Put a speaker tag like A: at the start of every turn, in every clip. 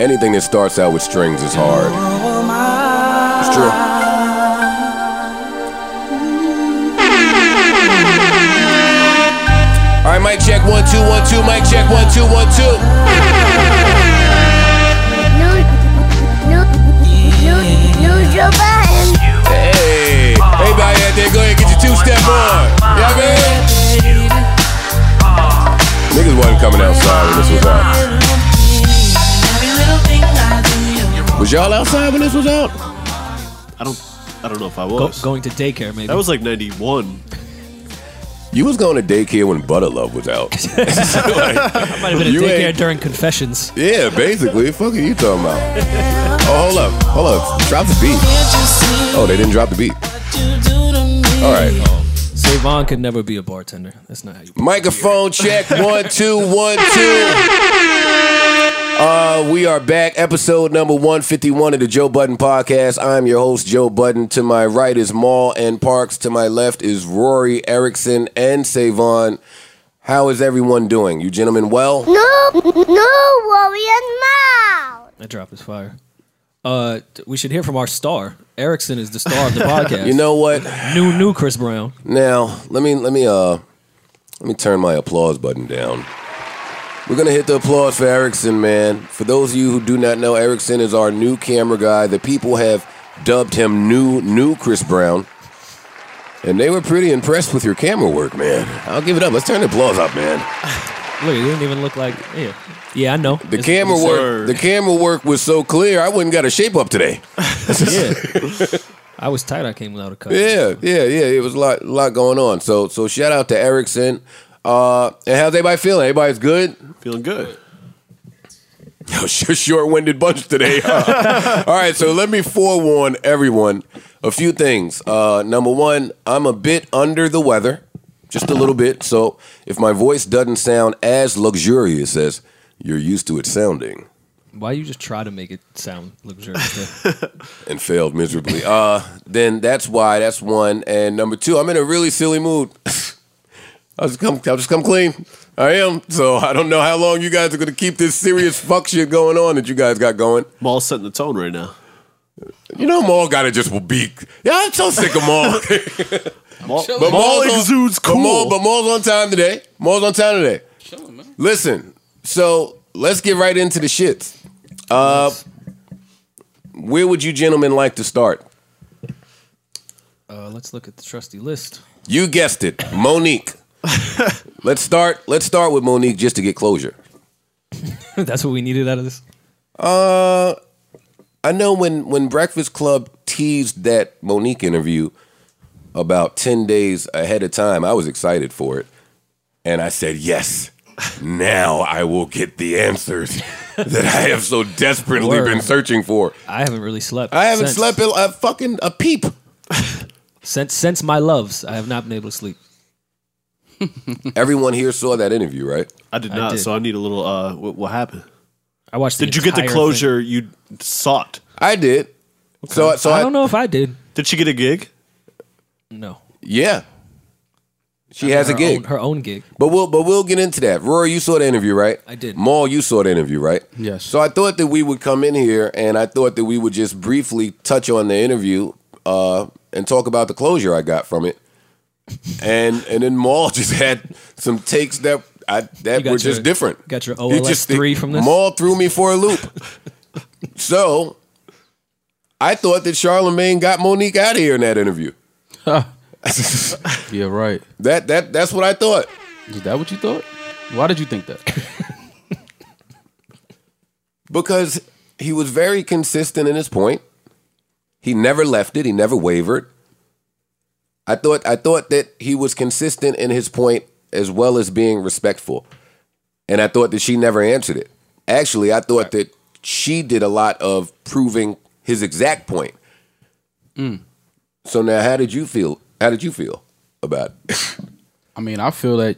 A: Anything that starts out with strings is hard. It's true. All right, mic check one two one two. Mic check one two one two. Hey, everybody out there, go ahead and get your two step on. Yeah, man. Niggas wasn't coming outside when this was out. Was y'all outside when this was out?
B: I don't. I don't know if I
C: Go,
B: was.
C: going to daycare, maybe.
B: That was like '91.
A: You was going to daycare when Butter Love was out.
C: I might have been
A: you
C: at daycare
A: ain't-
C: during confessions.
A: yeah, basically. The fuck are you talking about? Oh, hold up, hold up. Drop the beat. Oh, they didn't drop the beat. All right.
C: Savon could never be a bartender. That's not how you.
A: Microphone check one two one two. Uh, we are back, episode number one fifty one of the Joe Budden podcast. I'm your host Joe Budden. To my right is Maul and Parks. To my left is Rory Erickson and Savon. How is everyone doing? You gentlemen, well?
C: That drop is fire. Uh, t- we should hear from our star. Erickson is the star of the podcast.
A: You know what?
C: new new Chris Brown.
A: Now let me let me uh let me turn my applause button down. We're gonna hit the applause for Erickson, man. For those of you who do not know, Erickson is our new camera guy. The people have dubbed him new new Chris Brown, and they were pretty impressed with your camera work, man. I'll give it up. Let's turn the applause up, man.
C: Look, he didn't even look like. Yeah, yeah, I know.
A: The camera work, the camera work was so clear. I wouldn't got a shape up today.
C: Yeah. I was tight. I came without a cut.
A: Yeah, yeah, yeah. It was a lot, lot going on. So, so shout out to Erickson. Uh, and how's everybody feeling? Everybody's good.
B: Feeling good.
A: Yo, sure, short-winded bunch today. huh? All right, so let me forewarn everyone a few things. Uh, number one, I'm a bit under the weather, just a little bit. So if my voice doesn't sound as luxurious as you're used to it sounding,
C: Why you just try to make it sound luxurious? though?
A: and failed miserably, uh, then that's why. That's one. And number two, I'm in a really silly mood. I'll just come. I'll just come clean. I am. So I don't know how long you guys are going to keep this serious fuck shit going on that you guys got going.
B: Maul's setting the tone right now.
A: You know, Maul gotta just will be. Yeah, I'm so sick of Maul.
B: Maul,
A: but
B: Maul
A: Maul's on-
B: exudes
A: But, Maul,
B: cool.
A: but Maul's on time today. Maul's on time today.
D: Chilling, man.
A: Listen, so let's get right into the shits. Uh, where would you gentlemen like to start?
C: uh, let's look at the trusty list.
A: You guessed it, Monique. let's start. Let's start with Monique just to get closure.
C: That's what we needed out of this.
A: Uh, I know when when Breakfast Club teased that Monique interview about ten days ahead of time, I was excited for it, and I said yes. Now I will get the answers that I have so desperately
C: Word.
A: been searching for.
C: I haven't really slept.
A: I haven't
C: since,
A: slept a, a fucking a peep.
C: since since my loves. I have not been able to sleep.
A: Everyone here saw that interview, right?
B: I did
C: I
B: not.
C: did.
B: So I need a little. Uh, what, what happened?
C: I watched.
B: Did you get the
C: entire
B: closure you sought?
A: I did. So,
C: thing.
A: so
C: I don't know if I did.
B: Did she get a gig?
C: No,
A: Yeah, she has a
C: her
A: gig.
C: Own, her own gig.
A: But we'll but we'll get into that. Rory, you saw the interview, right?
C: I did.
A: Maul, you saw the interview, right?
D: Yes.
A: So I thought that we would come in here and I thought that we would just briefly touch on the interview uh, and talk about the closure I got from it. And and then Maul just had some takes that I that
C: You got
A: were just
C: your-
A: different.
C: got your
A: He
C: OLS three from this?
A: Maul threw me for a loop. so I thought that Charlemagne got Monique out of here in that interview.
D: Yeah, right.
A: That that that's what I thought.
D: Is that what you thought? Why did you think that?
A: because he was very consistent in his point. He never left it. He never wavered. I thought I thought that he was consistent in his point as well as being respectful. And I thought that she never answered it. Actually, I thought that she did a lot of proving his exact point. Mm. So now how did you feel? How did you feel about it?
D: I mean, I feel that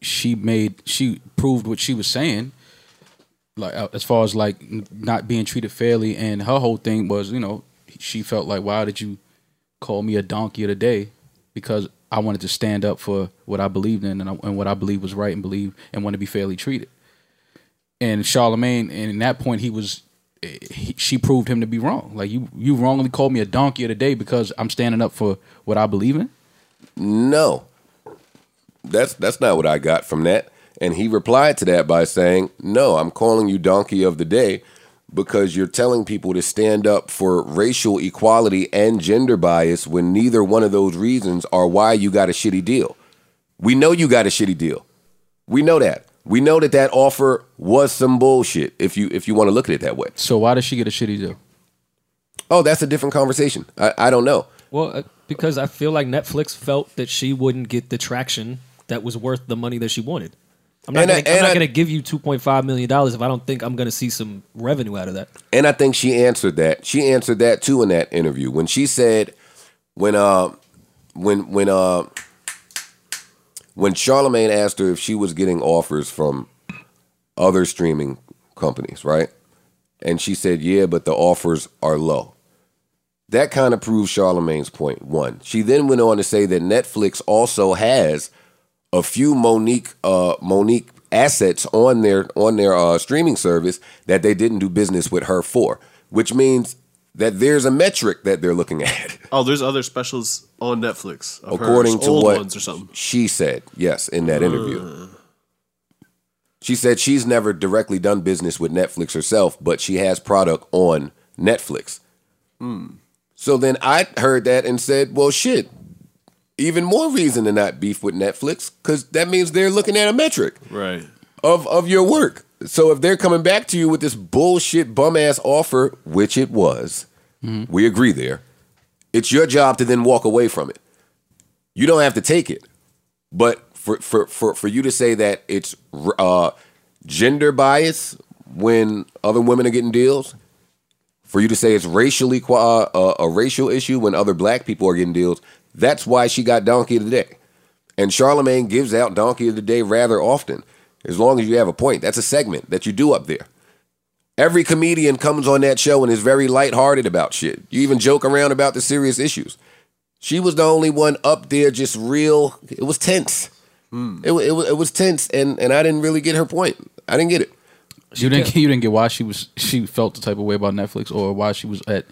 D: she made she proved what she was saying. Like uh, as far as like n- not being treated fairly, and her whole thing was, you know, she felt like, why did you call me a donkey of the day? Because I wanted to stand up for what I believed in and, I, and what I believed was right and believe and want to be fairly treated. And Charlemagne, and in that point, he was he, she proved him to be wrong. Like you, you wrongly called me a donkey today because I'm standing up for what I believe in.
A: No. That's that's not what I got from that. And he replied to that by saying, "No, I'm calling you donkey of the day because you're telling people to stand up for racial equality and gender bias when neither one of those reasons are why you got a shitty deal. We know you got a shitty deal. We know that. We know that that offer was some bullshit if you if you want to look at it that way.
D: So why does she get a shitty deal?
A: Oh, that's a different conversation. I, I don't know.
C: Well, uh, because I feel like Netflix felt that she wouldn't get the traction that was worth the money that she wanted. I'm not
A: And I-
C: gonna, I'm
A: and
C: not
A: I-
C: gonna give you 2.5 million dollars if I don't think I'm gonna see some revenue out of that.
A: and I think she answered that. She answered that too in that interview when she said, when uh, when when uh, when Charlemagne asked her if she was getting offers from other streaming companies, right? And she said, "Yeah, but the offers are low." That kind of proves Charlemagne's point. One. She then went on to say that Netflix also has a few Monique uh, Monique assets on their on their uh, streaming service that they didn't do business with her for, which means that there's a metric that they're looking at,
B: Oh, there's other specials on Netflix. of hers,
A: according to
B: old
A: what
B: ones or something. Hmm.
A: she said. Yes, in that interview, she said she's never directly done business with Netflix herself, but she has product on Netflix. So then I heard that and said, "Well, shit." Even more reason to not beef with Netflix because that means they're looking at a metric.
B: Right.
A: of of your work. So if they're coming back to you with this bullshit bum ass offer, which it was, we agree there. It's your job to then walk away from it. You don't have to take it, but for for for for you to say that it's uh, gender bias when other women are getting deals, for you to say it's racially qua uh, a racial issue when other black people are getting deals, that's why she got donkey today. And Charlemagne gives out Donkey of the Day rather often, as long as you have a point. That's a segment that you do up there. Every comedian comes on that show and is very lighthearted about shit. You even joke around about the serious issues. She was the only one up there, just real. It was tense. It, wa- it, wa- it was tense, and, and I didn't really get her point. I didn't get it.
D: you didn't you didn't get why she was she felt the type of way about Netflix or why she was at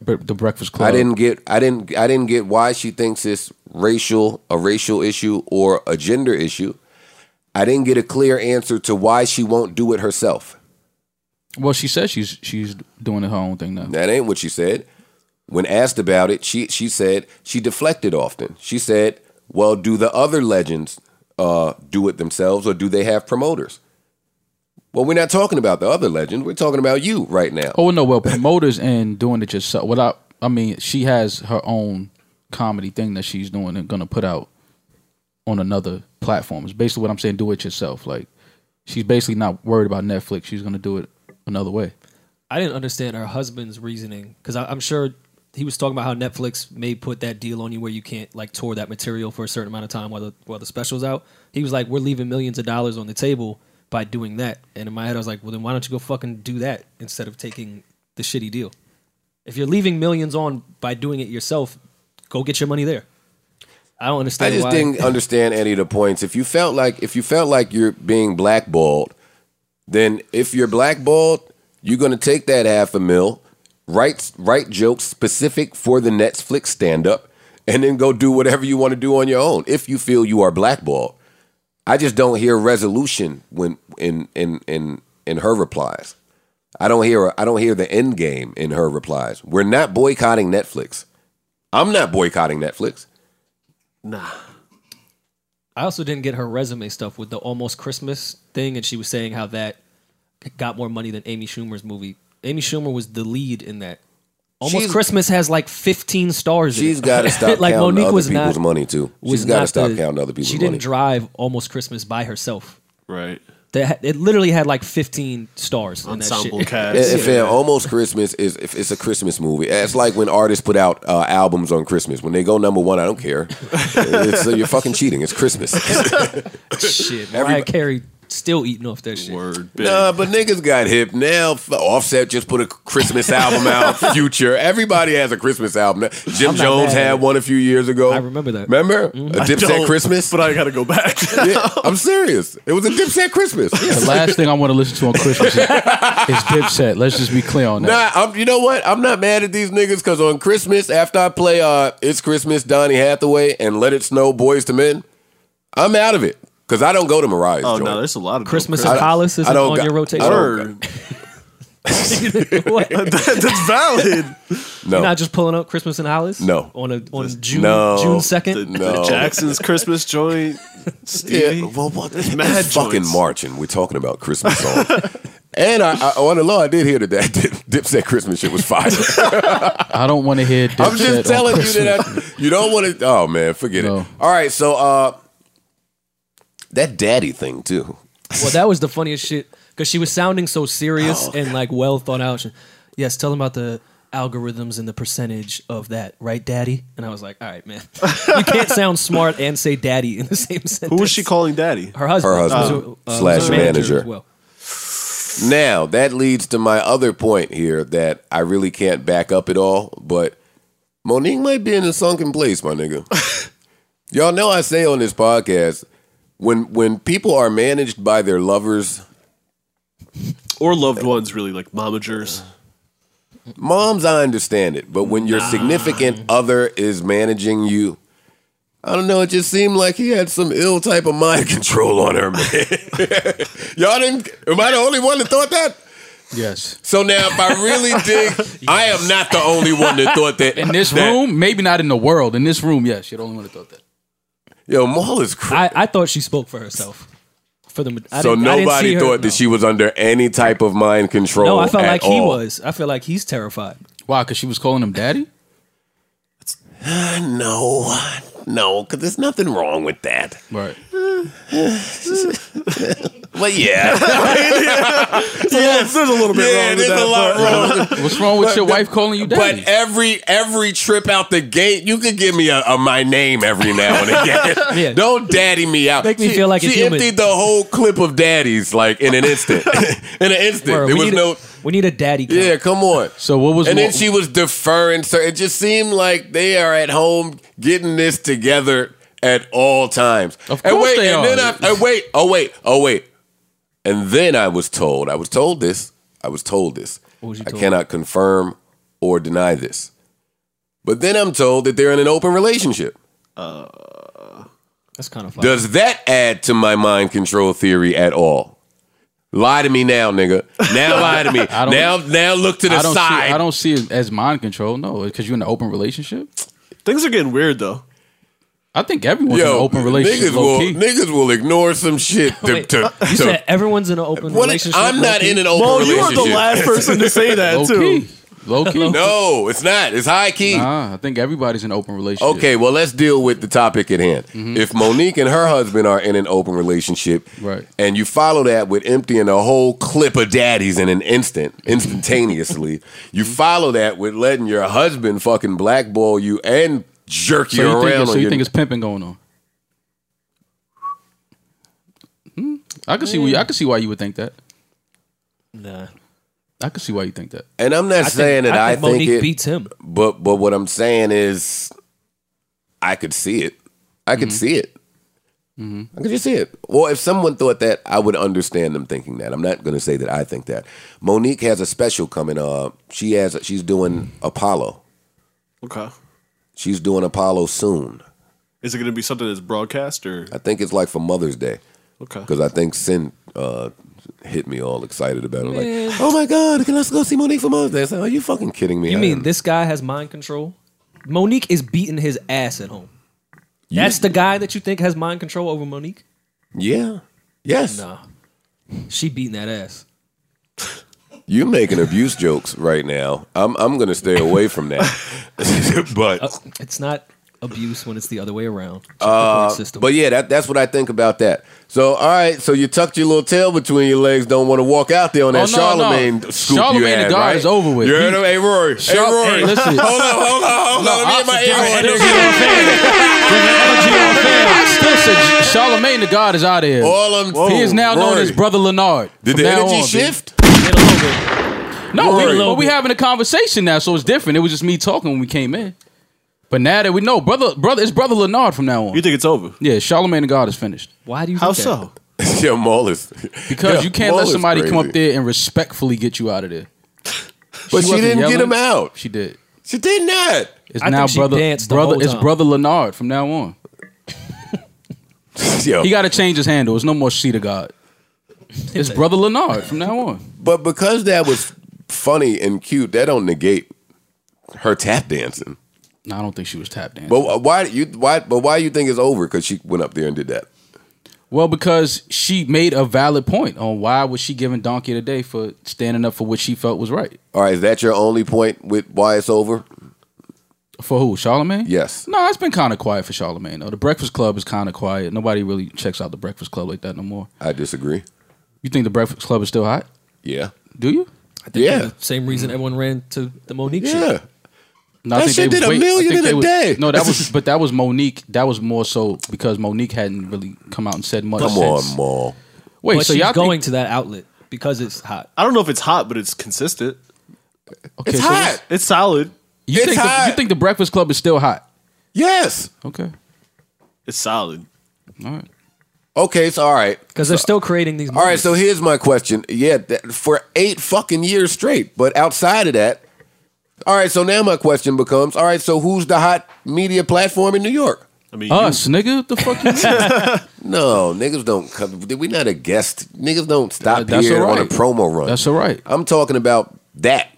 D: Bre- the Breakfast Club.
A: I didn't get I didn't I didn't get why she thinks it's racial a racial issue or a gender issue. I didn't get a clear answer to why she won't do it herself.
D: Well, she says she's she's doing her own thing now.
A: That ain't what she said. When asked about it, she she said she deflected often. She said, "Well, do the other legends uh, do it themselves, or do they have promoters?" Well, we're not talking about the other legend. We're talking about you right now.
D: Oh no, well promoters and doing it yourself. What I I mean, she has her own comedy thing that she's doing and gonna put out on another platform. It's basically what I'm saying. Do it yourself. Like she's basically not worried about Netflix. She's gonna do it another way.
C: I didn't understand her husband's reasoning because I'm sure he was talking about how Netflix may put that deal on you where you can't like tour that material for a certain amount of time while the while the special's out. He was like, "We're leaving millions of dollars on the table by doing that." And in my head, I was like, "Well, then why don't you go fucking do that instead of taking the shitty deal? If you're leaving millions on by doing it yourself, go get your money there." I don't
A: I
C: understand.
A: just
C: why.
A: didn't understand any of the points. If you felt like if you felt like you're being blackballed, then if you're blackballed, you're gonna take that half a mil, write write jokes specific for the Netflix stand up, and then go do whatever you want to do on your own. If you feel you are blackballed, I just don't hear resolution when in in in in her replies. I don't hear I don't hear the end game in her replies. We're not boycotting Netflix. I'm not boycotting Netflix.
B: Nah.
C: I also didn't get her resume stuff with the almost Christmas thing, and she was saying how that got more money than Amy Schumer's movie. Amy Schumer was the lead in that. Almost
A: She's-
C: Christmas has like 15 stars.
A: She's
C: in it.
A: got to stop
C: like
A: counting
C: Monique
A: other
C: was
A: people's
C: not,
A: money too.
C: was
A: She's got to
C: not
A: stop
C: the-
A: counting other people's
C: She didn't
A: money.
C: drive Almost Christmas by herself.
B: Right.
C: That ha- it literally had like 15 stars. in
B: Ensemble
C: that shit.
A: It-
B: cast.
A: it felt almost Christmas is if it's a Christmas movie. It's like when artists put out uh, albums on Christmas. When they go number one, I uh, don't care. it's, you're fucking cheating. It's Christmas.
C: shit. Mariah Carey still eating off that shit.
B: Word. Big.
A: Nah, but niggas got hip now. F- Offset just put a Christmas album out. Future, everybody has a Christmas album. now. Jim
C: I'm not
A: Jones
C: mad at
A: had
C: it.
A: one a few years ago.
C: I remember that.
A: Remember
D: Mm-hmm.
A: a
B: I
A: Dipset
B: don't,
A: Christmas?
B: But I gotta go back.
A: Yeah, I'm serious. It was a Dipset Christmas.
D: The last thing I want to listen to on Christmas is, is Dipset. Let's just be clear on that.
A: Nah, I'm, you know what? I'm not mad at these niggas because on Christmas, after I play uh, "It's Christmas," Donny Hathaway, and "Let It Snow," Boys to Men, I'm out of it because I don't go to Mariah's.
B: oh
A: joint.
B: no, there's a lot of dope
C: Christmas
B: Christmas.
C: and Hollis is
A: I
C: on
A: don't got-
C: your
A: I
C: rotation.
A: don't-
B: Word.
C: What? You're
B: That's valid.
A: no,
C: not just pulling up Christmas and Hollis?
A: No.
C: On a on June
A: No.
C: June
B: The,
C: second.
A: No.
B: the Jackson's Christmas joint. Stevie.
A: yeah, well, what?
B: mad
A: It's fucking
B: joints.
A: marching. We're talking about Christmas songs. And I, I, on the law, I did hear that that dip, Dipset Christmas shit was fire.
D: I don't want to hear Dipset.
A: I'm just telling
D: on
A: you that I, you don't want to. Oh man, forget
D: No.
A: it. All right, so uh, that daddy thing too.
C: Well, that was the funniest shit because she was sounding so
A: Oh,
C: serious and like well thought out. She- yes, tell them about the algorithms and the percentage of that, right, Daddy? And I was like, all right, man, you can't sound smart and say Daddy in the same sentence.
B: Who was she calling daddy?
C: Her husband,
A: Her husband
C: was a- uh,
A: slash
C: was a
A: manager.
C: as well,
A: Now that leads to my other point here that I really can't back up at all. But Monique might be in a sunken place, my nigga. Y'all know I say on this podcast when when people are managed by their lovers,
B: Or loved ones, really, like momagers.
A: moms I understand it, but when your significant other is managing you. I don't know. It just seemed like he had some ill type of mind control on her, man. Y'all didn't. Am I the only one that thought that?
D: Yes.
A: So now, if I really dig, I am not the only one that thought that.
D: In this
A: that-
D: room, maybe not in the world. In this room, yes. You're the only one that thought that.
A: yo, Maul is crazy.
C: I, I thought she spoke for herself. For the I
A: So
C: didn't- I didn't see
A: nobody
C: her-
A: thought
C: no.
A: that she was under any type of mind control.
C: No, I felt
A: at
C: like he
A: all.
C: was. I feel like he's terrified.
D: Why? Because she was calling him daddy?
A: No, no, because there's nothing wrong with that.
D: Right.
A: But yeah,
B: Yes, there's a little bit
A: yeah, there's a lot wrong. with-
D: What's wrong with your wife calling you daddy?
A: But every every trip out the gate, you could give me a, a my name every now and again.
C: Yeah.
A: Don't daddy me out.
C: Make me
A: she,
C: feel like a
A: she
C: human.
A: emptied the whole clip of daddies like in an instant. in an instant,
C: Word,
A: there
C: we
A: was
C: need
A: no.
C: a, we need a daddy. Count.
A: Yeah, come on.
D: so what was
A: And then
D: more-
A: she was deferring, so it just seemed like they are at home getting this together at all times.
D: Of
A: and
D: course
A: wait,
D: they
A: and
D: are.
A: Then I, and wait, oh wait, oh wait. And then I was told, I was told this, I was told this.
C: What was you
A: I
C: told?
A: cannot confirm or deny this. But then I'm told that they're in an open relationship.
C: that's kind of fun.
A: Does that add to my mind control theory at all? Lie to me now, nigga. Now lie to me.
D: don't-
A: now, now look to the
D: I don't, see,
A: side.
D: I don't see it as mind control. No, because you're in an open relationship.
B: Things are getting weird, though.
D: I think everyone's in an open relationship.
A: Niggas
D: low
A: will,
D: key.
A: niggas will ignore some shit. To,
C: Wait, uh,
A: to-
C: you
A: to-
C: said everyone's in an open
A: What-
C: relationship.
A: Uh, I'm not
C: Loki?
A: in an open
B: Well, you are
A: relationship.
B: the last person to say that,
D: Low
B: too.
D: key. Low key.
A: No, it's not. It's high key.
D: Nah, I think everybody's in an open relationship.
A: Okay, well, let's deal with the topic at hand.
D: Mm-hmm.
A: If Monique and her husband are in an open relationship,
D: Right.
A: and you follow that with emptying a whole clip of daddies in an instant,
D: Mm-hmm.
A: instantaneously, you follow that with letting your husband fucking blackball you and jerk
D: So
A: you
D: you,
A: around.
D: think, so
A: on
D: you
A: your-
D: think it's pimping going on? Hmm, I can see. why- I can see why you would think that.
C: Nah.
D: I can see why you think that.
A: and I'm not saying that I think,
C: Monique
A: it,
C: beats him.
A: But but what I'm saying is, I could see it. I could see it. I could just see it. Well, if someone thought that, I would understand them thinking that. I'm not going to say that I think that. Monique has a special coming up. She has. She's doing Apollo.
B: Okay.
A: She's doing Apollo soon.
B: Is it going to be something that's broadcast or?
A: I think it's like for Mother's Day
B: Okay.
A: because I think Sin uh, hit me all excited about it. Like, oh my god, can let's go see Monique for Mother's Day? I said, are you fucking kidding me?
C: You
A: I
C: mean
A: am-
C: this guy has mind control? Monique is beating his ass at home. That's the guy that you think has mind control over Monique?
A: Yeah. Yes.
C: Nah. She beating that ass.
A: You making abuse jokes right now. I'm I'm gonna stay away from that. but
C: It's not abuse when it's the other way around.
A: Uh,
D: Uh,
C: Check the court system.
A: but yeah, that, that's what I think about that. So all right, so you tucked your little tail between your legs. Don't want to walk out there on that
D: Oh, no,
A: Charlemagne
D: no.
A: scoop you
D: Charlemagne the
A: had.
D: God
A: right?
D: is over with.
A: You heard
D: He-
A: him? Hey Rory.
D: Char-
A: hey Rory.
D: Hey, listen.
A: Hold on, hold on, hold on. Let me
D: I
A: get my
D: said-
A: air on.
D: I still said Charlemagne the God is out of here.
A: All I'm
D: he is now known
A: Rory,
D: as Brother Leonard.
A: Did
D: from
A: the
D: now
A: energy
D: on, B.
A: shift?
C: Get a little bit.
D: No, we,
A: Rory.
D: but we having a conversation now, so it's different. It was just me talking when we came in. But now that we know, brother, brother, it's brother Leonard from now
B: You
D: on.
B: think it's over?
D: Yeah, Charlemagne the God is finished
C: Why do you
B: How
C: think that?
B: so?
A: Yo, Maul is
D: because
A: Yeah,
D: you can't
A: Maul
D: let
A: is
D: somebody come up
A: crazy.
D: there and respectfully get you out of there.
A: But she,
D: wasn't
A: didn't get
D: yelling.
A: him out.
D: She did.
A: She did not.
D: It's
C: I
D: now
C: think she
D: brother,
C: danced the
D: brother,
C: whole
D: it's
C: time.
D: brother Leonard from now on.
A: Yo,
D: He got to change his handle. It's no more she to God. It's brother Leonard from now on.
A: but because that was funny and cute, that don't negate her tap dancing.
D: No, I don't think she was tap dancing.
A: But why you why but why you think it's over? Because she went up there and did that.
D: Well, because she made a valid point on why was she giving Donkey today for standing up for what she felt was right.
A: All right, is that your only point with why it's over?
D: For who? Charlemagne?
A: Yes.
D: No, it's been kind of quiet for Charlemagne though. The Breakfast Club is kind of quiet. Nobody really checks out the Breakfast Club like that no more.
A: I disagree.
D: You think the Breakfast Club is still hot?
A: Yeah.
D: Do you?
C: I think
A: Yeah.
C: for the same reason everyone ran to the Monique shit.
A: Yeah.
D: No,
A: That shit did a
D: wait, I
A: million
D: think
A: in
D: they
A: a
D: was-
A: day.
D: No, that was but that was Monique. That was more so because Monique hadn't really come out and said much.
A: Come
D: since.
A: on, Maul.
D: Wait,
C: But
D: so
C: she's
D: y'all
C: going
D: think,
C: to that outlet because it's hot.
B: I don't know if it's hot, but it's consistent.
D: okay,
A: It's
D: so
A: hot.
B: It's solid.
D: You
A: It's
D: think The,
A: hot.
D: you think the Breakfast Club is still hot?
A: Yes.
D: Okay.
B: It's solid.
D: All right.
A: Okay, so all right.
C: Because they're still creating these
A: All right,
C: movies.
A: so here's my question. Yeah, that, for eight fucking years straight. But outside of that, all right, so now my question becomes all right, so who's the hot media platform in New York?
B: I mean,
D: Us, nigga, what the fuck you mean?
A: No, niggas don't come. Did we not a guest? Niggas don't
D: Uh,
A: stop
D: that's
A: here
D: all
A: on
D: right.
A: a promo run.
D: That's all right.
A: I'm talking about that.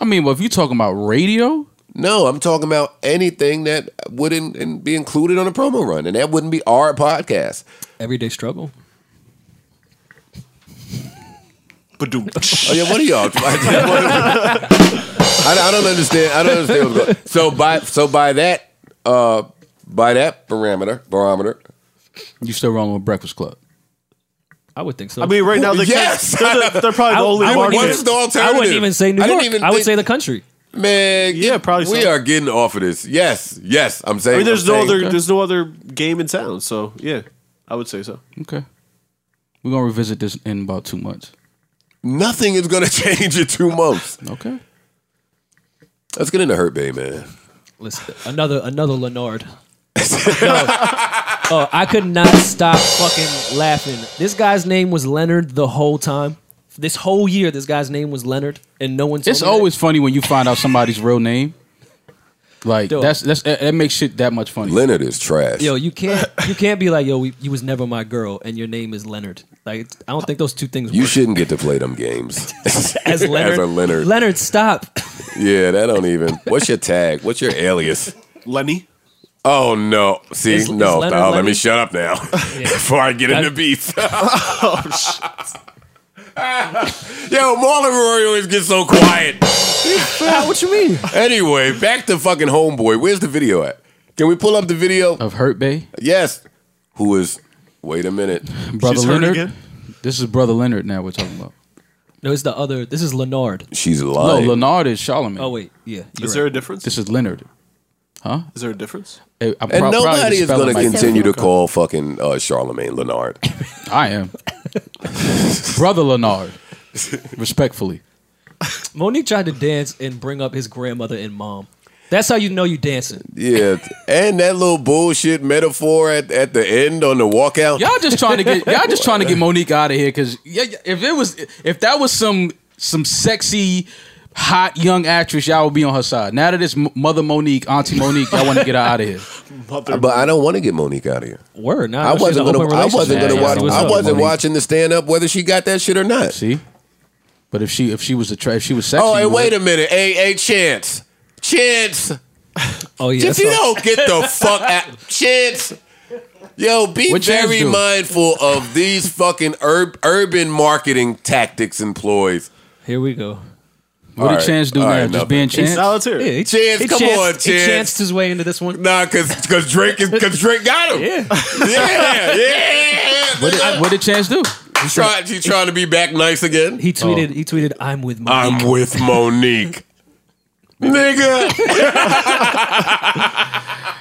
D: I mean, well, if you talking about radio,
A: No, I'm talking about anything that wouldn't and be included on a promo run, and that wouldn't be our podcast.
C: Everyday struggle.
B: but
A: Oh yeah, what are y'all? I, I don't understand. I don't understand what's going. So by so by that uh by that parameter barometer.
D: you still wrong with Breakfast Club.
C: I would think so.
B: I mean, right now they're,
A: Yes!
B: they're, the- they're probably
C: I,
B: the only
C: I wouldn't
B: market.
A: What's
C: even,
A: the alternative?
C: I wouldn't even say New
A: I
C: York.
A: didn't
C: I,
A: even
C: would
A: think-
C: say the country.
A: Man,
B: Yeah, probably
A: We
B: so.
A: are getting off of this. Yes, yes. I'm saying.
B: I mean, there's
A: I'm
B: no
A: saying-
B: other there's no other game in town. So yeah, I would say so.
D: Okay. We're gonna revisit this in about two months.
A: Nothing is gonna change in two months.
D: Okay.
A: Let's get into Hurt Bay, man.
C: Listen, another another Leonard. Oh, I could not stop fucking laughing. This guy's name was Leonard the whole time. This whole year, this guy's name was Leonard, and no one. Told
D: It's
C: me that.
D: always funny when you find out somebody's real name. Like
C: Yo.
D: that's that's that, that makes shit that much funny.
A: Leonard is trash.
C: Yo, you can't you can't be like yo, we, you was never my girl, and your name is Leonard. Like it's- I don't think those two things
A: you
C: work.
A: shouldn't get to play them games
C: As Leonard,
A: As a Leonard.
C: Leonard, stop.
A: Yeah, that don't even. What's your tag? What's your alias?
B: Lenny,
A: Oh no! See,
C: Is- is
A: no.
C: Leonard
A: oh, let
C: Lenny?
A: me shut up now before I get into beef. Yo, Maul and Rory always get so quiet.
C: what you mean?
A: Anyway, back to fucking homeboy. Where's the video at? Can we pull up the video?
D: Of Hurt Bay,
A: Yes. Who is? Wait a minute.
D: brother
B: She's hurt
D: Leonard.
B: again?
D: This is brother Leonard. Now we're talking about.
C: No, it's the other. This is Leonard.
A: She's
D: No,
A: lying.
D: Leonard is Charlemagne.
C: Oh wait, yeah. you're
B: is there a
C: right.
B: difference?
D: This is Leonard.
B: Is there a difference?
D: Eh, I'm
A: and
D: prob- probably
A: nobody
D: just
A: is
D: spelling
A: going to
D: my-
A: continue to call fucking uh, Charlemagne Leonard.
D: I am. brother Leonard. Respectfully.
C: Monique tried to dance and bring up his grandmother and mom. That's how you know you dancing.
A: Yeah, and that little bullshit metaphor at, at the end on the walkout.
D: Y'all just trying to get y'all just trying to get Monique out of here because if it was if that was some some sexy hot young actress, y'all would be on her side. Now that it's M- mother Monique, auntie Monique, y'all want to get her out of here.
B: Mother,
A: But I don't want to get Monique out of here.
C: Word, nah,
A: I
C: she's
A: wasn't
C: in an
A: gonna.
C: open
A: I wasn't
C: relationship.
A: gonna
D: Yeah,
A: watch.
D: yeah,
C: What's
A: I
C: up?
A: wasn't
D: Monique?
A: watching the stand up whether she got that shit or not.
D: See, but if she if she was the tra- if she was sexy,
A: Oh,
D: you
A: and
D: would-
A: wait a minute. Hey, hey, Chance, Chance,
C: Oh yeah.
A: if
C: that's
A: you
C: all-
A: don't get the fuck out, Chance. Yo, be
D: What Chance
A: very
D: do?
A: mindful of these fucking ur- urban marketing tactics employed.
C: Here we go.
D: what did
A: All right,
D: Chance do
A: all
D: now?
A: right,
D: just
A: nothing.
D: being Chance.
B: now let's hear it.
C: Yeah, he-
A: Chance,
C: he
A: come on,
C: He
A: Chance.
C: chanced his way into this one.
A: Nah, cause cause Drake is cause Drake got him.
C: Yeah.
A: yeah, yeah.
D: What did, what did Chance do?
A: He trying, he trying to be back nice again. Oh.
C: He tweeted. He tweeted. I'm with Monique.
A: I'm with Monique. Nigga,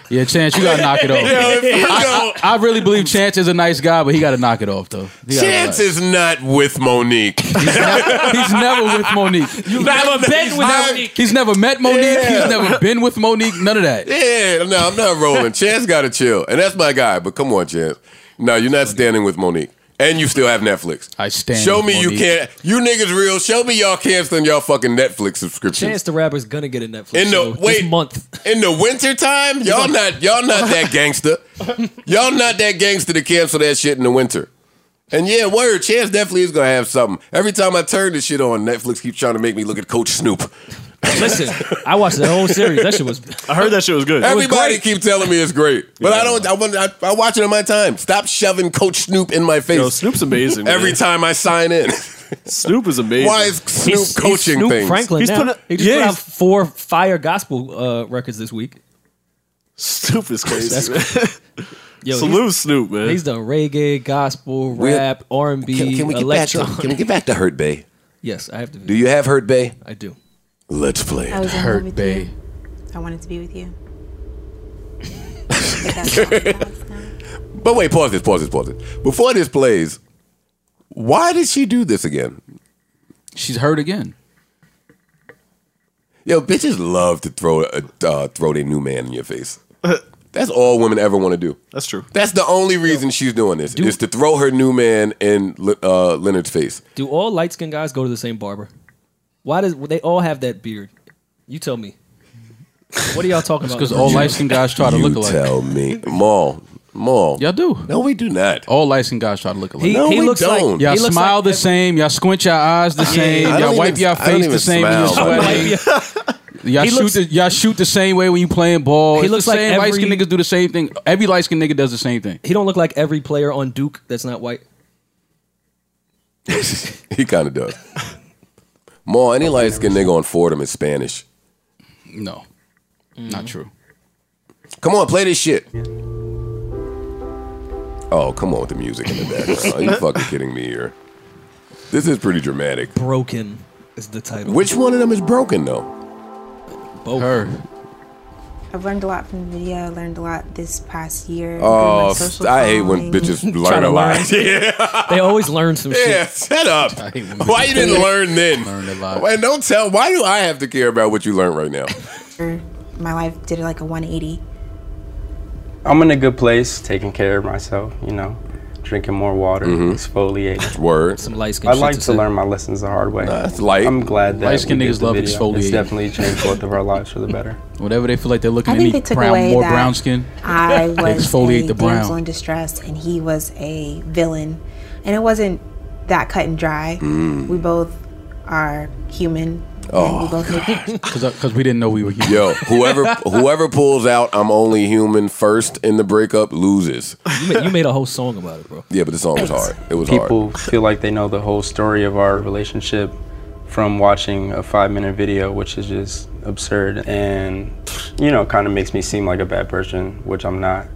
D: Yeah, Chance, you gotta knock it off. I, I- I really believe Chance is a nice guy, but he gotta knock it off though. He gotta
A: Chance is not with Monique.
D: relax. He's never with Monique. You've
A: never been with Monique.
D: He's never met Monique.
A: Yeah.
D: He's never been with Monique. None of that.
A: yeah, no, I'm not rolling. Chance got to chill, and that's my guy. But come on, Chance. No, you're not standing with Monique, and you still have Netflix.
D: I stand.
A: Show
D: with
A: me you
D: Monique.
A: can't. You niggas real. Show me y'all canceling y'all fucking Netflix subscriptions.
C: Chance the Rapper's gonna get a Netflix
A: In the-
C: show
A: wait.
C: this month.
A: In the wintertime, y'all not y'all not that gangster. Y'all not that gangster to cancel that shit in the winter. And yeah, word, Chance definitely is gonna have something. Every time I turn this shit on, Netflix keeps trying to make me look at Coach Snoop.
C: Listen, I watched that whole series. That shit was.
B: I heard that shit was good.
A: Everybody keep telling me it's great, but I don't. I, want, I, I watch it on my time. Stop shoving Coach Snoop in my face
B: Yo, Snoop's amazing. man.
A: every time I sign in.
B: Snoop is amazing.
A: Why is Snoop
C: He's- he's
A: coaching
C: Snoop
A: things?
C: Franklin.
B: He's
C: now.
B: putting-
C: he just
B: yeah,
C: put out
B: he's-
C: four fire gospel uh, records this week.
B: Snoop is crazy. man.
C: Yo,
B: Salute Snoop, man.
C: He's, he's done reggae, gospel,
A: We're-
C: rap, R and B, electro.
A: we get back to Hurt Bay?
C: Yes, I have to.
A: Do you have Hurt Bay?
C: I do.
A: Let's play
E: I
A: it.
E: was in love
D: Hurt
E: with
D: Bay.
E: you. I wanted to be with you. But that's not what it was now.
A: But wait, pause this, pause this, pause this. Before this plays, why did she do this again?
D: She's hurt again.
A: Yo, bitches love to throw a uh, throw their new man in your face. That's all women ever want to do.
B: That's true.
A: That's the only reason she's doing this is to throw her new man in Le- uh, Leonard's face.
C: Do all light skinned guys go to the same barber? Why does they all have that beard? You tell me. What are y'all talking about?
D: Because all light skinned guys try to
A: you
D: look alike.
A: tell me, Maul, Maul.
D: Y'all do.
A: No, we do not.
D: All light skinned guys try to look alike.
C: He,
A: No,
C: he
A: we
C: looks
A: don't.
C: like
D: Y'all
C: he looks
D: smile
C: like
D: the same. Y'all squint your eyes the same.
A: I don't
D: Y'all wipe
A: even-
D: your
A: I don't
D: face
A: even
D: the same when you're
A: smile,
C: every-
A: my
D: sweating.
A: nigga.
D: Y'all
C: He
D: shoot.
C: looks-
D: the, y'all shoot the same way when you playing ball.
C: He
D: It's
C: looks
D: the
C: like
D: same light skinned
C: every-
D: niggas do the same thing. Every light skinned nigga does the same thing.
C: he don't look like every player on Duke that's not white.
A: he kind of does. Maul, any light skinned nigga on Fordham is Spanish.
D: No, not true.
A: Come on, play this shit. Oh, come on with the music in the background. Are you fucking kidding me here? This is pretty dramatic.
C: Broken is the title.
A: Which one of them is broken though?
C: Both.
D: Her.
E: I've learned a lot from the video. I learned a lot this past year.
A: Oh,
E: through my social
A: I hate when
E: following.
A: bitches
C: Try
A: learn a
C: to
A: lot. yeah,
C: They always learn some
A: yeah,
C: shit.
A: shut up.
D: I hate when
A: Why you didn't learn then?
D: Learn a lot.
A: And don't tell. Why do I have to care about what you learned right now?
E: My life did like a 180.
F: I'm in a good place, taking care of myself, you know, drinking more water, exfoliating.
A: Mm-hmm. Word.
C: Some light
F: I
C: skinned
F: like to learn my lessons the hard way.
A: That's light.
F: I'm glad that
D: Light-skinned
F: we did
D: niggas
F: the
D: love
F: video.
D: exfoliating.
F: It's definitely changed both of our lives for the better.
D: Whatever they feel like they're
E: I
D: looking
E: think they
D: at
E: took
D: brown,
E: away
D: more
E: that
D: brown skin.
E: I was
D: Exfoliate
E: a
D: the brown.
E: damsel in distress, and he was a villain. And it wasn't that cut and dry. We both are human. Oh, we both make
D: Because we didn't know we were human.
A: Yo, whoever whoever pulls out "I'm only human" first in the breakup loses.
C: You made, you made a whole song about it, bro.
A: Yeah, but the song was hard. Oh, It was hard.
F: People feel like they know the whole story of our relationship from watching a five minute video, which is just absurd and, you know, kind of makes me seem like a bad person, which I'm not.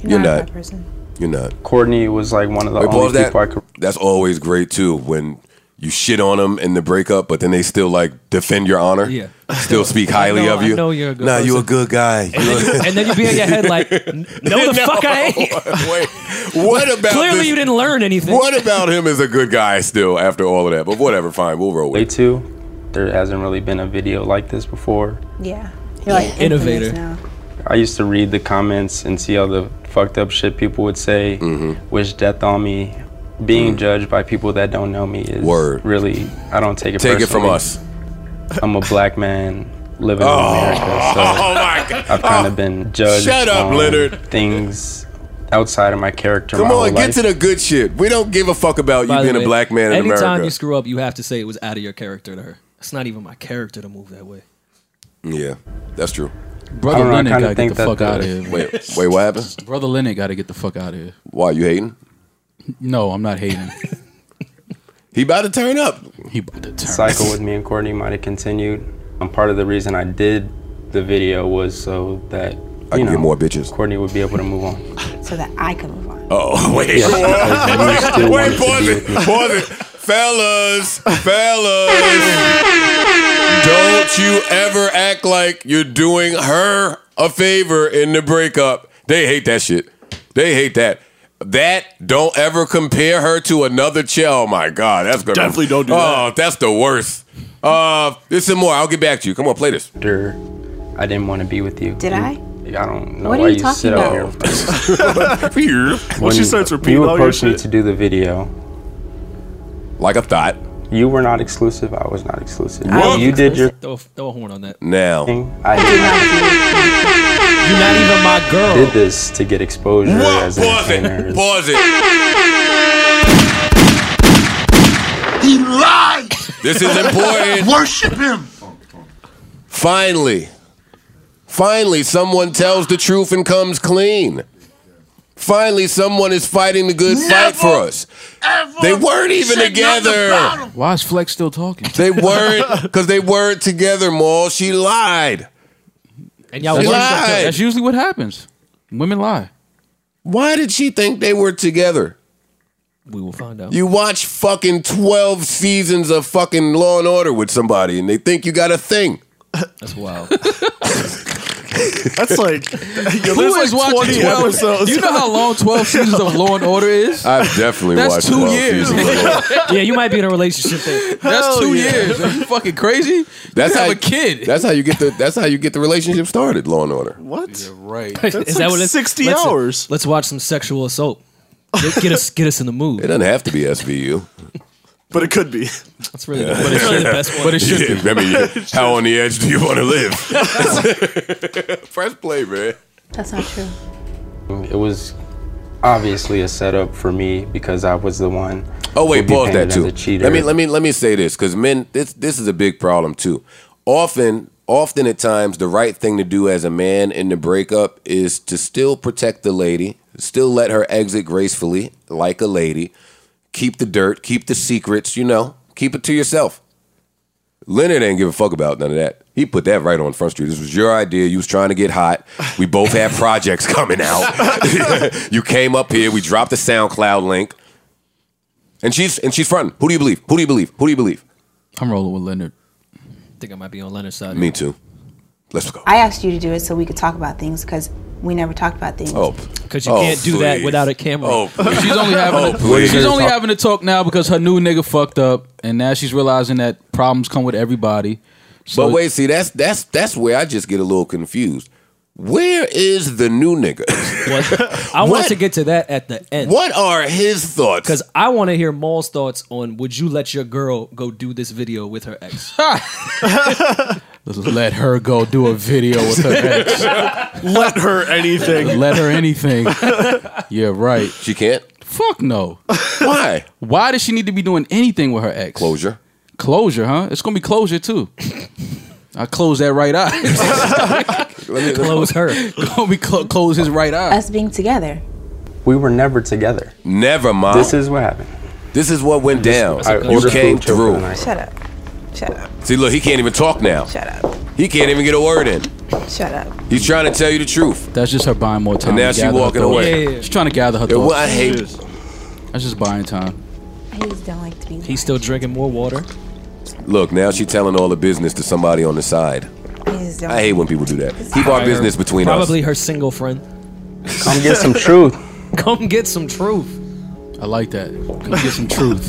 A: You're
E: a
A: not.
E: bad person.
A: You're not.
F: Courtney was like one of the
A: Wait,
F: only
A: pause
F: people
A: that.
F: I could
A: That's always great too when you shit on them in the breakup, but then they still like defend your honor.
C: Yeah.
A: Still speak highly
C: know-
A: of
C: I
A: you.
C: know you're a good
A: nah, you a
C: person.
A: good guy. You
C: And then you be in your head like, "N- no, the fuck I ain't.
A: a- Wait, what about
C: Clearly,
A: this-
C: you didn't learn anything.
A: What about him is a good guy still after all of that? But whatever, fine, we'll roll with
F: relate
A: it.
F: to. There hasn't really been a video like this before.
E: Yeah. You're like
C: Innovator.
E: infamous Now.
F: I used to read the comments and see all the fucked up shit people would say,
A: Mm-hmm.
F: wish death on me. Being judged by people that don't know me is
A: Word.
F: really, I don't take it
A: Take it from
F: personally.
A: us.
F: I'm a black man living in America, so
A: Oh my god.
F: I've kind of been judged
A: Shut up,
F: on
A: Leonard.
F: things outside of my character
A: Come
F: my whole
A: on, get
F: life.
A: to the good shit. We don't give a fuck about you
C: By the
A: being a
C: way,
A: black man in
C: anytime
A: America.
C: you screw up, you have to say it was out of your character to her. It's not even my character to move that way.
A: yeah, that's true.
F: I
D: Brother
F: don't know, I
D: Lennon
F: kinda
D: got to
F: think
D: get the
F: that
D: fuck
F: the-
D: out of here.
A: Wait, wait, what happened?
D: Brother Lennon got to get the fuck out of here.
A: Why you hating?
D: No, I'm not hating.
A: He about to turn up.
D: he about to turn.
F: cycle with me and Courtney might have continued. And part of the reason I did the video was so that you
A: I can
F: know,
A: get more bitches.
F: Courtney would be able to move on.
E: So that I could move on.
A: Oh, wait.
F: Because you still
A: Wait,
F: wanted to
A: pause
F: be
A: it.
F: with me.
A: Pause it. Fellas, fellas. Don't you ever act like you're doing her a favor in the breakup. They hate that shit. They hate that. That don't ever compare her to another chick. Oh my god, that's gonna
B: Definitely don't do
A: oh,
B: that.
A: that's the worst. Uh, there's some more. I'll get back to you. Come on, play this.
F: After I didn't want to be with you.
E: Did I?
F: I don't know
E: What are
F: why
E: you
F: you,
E: talking
F: sit
E: about?
F: up here.
B: when she starts repeating
F: you
C: Oh,
B: all your
F: approached me
B: shit,
F: to do the video.
A: Like I thought.
F: You were not exclusive. I was not exclusive.
A: What?
F: You did your
C: Throw a, throw a horn on that.
A: Now,
F: thing. I did
C: You're not even my girl.
F: did this to get exposure
A: Whoa,
F: as an
A: pause
F: entertainer.
A: it. Pause it.
G: He lied.
A: This is important.
G: Worship him.
A: Finally, finally, someone tells the truth and comes clean. Finally, someone is fighting the good fight for
G: Never,
A: us.
G: Ever
A: They weren't even
G: say nothing
A: together.
G: about him.
D: Why is Flex still talking?
A: They weren't because they weren't together, Maul. She lied.
C: and y'all
A: She
C: worship
A: lied.
C: him.
D: That's usually what happens. Women lie.
A: Why did she think they were together?
C: We will find out.
A: You watch fucking 12 seasons of fucking Law and Order with somebody and they think you got a thing.
C: That's wild.
B: that's like yo,
D: Who
B: there's
D: is
B: like
D: watching
B: twenty
D: 12?
B: episodes.
D: You know how long 12 seasons of Law and Order is?
A: I've definitely
D: That's
A: watched
D: two
A: 12
D: years.
A: seasons. of Law and Order.
C: yeah, you might be in a relationship there.
D: That's two
B: yeah.
D: years. Are you fucking crazy?
A: That's
D: you
A: how
D: have a kid.
A: That's how you get the that's how you get the relationship started, Law and Order.
B: what?
D: right.
C: Is
B: That's
C: that
B: like
C: what it's-
B: 60
C: let's- uh,
B: hours.
C: Let's watch some sexual assault. Get, get us, get us in the
A: It
C: mood.
A: doesn't have to be SVU.
B: But it could be.
C: That's really, but it's really the best one.
D: But it should be.
A: I mean, how on the edge do you want to live? Press play, man.
E: That's not true.
F: It was obviously a setup for me because I was the one.
A: Oh wait,
F: who'd be
A: pause that
F: painted
A: too.
F: as a cheater.
A: Let me let me let me say this because men, this this is a big problem too. Often, often at times, the right thing to do as a man in the breakup is to still protect the lady, still let her exit gracefully like a lady, keep the dirt, keep the secrets, you know, keep it to yourself. Leonard ain't give a fuck about none of that. He put that right on Front Street. This was your idea. You was trying to get hot. We both had projects coming out. you came up here. We dropped the SoundCloud link. And she's and she's fronting. Who do you believe? Who do you believe? Who do you believe?
D: I'm rolling with Leonard.
C: I think I might be on Leonard's side.
A: Me too. Let's go.
E: I asked you to do it so we could talk about things because we never talked about things.
A: Oh,
C: Because you can't do that
A: please.
C: without a camera.
A: Oh, please.
D: She's only having
A: Oh,
D: a,
A: please.
D: she's only having to talk now because her new nigga fucked up, and now she's realizing that problems come with everybody. So
A: but wait, see that's that's that's where I just get a little confused. Where is the new nigga?
C: What? I
A: What?
C: want to get to that at the end.
A: what are his thoughts?
C: Because I want to hear Maul's thoughts on would you let your girl go do this video with her ex?
D: let's let her go do a video with her ex.
B: Let her anything.
D: let her anything. Yeah, right.
A: she can't.
D: Fuck no.
A: Why?
D: Why does she need to be doing anything with her ex?
A: Closure.
D: Closure, huh? It's gonna be closure too. I close that right eye.
A: Let me,
C: Close her.
D: gonna be clo- close his right eye.
E: Us being together.
F: We were never together.
A: never mind.
F: This is what happened.
A: This is what went down.
F: I
A: You
F: ordered
A: came
F: food chill for the
A: through.
F: night.
E: Shut up. Shut up.
A: See, look, he can't even talk now.
E: Shut up.
A: He can't even get a word in.
E: Shut up.
A: He's trying to tell you the truth.
D: That's just her buying more time.
A: And now
D: to
A: she
D: gather her
A: walking
D: thoughts.
A: away.
C: Yeah, yeah, yeah.
D: She's trying to gather her
A: Yo, what I
D: thoughts.
A: hate.
D: That's just buying time.
E: I just don't like to be.
C: He's still drinking more water.
A: Look, now she's telling all the business to somebody on the side.
E: I just don't.
A: I hate when people do that. Keep our business between
C: Probably
A: us.
C: her single friend.
F: Come get some truth.
C: Come get some truth.
D: I like that. Come get some truth.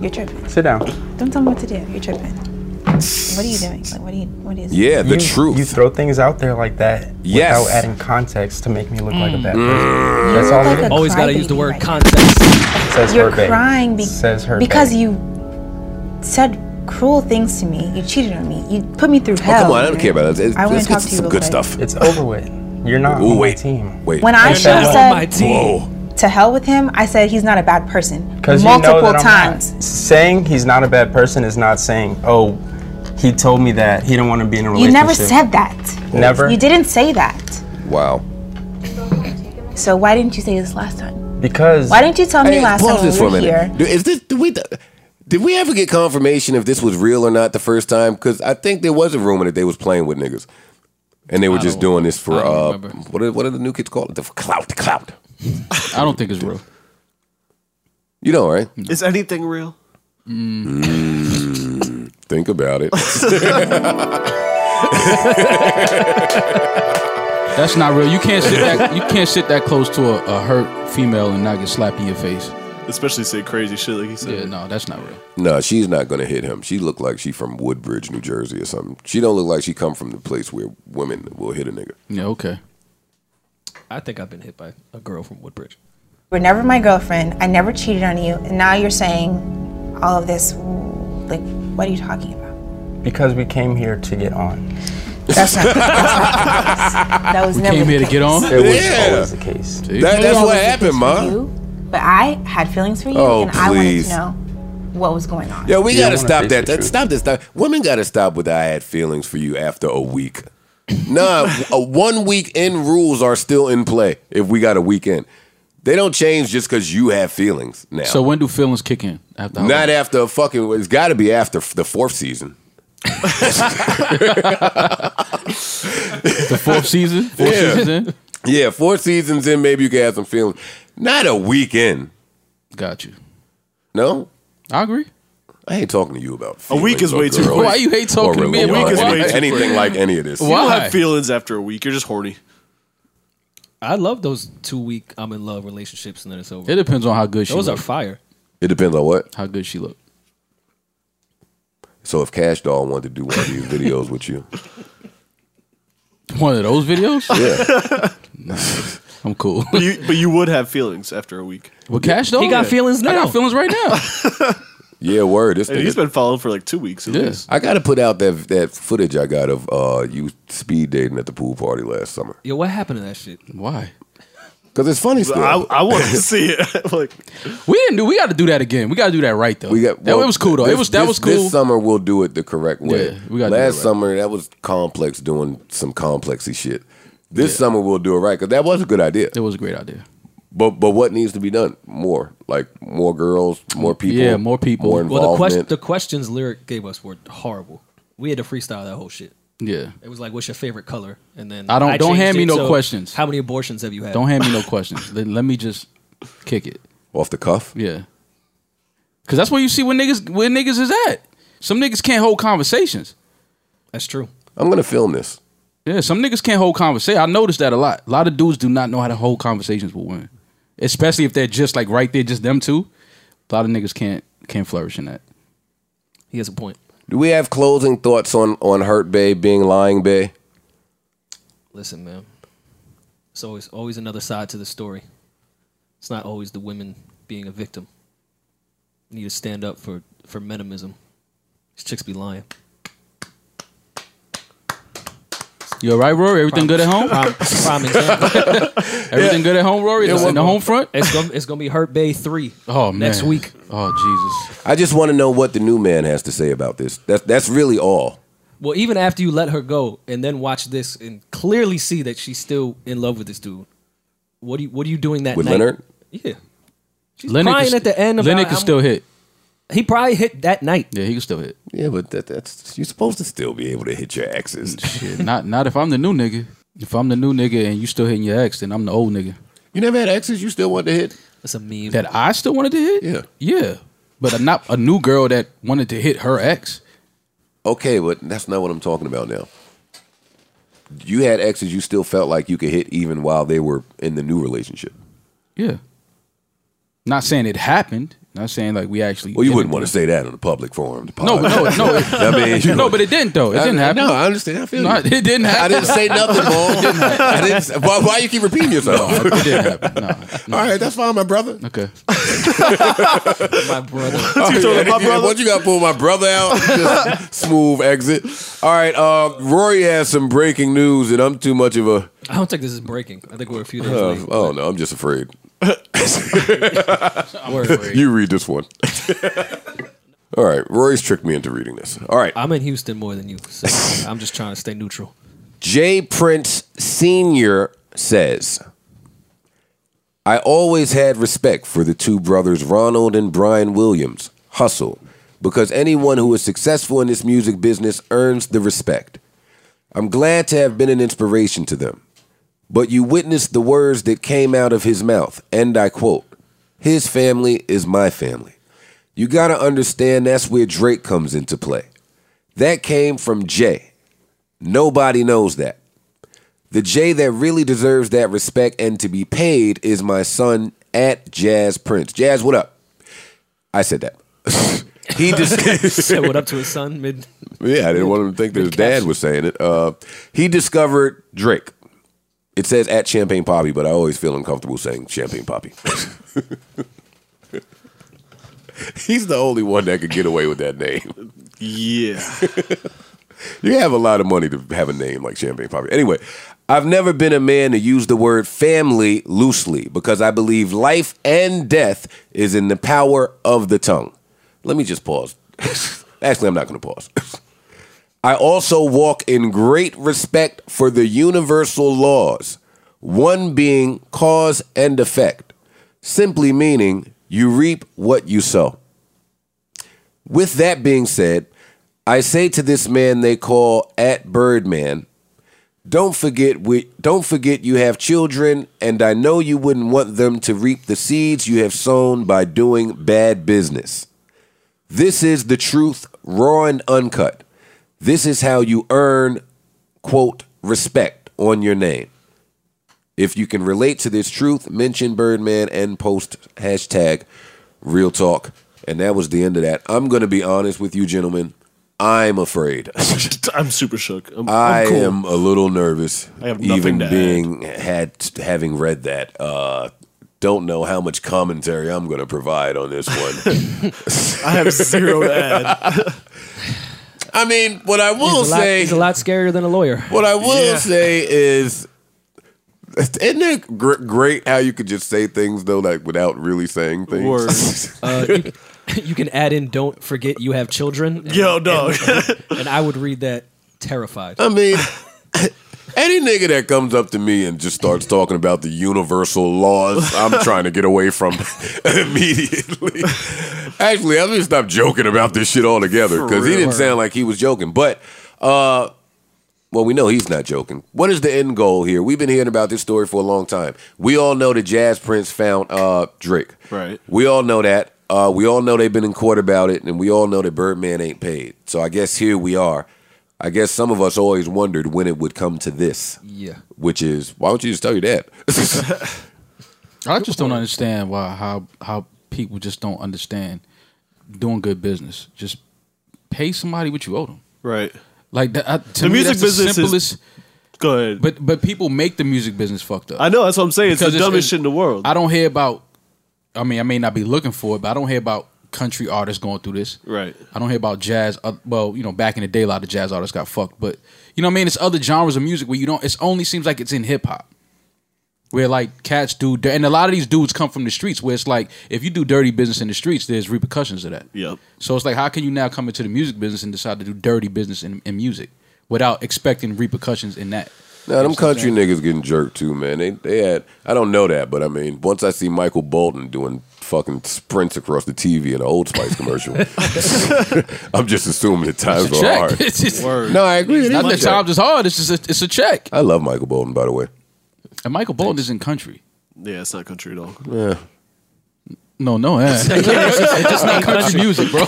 E: You're tripping.
F: Hmm? Sit down.
E: Don't tell me what to do. You're tripping. What are you doing? Like, what are you? What is?
A: Yeah, the
F: you,
A: truth.
F: You throw things out there like that
A: Yes. Mm.
F: without adding context to make me look like a bad person. That's all
E: Like
F: it
E: a
F: is.
C: Always got to use the
E: crybaby
C: word
E: right now.
C: context.
F: says
E: You're
F: her babe.
E: crying be-
F: says her
E: because
F: babe.
E: you said cruel things to me. You cheated on me. You put me through
A: Oh,
E: hell.
A: come on, I don't care about that. It's,
E: I want
A: it's,
E: to talk
A: it's
E: to you
A: some
E: real
A: good
E: quick.
A: stuff.
F: It's over with. You're not
A: Ooh,
F: on my
A: wait.
F: team.
A: Wait.
E: When I should
F: that
E: have
F: one.
E: said
C: On my team.
A: Whoa.
E: to hell with him, I said he's not a bad person
F: Because you
E: multiple
F: know that I'm
E: times.
F: Not. Saying he's not a bad person is not saying, oh, he told me that he didn't want to be in a
E: You
F: relationship.
E: never said that.
F: Never?
E: You didn't say that.
A: Wow.
E: So why didn't you say this last time?
F: Because
E: Why didn't you tell me
A: Hey,
E: last
A: pause
E: time
A: this
E: when
A: for
E: we
A: a
E: were
A: minute.
E: here?
A: Do- Is this? Did we? Did we ever get confirmation if this was real or not the first time? Because I think there was a rumor that they was playing with niggas, and they were just doing this for
C: don't
A: uh,
C: remember.
A: what? Are, what are the new kids called? The f- clout, the clout.
D: I don't think it's real.
A: You know, right?
B: Is anything real?
A: Mm, Think about it.
D: That's not real. You can't sit that. You can't sit that close to a, a hurt female and not get slapped in your face.
B: Especially say crazy shit like he said.
D: Yeah, no, that's not real.
A: no, she's not gonna hit him. She looked like she from Woodbridge, New Jersey, or something. She don't look like she come from the place where women will hit a nigga.
D: Yeah, okay.
C: I think I've been hit by a girl from Woodbridge.
E: You were never my girlfriend. I never cheated on you. And now you're saying all of this. Like, what are you talking about?
F: Because we came here to get on.
E: That's not. That's not that was
D: We
E: never
D: came
E: the
D: here to get
E: case.
D: on.
F: It was
A: Yeah.
F: always the case.
A: That,
E: Maybe
A: that's
E: I
A: what
E: wasn't
A: happened,
E: for
A: ma.
E: you, But I had feelings for you,
A: Oh,
E: and I wanted
A: please.
E: to know what was going on.
A: Yo, we
F: Yeah, I
A: gotta
F: wanna
A: stop
F: face
A: that.
F: the
A: that
F: truth.
A: stop this. Stop. Women gotta stop with the I had feelings for you after a week. Nah, a one week in rules are still in play if we got a weekend. They don't change just because you have feelings now.
D: So when do feelings kick in? After how
A: Not
D: long?
A: after a fucking. It's got to be after f- the fourth season.
D: the fourth season. Fourth
A: Yeah.
D: season. In?
A: Yeah, four seasons in, maybe you can have some feelings. Not a weekend.
D: Got you.
A: No,
D: I agree.
A: I ain't talking to you about
B: A week
A: feelings
B: is
A: or
B: way too
A: girls
B: quick.
D: Why you hate talking
A: or
D: to me? A
A: religion
D: week is
A: or
B: way too
A: anything
B: quick.
A: like any of this.
D: Why?
B: You'll have feelings after a week. You're just horny.
C: I love those two week I'm in love relationships and then it's over.
D: It depends on how good she.
C: those are
D: look.
C: fire.
A: It depends on what.
D: How good she look.
A: So if Cash Doll wanted to do one of these videos with you,
D: One of those videos.
A: yeah,
D: I'm cool.
B: But you, but you would have feelings after a week.
D: Well, Cash though.
C: He got feelings
D: I
C: now.
D: got feelings right now.
A: yeah, word. This
B: And he's
A: thing.
B: been following for like two weeks at
D: Yeah.
B: least.
A: I gotta put out that that footage I got of uh, you speed dating at the pool party last summer
C: Yo, what happened to that shit?
D: Why?
A: because it's funny
B: But
A: still.
B: I, I want to see it. like
D: We didn't do. We got to do that again. We got to do that right though.
A: We got
D: that.
A: well,
D: It was cool though.
A: this-
D: it was that
A: this-
D: was cool.
A: This summer we'll do it the correct way.
D: Yeah, we gotta do it
A: Last
D: right.
A: summer that was complex doing some complexy shit. This summer we'll do it right because that was a good idea.
D: it was a great idea.
A: But but what needs to be done? More like more girls, more people.
D: Yeah, more people.
A: More
C: Well, the,
A: involvement.
C: quest- the questions lyric gave us were horrible. We had to freestyle that whole shit.
D: Yeah.
C: It was like, "What's your favorite color?" And then
D: I don't- don't
C: changed
D: hand me
C: it
D: no
C: to,
D: questions.
C: How many abortions have you
A: uh,
C: had?
D: Don't hand me no questions. let, let me just kick it.
A: Off the cuff.
D: Yeah. Cause that's where you see where niggas where niggas is at. Some niggas can't hold conversations.
C: That's true.
A: I'm gonna film this.
D: Yeah, some niggas can't hold conversation. I noticed that a lot. A lot of dudes do not know how to hold conversations with women, especially if they're just like right there, just them two. A lot of niggas can't can't flourish in that.
C: He has a point.
A: Do we have closing thoughts on on Hurt Bay being lying Bay?
C: Listen, man. It's always always another side to the story. It's not always the women being a victim. You need to stand up for for menimism. These chicks be lying.
D: You all right, Rory? Everything good at home?
C: Prime, prime example.
D: Everything good at home, Rory? Just in the home front?
C: It's gonna it's gonna be Hurt Bay three.
D: Oh man.
C: next week.
D: Oh Jesus.
A: I just want to know what the new man has to say about this. That's that's really all.
C: Well, even after you let her go and then watch this and clearly see that she's still in love with this dude, what do you what are you doing that
A: With
C: night?
A: Leonard?
C: Yeah. She's
D: Lennox
C: crying
D: is-
C: at the end of
D: Lennox can still hit.
C: He probably hit that night.
D: Yeah, he can still hit.
A: Yeah, but that, that's you're supposed to still be able to hit your exes.
D: Shit, not not if I'm the new nigga. If I'm the new nigga and you still hitting your ex, then I'm the old nigga.
A: You never had exes you still want to hit?
C: That's a meme.
D: That I still wanted to hit?
A: Yeah.
D: Yeah. But a, not a new girl that wanted to hit her ex.
A: Okay, but that's not what I'm talking about now. You had exes you still felt like you could hit even while they were in the new relationship.
D: Yeah. Not saying it happened. Not saying like we actually.
A: Well, you wouldn't want to say that on a public forum. the
D: No,
A: pod.
D: no, no.
A: I mean, you
D: no, but it didn't though. It didn't happen.
A: No, I understand. I feel
D: No,
A: you.
D: it didn't
A: I
D: happen.
A: didn't say nothing, man. I didn't. Why, why you keep repeating yourself?
D: Oh, it didn't happen. No.
A: All right, that's fine, my brother.
D: Okay.
C: my brother.
A: You
B: told him, "My brother."
A: What you got to pull my brother out? Just smooth exit. All right, uh, Rory has some breaking news, and I'm too much of a.
C: I don't think this is breaking. I think we're a few days
A: Uh,
C: late.
A: oh no, I'm just afraid.
C: Word.
A: You read this one. All right, Rory's tricked me into reading this. All right,
C: I'm in Houston more than you. So I'm just trying to stay neutral.
A: J. Prince Sr. says, I always had respect for the two brothers Ronald and Brian Williams, Hustle, because anyone who is successful in this music business earns the respect. I'm glad to have been an inspiration to them. But you witnessed the words that came out of his mouth, and I quote, His family is my family. You gotta understand that's where Drake comes into play. That came from Jay. Nobody knows that. The Jay that really deserves that respect and to be paid is my son at Jazz Prince. Jazz, what up? I said that. he just
C: Said what up to his son mid.
A: Yeah, I didn't want him to think that his dad was saying it. Uh, he discovered Drake. It says at Champagne Poppy, but I always feel uncomfortable saying Champagne Poppy. He's the only one that could get away with that name.
B: Yeah.
A: You have a lot of money to have a name like Champagne Poppy. Anyway, I've never been a man to use the word family loosely because I believe life and death is in the power of the tongue. Let me just pause. Actually, I'm not going to pause. I also walk in great respect for the universal laws, one being cause and effect, simply meaning you reap what you sow. With that being said, I say to this man they call at Birdman, don't forget we, don't forget you have children, and I know you wouldn't want them to reap the seeds you have sown by doing bad business. This is the truth, raw and uncut. This is how you earn quote respect on your name. If you can relate to this truth, mention Birdman and post hashtag real talk. And that was the end of that. I'm gonna be honest with you, gentlemen. I'm afraid.
B: I'm super shook. I'm,
A: I
B: I'm cool.
A: am a little nervous.
B: I have nothing
A: even
B: to add.
A: being had having read that. Uh, don't know how much commentary I'm going to provide on this one.
B: I have zero to add.
A: I mean, what I will
C: He's a, lot,
A: say,
C: he's a lot scarier than a lawyer.
A: what I will
B: Yeah.
A: say is, isn't it gr- great how you could just say things though, like without really saying things?
B: Words.
C: Uh, you, you can add in "Don't forget you have children."
B: Yo, dog.
C: and I would read that terrified.
A: I mean, any nigga that comes up to me and just starts talking about the universal laws, I'm trying to get away from immediately. Actually, I'm gonna stop joking about this shit altogether because he didn't sound like he was joking. But, uh, well, we know he's not joking. What is the end goal here? We've been hearing about this story for a long time. We all know that Jazz Prince found uh, Drake.
B: Right.
A: We all know that. Uh, we all know they've been in court about it, and we all know that Birdman ain't paid. So I guess here we are. I guess some of us always wondered when it would come to this,
C: Yeah.
A: which is why don't you just tell your dad?
D: I just don't understand why how how people just don't understand doing good business. Just pay somebody what you owe them.
B: right.
D: Like that, I, to
B: The
D: me,
B: music
D: that's
B: business is-
D: the simplest.
B: Go ahead. But
D: but but people make the music business fucked up.
B: I know that's what I'm saying. It's the
D: Because
B: dumbest shit in the world.
D: I don't hear about. I mean, I may not be looking for it, but I don't hear about country artists going through this.
B: Right.
D: I don't hear about jazz. Uh, well, you know, back in the day, a lot of jazz artists got fucked. But you know, what I mean, it's other genres of music where you don't. It's only seems like it's in hip hop, where like cats do, dir- and a lot of these dudes come from the streets. Where it's like if you do dirty business in the streets, there's repercussions of that.
B: Yep.
D: So it's like, how can you now come into the music business and decide to do dirty business in, in music without expecting repercussions in that?
A: Now them country niggas getting jerked too, man. They they had I don't know that, but I mean, once I see Michael Bolton doing fucking sprints across the TV in an Old Spice commercial, I'm just assuming that times
D: It's a
A: are
D: check.
A: hard.
D: It's just-
A: No, I agree. it
D: Not
A: is a
D: that
A: check.
D: times is hard. It's just a, it's a check.
A: I love Michael Bolton, by the way.
D: And Michael Bolton is in country.
B: Yeah, it's not country at all.
D: No, no, eh. it's just not country music, bro.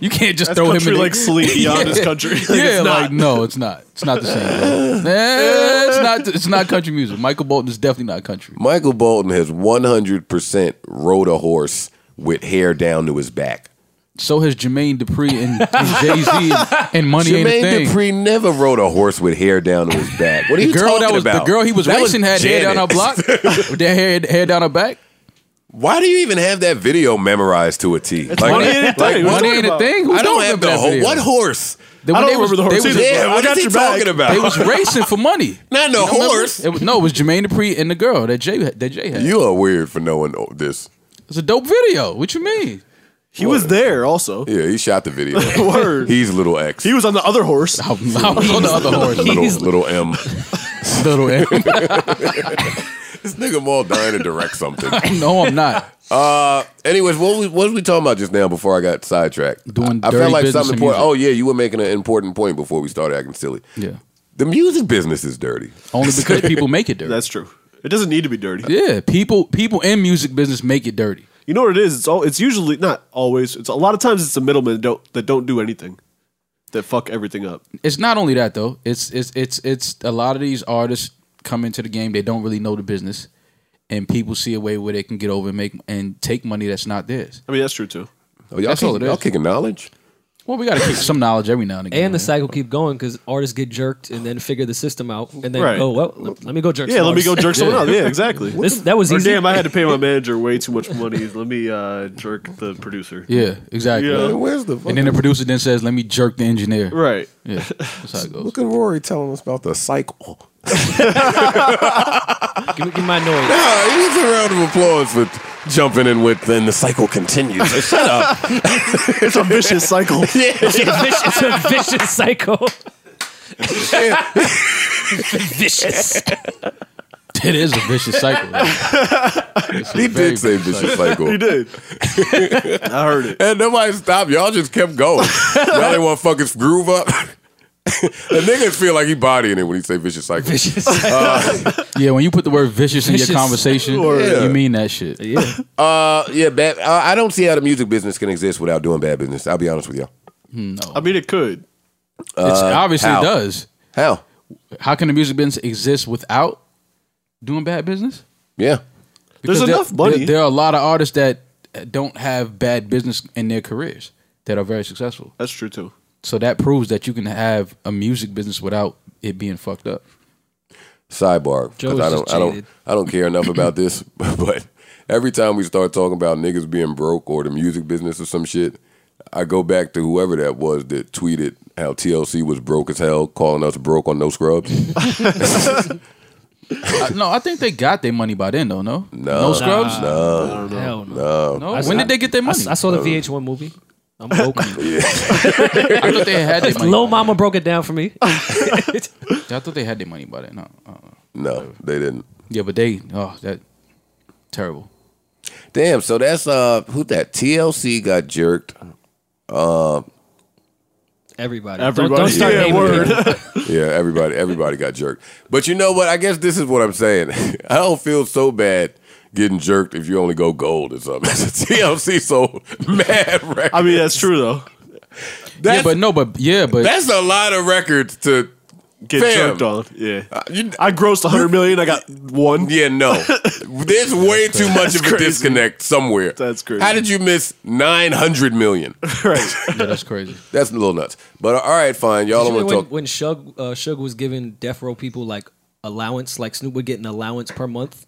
D: you can't just throw him
B: country
D: in
B: like
D: there.
B: sleep beyond this country. Like,
D: yeah,
B: it's not.
D: like no, it's not. It's not the same. Bro. Eh, it's not. It's not country music. Michael Bolton is definitely not country.
A: Michael Bolton has 100% rode a horse with hair down to his back.
D: So has Jermaine Dupri and, Jay Z and Money Ain't a
A: Jermaine
D: Thing.
A: Dupri never rode a horse with hair down to his back. What are
D: the
A: you
D: girl
A: talking
D: that was
A: about?
D: the girl he was
A: That
D: racing had hair down her
A: Janet.
D: block, with their hair hair down her back.
A: Why do you even have that video memorized to a T? Like,
B: Money Ain't a Thing. What are you
D: Money
B: talking
D: ain't a
B: about?
D: thing. Who's
A: I don't
D: doing
A: have
D: that
A: the whole.
D: video?
A: What horse?
D: They-
B: I
D: they
B: don't remember the
D: they
B: horse either.
A: Yeah,
B: I
A: what
B: got
A: is he
B: your back.
A: talking about?
D: They was racing for money.
A: Not no
D: You remember?
A: horse.
D: It was, no, it was Jermaine Dupri and the girl that Jay that Jay had.
A: You are weird for knowing all this.
D: It's a dope video. What you mean?
B: He was there also.
A: Yeah, he shot the video.
B: Word. He,
A: He's little X.
B: was on the other horse.
D: I was on the other horse,
A: little, little M.
D: little M.
A: this nigga all dying to direct something. Uh,
D: no, I'm not.
A: Anyways, what was, what was we talking about just now before I got sidetracked?
D: Doing
A: I, I
D: dirty
A: felt like
D: business
A: something
D: and
A: important. Oh
D: music.
A: yeah, you were making an important point before we started acting silly.
D: Yeah,
A: The music business is dirty.
D: only because people make it dirty.
B: That's true. It doesn't need to be dirty.
D: yeah, people people in music business make it dirty.
B: You know what it is? It's all. It's usually not always. It's a lot of times. It's the middlemen that don't that don't do anything. that fuck everything up.
D: it's not only that though. It's it's it's it's a lot of these artists come into the game. They don't really know the business, and people see a way where they can get over and make and take money that's not theirs.
B: I mean, that's true too.
A: Oh, y'all,
D: That's
A: kick,
D: all it is.
A: y'all kicking knowledge?
D: Well, we got to keep some knowledge every now and again.
C: And the
D: man.
C: cycle keep going because artists get jerked and then figure the system out and then
B: Right.
C: oh well let, let me go jerk.
B: Yeah,
C: some
B: let me go
C: artists.
B: jerk someone else. Yeah, exactly.
C: This that was
B: or
C: easy.
B: damn, I had to pay my manager way too much money. Let me uh, jerk the producer.
D: yeah, exactly.
B: Yeah.
A: Where's the fucking,
D: And then the producer then says, "Let me jerk the engineer."
B: Right.
D: Yeah, that's how it goes.
A: look at Rory telling us about the cycle.
C: give, me, give me my noise.
A: Yeah, he needs a round of applause for jumping in with. Then the cycle continues. Shut up.
B: It's a vicious cycle.
C: It's a vicious, it's a vicious cycle. vicious.
D: It is a vicious cycle. It's a
A: He
D: very
A: did say
D: vicious
A: vicious
D: cycle.
A: cycle.
B: He did. I heard it.
A: And nobody stopped. Y'all just kept going. Y'all didn't want to fucking groove up. the niggas feel like he bodying it when he say vicious cycle. Uh,
C: Vicious cycle.
D: Yeah, when you put the word vicious, in
C: Vicious.
D: your conversation,
A: Yeah.
D: you mean that shit.
C: yeah.
A: Uh, yeah, bad. Uh, I don't see how the music business can exist without doing bad business. I'll be honest with y'all.
B: I mean, it could.
D: Hmm, it's, obviously,
A: Uh, how?
D: it does.
A: How?
D: How can the music business exist without doing bad business?
A: Yeah.
B: There's
D: there-
B: enough money.
D: There, there are a lot of artists that don't have bad business in their careers that are very successful.
B: That's true too.
D: So that proves that you can have a music business without it being fucked up.
A: Sidebar.
C: Joe
A: 'cause
C: is
A: I
C: just
A: don't. I don't.
C: jaded.
A: I don't care enough about this. But every time we start talking about niggas being broke or the music business or some shit, I go back to whoever that was that tweeted how TLC was broke as hell, calling us broke on no scrubs.
D: I- no, I think they got their money by then, though. No,
A: No.
D: no scrubs.
C: Hell no.
A: Uh,
D: No, when did they get their
C: I,
D: money?
C: I saw the VH1 movie. I'm broke.
D: I thought they had their money.
C: Lil
D: by
C: Mama broke it down for me.
D: then. I thought they had their money by then. No, uh,
A: no, they didn't.
D: yeah, but they oh that terrible.
A: Damn. So that's uh, who that TLC got jerked. uh,
C: Everybody.
B: Everybody.
C: Don't, don't start
B: Yeah,
C: naming
B: word.
C: people.
A: Yeah, everybody, everybody got jerked. But you know what? I guess this is what I'm saying. I don't feel so bad getting jerked if you only go gold or something. TLC so mad records.
B: I mean, that's true though.
A: that's,
D: yeah, but no, but yeah, but
A: that's a lot of records to.
B: Get
A: Fam.
B: jerked on. Yeah.
A: you-
B: I grossed 100 million. I got one.
A: Yeah, no. There's way too much of a
B: crazy.
A: disconnect somewhere.
B: That's crazy.
A: How did you miss 900 million?
D: yeah, that's crazy.
A: That's a little nuts. But all right, fine. Y'all don't
C: You know
A: want to
C: when,
A: talk.
C: when Shug uh, Shug was giving death row people like allowance, like Snoop would get an allowance per month.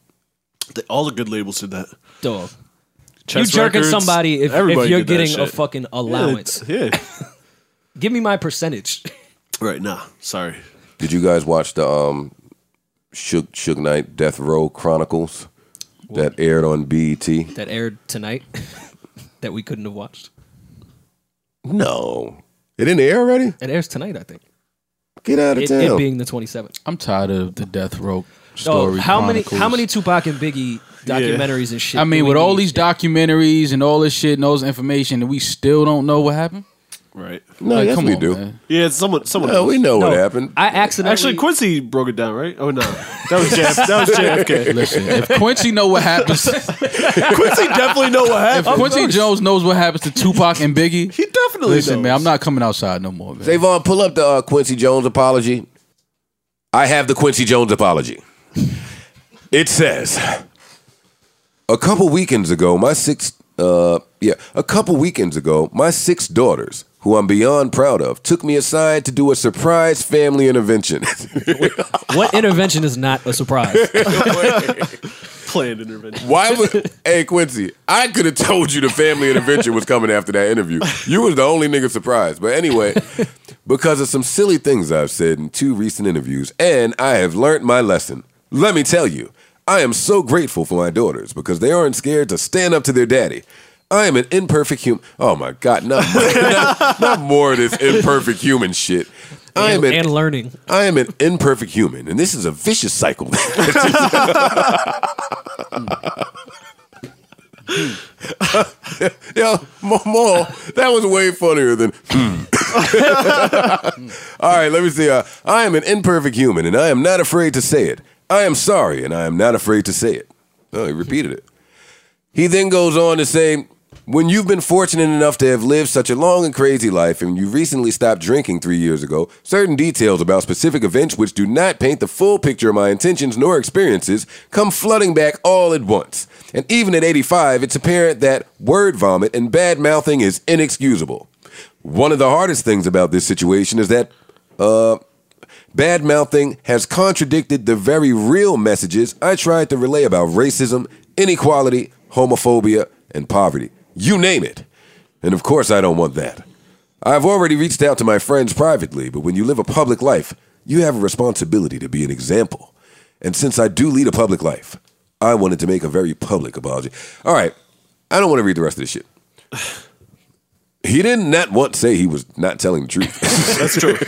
B: They- All the good labels did that.
C: Dog, you
B: Chess
C: jerking
B: Records,
C: somebody if, if
B: everybody
C: you're
B: did that
C: getting a
B: shit.
C: fucking
B: Yeah,
C: allowance.
B: Yeah.
C: Give me my percentage.
B: Right. Nah. Sorry.
A: Did you guys watch the um, Shook Shook Knight Death Row Chronicles that aired on E BET?
C: that aired tonight that we couldn't have watched.
A: No. It didn't air already?
C: It airs tonight, I think.
A: Get out of
C: It,
A: town.
C: it being the 27th.
D: I'm tired of the death row
C: Oh,
D: story.
C: how many
D: chronicles.
C: how many Tupac and Biggie documentaries and shit?
D: I
C: do
D: mean,
C: we
D: with all
C: need?
D: these documentaries and all this shit and all this information, and we still don't know what happened.
B: Right.
A: no,
D: Like,
A: yes,
D: come
A: we
D: on,
A: do.
D: man.
B: Yeah. It's someone. Someone.
A: No,
B: else.
A: we know what
C: No,
A: happened.
C: I accidentally
B: Actually, Quincy broke it down, right? Oh no, that was JF, that was JFK.
D: Listen, if Quincy know what happens, if
B: Quincy definitely know what happened.
D: Quincy Jones knows what happens to Tupac and Biggie,
B: He definitely
D: listen,
B: knows.
D: man, I'm not coming outside no more, man.
A: Davon, pull up the uh, Quincy Jones apology. I have the Quincy Jones apology. It says, a couple weekends ago, my six, uh, yeah, a couple weekends ago, my six daughters, who I'm beyond proud of, took me aside to do a surprise family intervention.
C: what intervention is not a surprise?
B: planned intervention.
A: Why would hey Quincy? I could have told you the family intervention was coming after that interview. You was the only nigga surprised. But anyway, because of some silly things I've said in two recent interviews, and I have learned my lesson. Let me tell you, I am so grateful for my daughters because they aren't scared to stand up to their daddy. I am an imperfect human. Oh my God, not, not, not more of this imperfect human shit. I am
C: and,
A: an
C: and learning.
A: I am an imperfect human, and this is a vicious cycle. Yo, more, more. That was way funnier than. hmm. All right, let me see. Uh, I am an imperfect human, and I am not afraid to say it. I am sorry, and I am not afraid to say it. Oh, he repeated it. He then goes on to say, when you've been fortunate enough to have lived such a long and crazy life and you recently stopped drinking three years ago, certain details about specific events which do not paint the full picture of my intentions nor experiences come flooding back all at once. And even at 85, it's apparent that word vomit and bad mouthing is inexcusable. One of the hardest things about this situation is that uh, bad mouthing has contradicted the very real messages I tried to relay about racism, inequality, homophobia, and poverty. You name it. And of course, I don't want that. I've already reached out to my friends privately, but when you live a public life, you have a responsibility to be an example. And since I do lead a public life, I wanted to make a very public apology. All right, I don't want to read the rest of this shit. He did not once say he was not telling the truth.
B: That's true.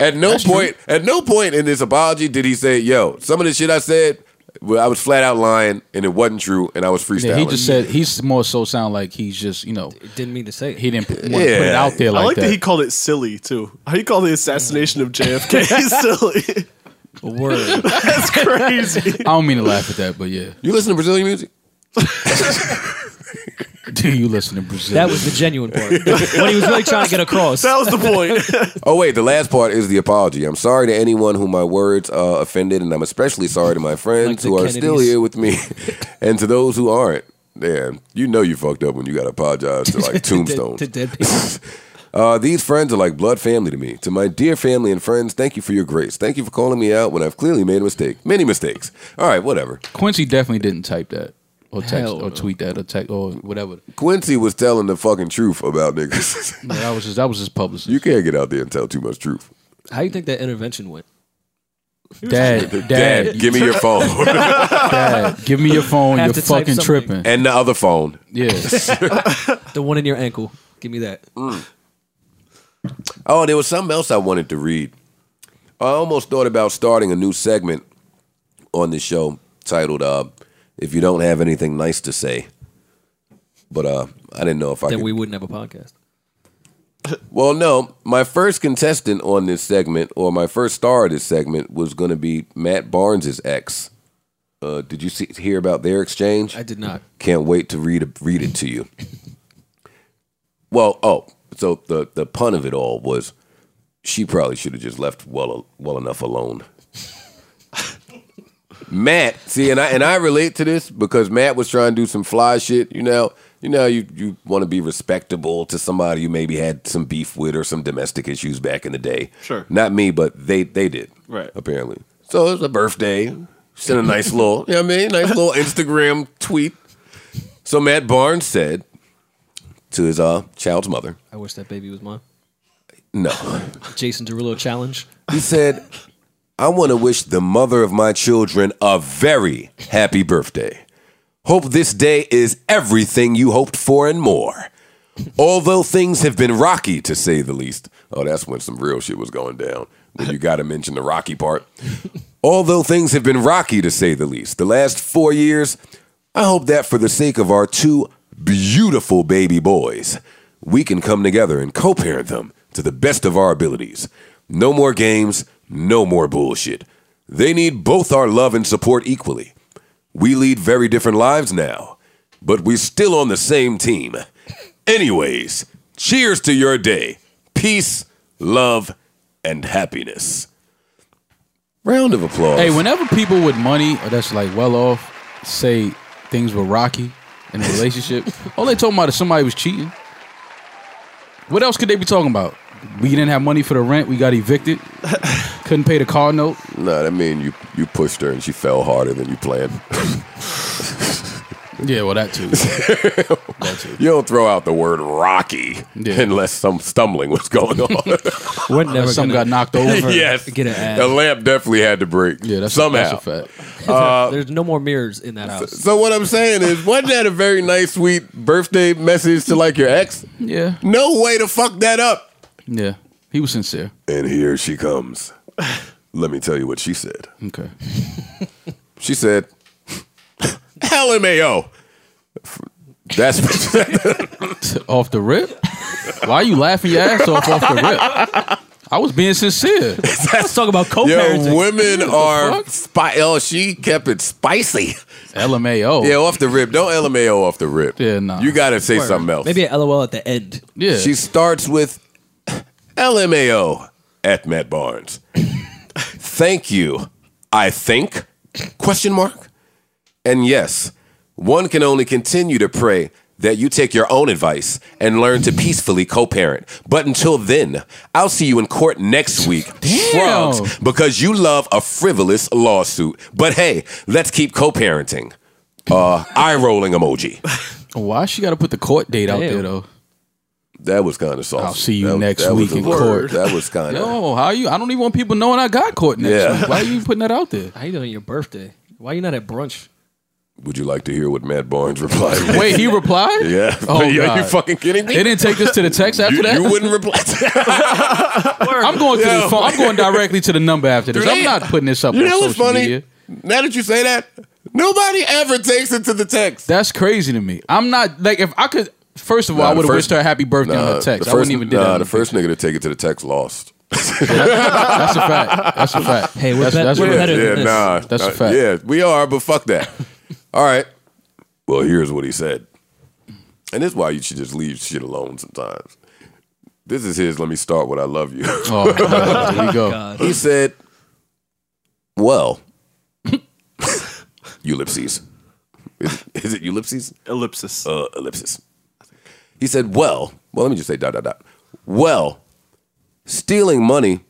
A: At no point, at no point in this apology did he say, "Yo, some of the shit I said, well, I was flat out lying and it wasn't true, and I was freestyling."
D: Yeah, he just said he's more so sound like he's just you know
C: Didn't mean to say it.
D: he didn't put, wanna put it
A: Yeah.
D: out there
B: I
D: like,
B: like that.
D: that.
B: he called it silly too. How you call the assassination of JFK silly?
C: a word.
B: That's crazy.
D: I don't mean to laugh at that, but yeah.
A: "You listen to Brazilian music?
D: Do you listen to Brazil?
C: That was the genuine part. what he was really trying to get across.
B: That was the point.
A: Oh wait, the last part is the apology. I'm sorry to anyone who my words uh, offended, and I'm especially sorry to my
C: Like
A: friends
C: the
A: who are still
C: Kennedys.
A: here with me, and to those who aren't. Man, you know you fucked up when you got to apologize to like Tombstone.
C: to dead people.
A: Uh, these friends are like blood family to me. To my dear family and friends, thank you for your grace. Thank you for calling me out when I've clearly made a mistake. Many mistakes. All right, whatever.
D: Quincy definitely didn't type that or text
C: Hell no.
D: or tweet that or text or whatever.
A: Quincy was telling the fucking truth about niggas.
D: No, that was his, that was his publicist.
A: you can't get out there and tell too much truth.
C: How do you think that intervention went?
D: dad, dad,
A: Dad,
D: you-
A: give me your phone
D: dad, give me your phone.
C: Have
D: You're
C: to type
D: fucking
C: something.
D: tripping.
A: and the other phone.
D: Yeah,
C: The one in your ankle. Give me that.
A: Oh, there was something else I wanted to read. I almost thought about starting a new segment on this show titled uh, "If You Don't Have Anything Nice to Say," but uh, I didn't know if I
C: Then
A: could.
C: we wouldn't have a podcast.
A: well, no, my first contestant on this segment, or my first star of this segment, was going to be Matt Barnes' ex. Uh, did you see, hear about their exchange?
C: I did not.
A: Can't wait to read read it to you. Well, oh, so the the pun of it all was she probably should have just left well well enough alone. Matt, see, and I and I relate to this because Matt was trying to do some fly shit. You know, you know, you you want to be respectable to somebody you maybe had some beef with or some domestic issues back in the day.
B: Sure.
A: not me, but they they did.
B: Right.
A: apparently. So it was a birthday. Sent a nice little, you know what I mean, nice little Instagram tweet. So Matt Barnes said to his uh, child's mother,
C: I wish that baby was mine.
A: "No,
C: Jason Derulo challenge.
A: He said, I want to wish the mother of my children a very happy birthday. Hope this day is everything you hoped for and more. Although things have been rocky, to say the least. Oh, that's when some real shit was going down. When you got to mention the rocky part. Although things have been rocky, to say the least, the last four years, I hope that for the sake of our two beautiful baby boys, we can come together and co parent them to the best of our abilities. No more games, no more bullshit. They need both our love and support equally. We lead very different lives now, but we're still on the same team. Anyways, cheers to your day. Peace, love, and happiness. Round of applause.
D: hey, whenever people with money or that's like well off say things were rocky in a relationship, all they talking about is somebody was cheating. What else could they be talking about? We didn't have money for the rent. We got evicted. Couldn't pay the car note.
A: No, that mean you you pushed her and she fell harder than you planned.
D: Yeah, well, that too.
A: you don't throw out the word rocky
D: Yeah.
A: unless some stumbling was going on.
C: We're never
D: Some
C: gonna,
D: got knocked over.
A: yes,
C: Get an ad.
A: the lamp definitely had to break.
D: Yeah, that's
A: somehow. Uh,
D: That's a fact.
C: There's no more mirrors in that house.
A: so what I'm saying is, wasn't that a very nice, sweet birthday message to like your ex?
D: Yeah,
A: No way to fuck that up.
D: yeah. He was sincere.
A: And here she comes. Let me tell you what she said.
D: Okay.
A: She said, "LMAO." That's
D: Off the rip? Why are you laughing your ass off off the rip? I I was being sincere.
C: Let's talk about co-parenting.
A: Yo, women are
D: fuck?
A: spi- oh, she kept it spicy.
D: LMAO.
A: Yeah, off the rip. Don't LMAO off the rip.
D: Yeah, nah.
A: You gotta say something else.
C: Maybe a LOL at the end.
D: yeah.
A: She starts with LMAO at Matt Barnes. Thank you. I think question mark. And yes, one can only continue to pray that you take your own advice and learn to peacefully co-parent. But until then, I'll see you in court next week.
D: Damn.
A: Shrugs, because you love a frivolous lawsuit. But hey, let's keep co-parenting. Uh, eye rolling emoji.
D: Why she got to put the court date out
C: Damn.
D: there though?
A: That was kind of saucy.
D: I'll see you
A: That-
D: next
A: that
D: week
A: was a
D: in
A: little-
D: court.
A: That was kind of.
D: Yo, how you? I don't even want people knowing I got caught next
A: Yeah.
D: week. Why are you putting that out there?
C: How you doing on your birthday? Why you not at brunch?
A: Would you like to hear what Matt Barnes replied?
D: Wait, he replied?
A: Yeah.
D: Oh,
A: Are you- are you
D: God.
A: fucking kidding me?
D: They didn't take this to the text after
A: you,
D: that.
A: you wouldn't reply.
D: I'm going to
A: Yo.
D: the phone. I'm going directly to the number after this. I'm
A: Really?
D: not putting this up
A: you
D: on
A: know what's
D: social
A: funny?
D: media.
A: Now that you say that, nobody ever takes it to the text.
D: That's crazy to me. I'm not like if I could. First of all,
A: Nah,
D: I
A: the
D: would have
A: first-
D: wished her a happy birthday on her text.
A: the
D: I
A: first,
D: wouldn't even do
A: nah,
D: that.
A: the first nigga to take it to the text lost.
D: That's a fact. That's a fact.
C: Hey, we're
D: that's,
C: bet-
D: that's
C: we're
D: real.
C: better than
A: yeah,
C: this.
A: nah.
D: That's a
A: nah,
D: fact.
A: Yeah, we are, but fuck that. All right. Well, here's what he said. And this is why you should just leave shit alone sometimes. This is his, let me start with I love you.
D: Oh, there you go.
A: He said, Well, ellipses. Is, is it ellipses?
B: Ellipsis.
A: Uh, ellipses. He said, Well, well, let me just say dot, dot, dot. Well, stealing money,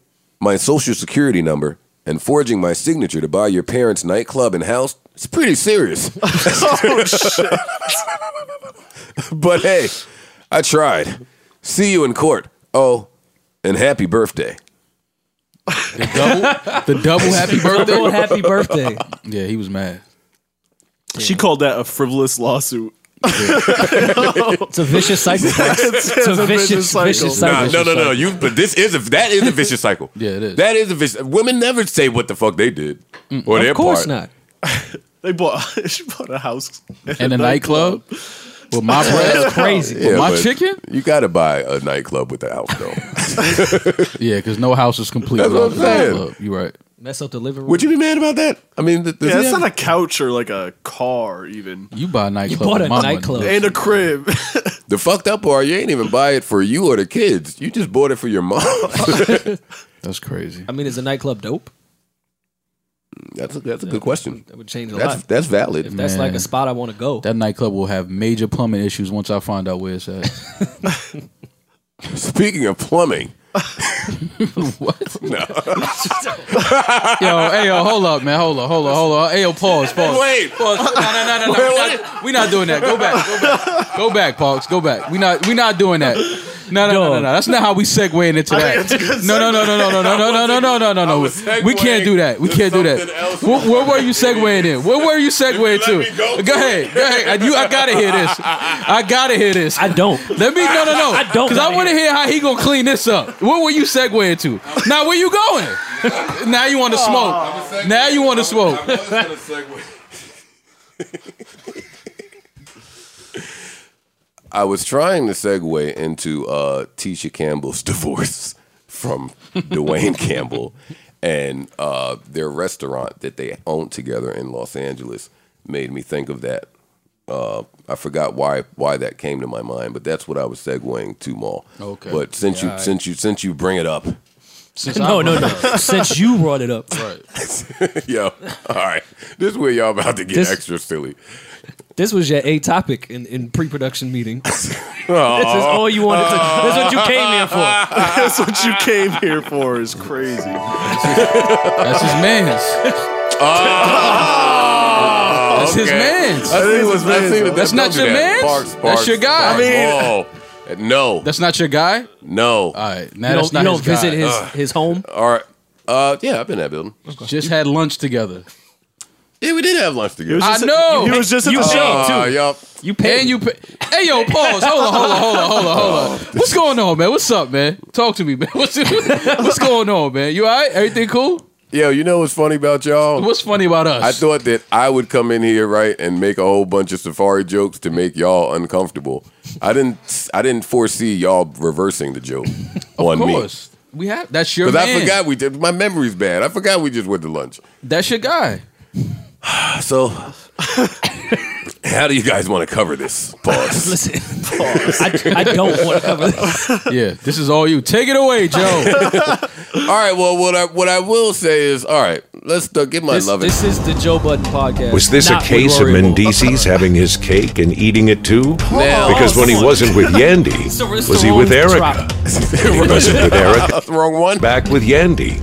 A: my social security number, and forging my signature to buy your parents' nightclub and house, it's pretty serious. but hey, I tried. See you in court. Oh, and happy birthday.
D: The double, the double happy
C: Oh,
D: birthday.
C: happy birthday.
D: Yeah, he was mad.
B: She called that a frivolous lawsuit.
C: It's a vicious cycle. folks.
B: It's,
C: It's a vicious,
B: cycle.
C: vicious
A: Nah,
C: cycle.
A: no, no, no. You, but this is a that is a vicious cycle.
D: Yeah, it is. Mm,
A: That is a vicious. Women never say what the fuck they did or their
C: Of course
A: part.
C: not.
B: They bought. she bought a house
D: And a nightclub with my bread.
C: Crazy.
A: Yeah,
D: my
A: but
D: chicken?
A: You gotta buy a nightclub with the house though.
D: Yeah, because no house is complete
A: That's what I'm
D: without a
A: saying.
D: nightclub. You right?
C: Mess up the living room.
A: Would you be mad about that? I mean, th- does
B: Yeah,
A: he
B: it's
A: have-
B: not a couch or like a car even,
D: You buy a nightclub.
C: bought
D: with
C: a
D: my money.
C: nightclub.
B: and a crib.
A: the fucked up part. You ain't even buy it for you or the kids. You just bought it for your mom.
D: That's crazy.
C: I mean, is a nightclub dope?
A: that's a, that's a good question.
C: That would change a
A: That's
C: lot.
A: that's valid.
C: if that's like
D: Man.
C: a spot I want to go.
D: That nightclub will have major plumbing issues once I find out where it's at.
A: Speaking of plumbing,
D: what? No. yo, hey, yo, hold up, man. Hold up, hold up, hold up. Hey, yo, pause, pause.
A: Wait.
D: Pause. No, no, no, no, no. We're not, we not doing that. Go back. Go back. Go back, Parks. Go back. We not we not doing that. No, no, no, no, no. That's not how we segueing into that. No, no, no, no, no, no, no, no, no, no, no, no,
A: I
D: no.
A: was
D: We can't do that. We
A: segueing
D: can't do that.
A: to something
D: Where,
A: else.
D: where were you segueing in? Where were you segueing
A: If you let
D: to?
A: me go
D: Go
A: to
D: ahead. Go ahead. You, I gotta hear this. I gotta hear this.
C: I don't.
D: Let me no no no.
C: I don't
D: because I
C: wanna
D: want to hear how he gonna clean this up. What were you segueing to? Now where you going? now you want to
A: Oh.
D: smoke. Now you want to smoke.
A: I was trying to segue into uh, Tisha Campbell's divorce from Dwayne Campbell and uh, their restaurant that they owned together in Los Angeles made me think of that. Uh, I forgot why why that came to my mind, but that's what I was segueing to, Maul.
D: Okay.
A: But since you since you since you bring it up,
C: No, no, no. Since you brought it up,
A: yo, all right, this is where y'all about to get
C: This-
A: extra silly.
C: this was your A topic in, in pre production meeting. this is all you wanted to. This is what you came here for.
B: That's what you came here for. Is crazy.
D: That's his man's. That's his
A: Oh. okay.
D: man's.
A: I think it was I think that-
D: That's
A: don't
D: not
A: do
D: your
A: that.
D: mans?
A: Barks,
D: That's
A: barks,
D: your guy.
A: barks.
D: I mean-
A: Whoa. no,
D: That's not your guy.
A: no.
D: All right, now
C: You
D: that's
C: don't,
D: not
C: you don't
D: his
C: visit
D: guy.
C: his, his home.
A: All right. Uh, yeah, I've been in that building.
D: Just had lunch together,
A: Yeah, we did have lunch together.
B: was
D: I
B: just-
D: know.
B: He was just at
C: You
B: the
C: paid,
B: shop.
A: Uh, y'all,
C: You paid.
D: and you. Pay- hey yo, pause. Hold on, hold on, hold on, hold on,
A: Oh.
D: hold on. What's going on, Oh, man? What's up, man? Talk to me, man. What's what's going on, man? You all right? Everything cool?
A: yo, you know what's funny about y'all?
D: What's funny about us?
A: I thought that I would come in here right and make a whole bunch of safari jokes to make y'all uncomfortable. I didn't. I didn't foresee y'all reversing the joke on
D: Of course.
A: me.
D: we have that's your
A: Because
D: man.
A: I forgot we did. My memory's bad. I forgot we just went to lunch.
D: That's your guy.
A: So, how do you guys want to cover this? Pause.
C: Listen, I, I don't want to cover this.
D: Yeah, this is all you. Take it away, Joe.
A: all right. Well, what I what I will say is, all right. Let's uh, get my
C: This,
A: love.
C: this is the Joe Budden podcast.
H: Was this a
C: not with
H: case of
C: Rory Wolf.
H: Mendices having his cake and eating it too?
A: Now-
H: because when he wasn't with
C: It's the-
H: Yandy,
C: it's
H: was
C: the
H: he with
C: wrong
H: Erica?
C: drop.
H: When he wasn't with Erica,
A: That's the wrong one.
H: back with Yandy.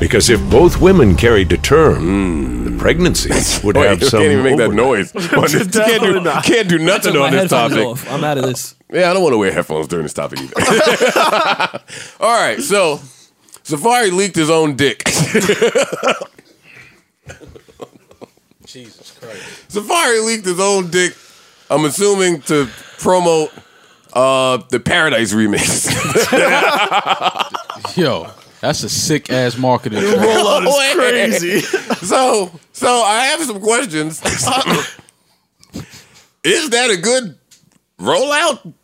H: Because if both women carried to term, the pregnancy would
A: Wait,
H: have
A: Hmm. you
H: some.
A: can't even make that
H: overlap.
A: noise. On this- you can't, do,
B: Definitely not.
A: can't do
C: Took
A: nothing
C: my
A: on this
C: headphones
A: topic.
C: off. I'm out of this.
A: Yeah, I don't want to wear headphones during this topic either. All right, so Safari leaked his own dick.
D: Jesus Christ.
A: Safari leaked his own dick. I'm assuming to promote uh, the Paradise remix.
D: Yo, that's a sick ass marketing. Track.
B: Rollout
A: Wait.
B: is crazy.
A: so, so I have some questions. Is that a good rollout?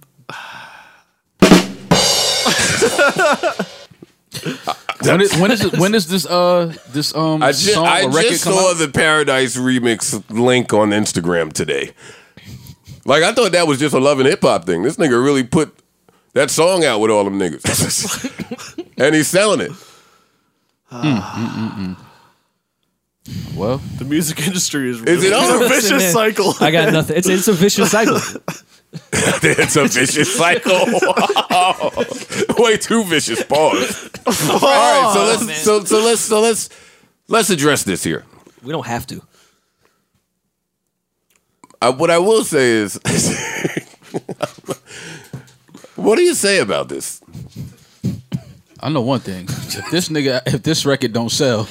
D: When is, when is it, when is this uh this um
A: I just,
D: song
A: I
D: or record
A: just
D: come
A: saw
D: out?
A: the Paradise remix link on Instagram today. Like I thought that was just a love and hip hop thing. This nigga really put that song out with all them niggas, and he's selling it.
D: Mm, well,
B: The music industry is
A: Is
B: really
A: it on?
B: it's a vicious cycle.
C: I got nothing. It's, it's a vicious cycle.
A: it's a vicious cycle. Way too vicious. Pause. All
I: Oh,
A: right, so let's so so let's so let's let's address this here.
C: We don't have to.
A: I, Uh, what I will say is, what do you say about this?
D: I know one thing. If this nigga, if this record don't sell,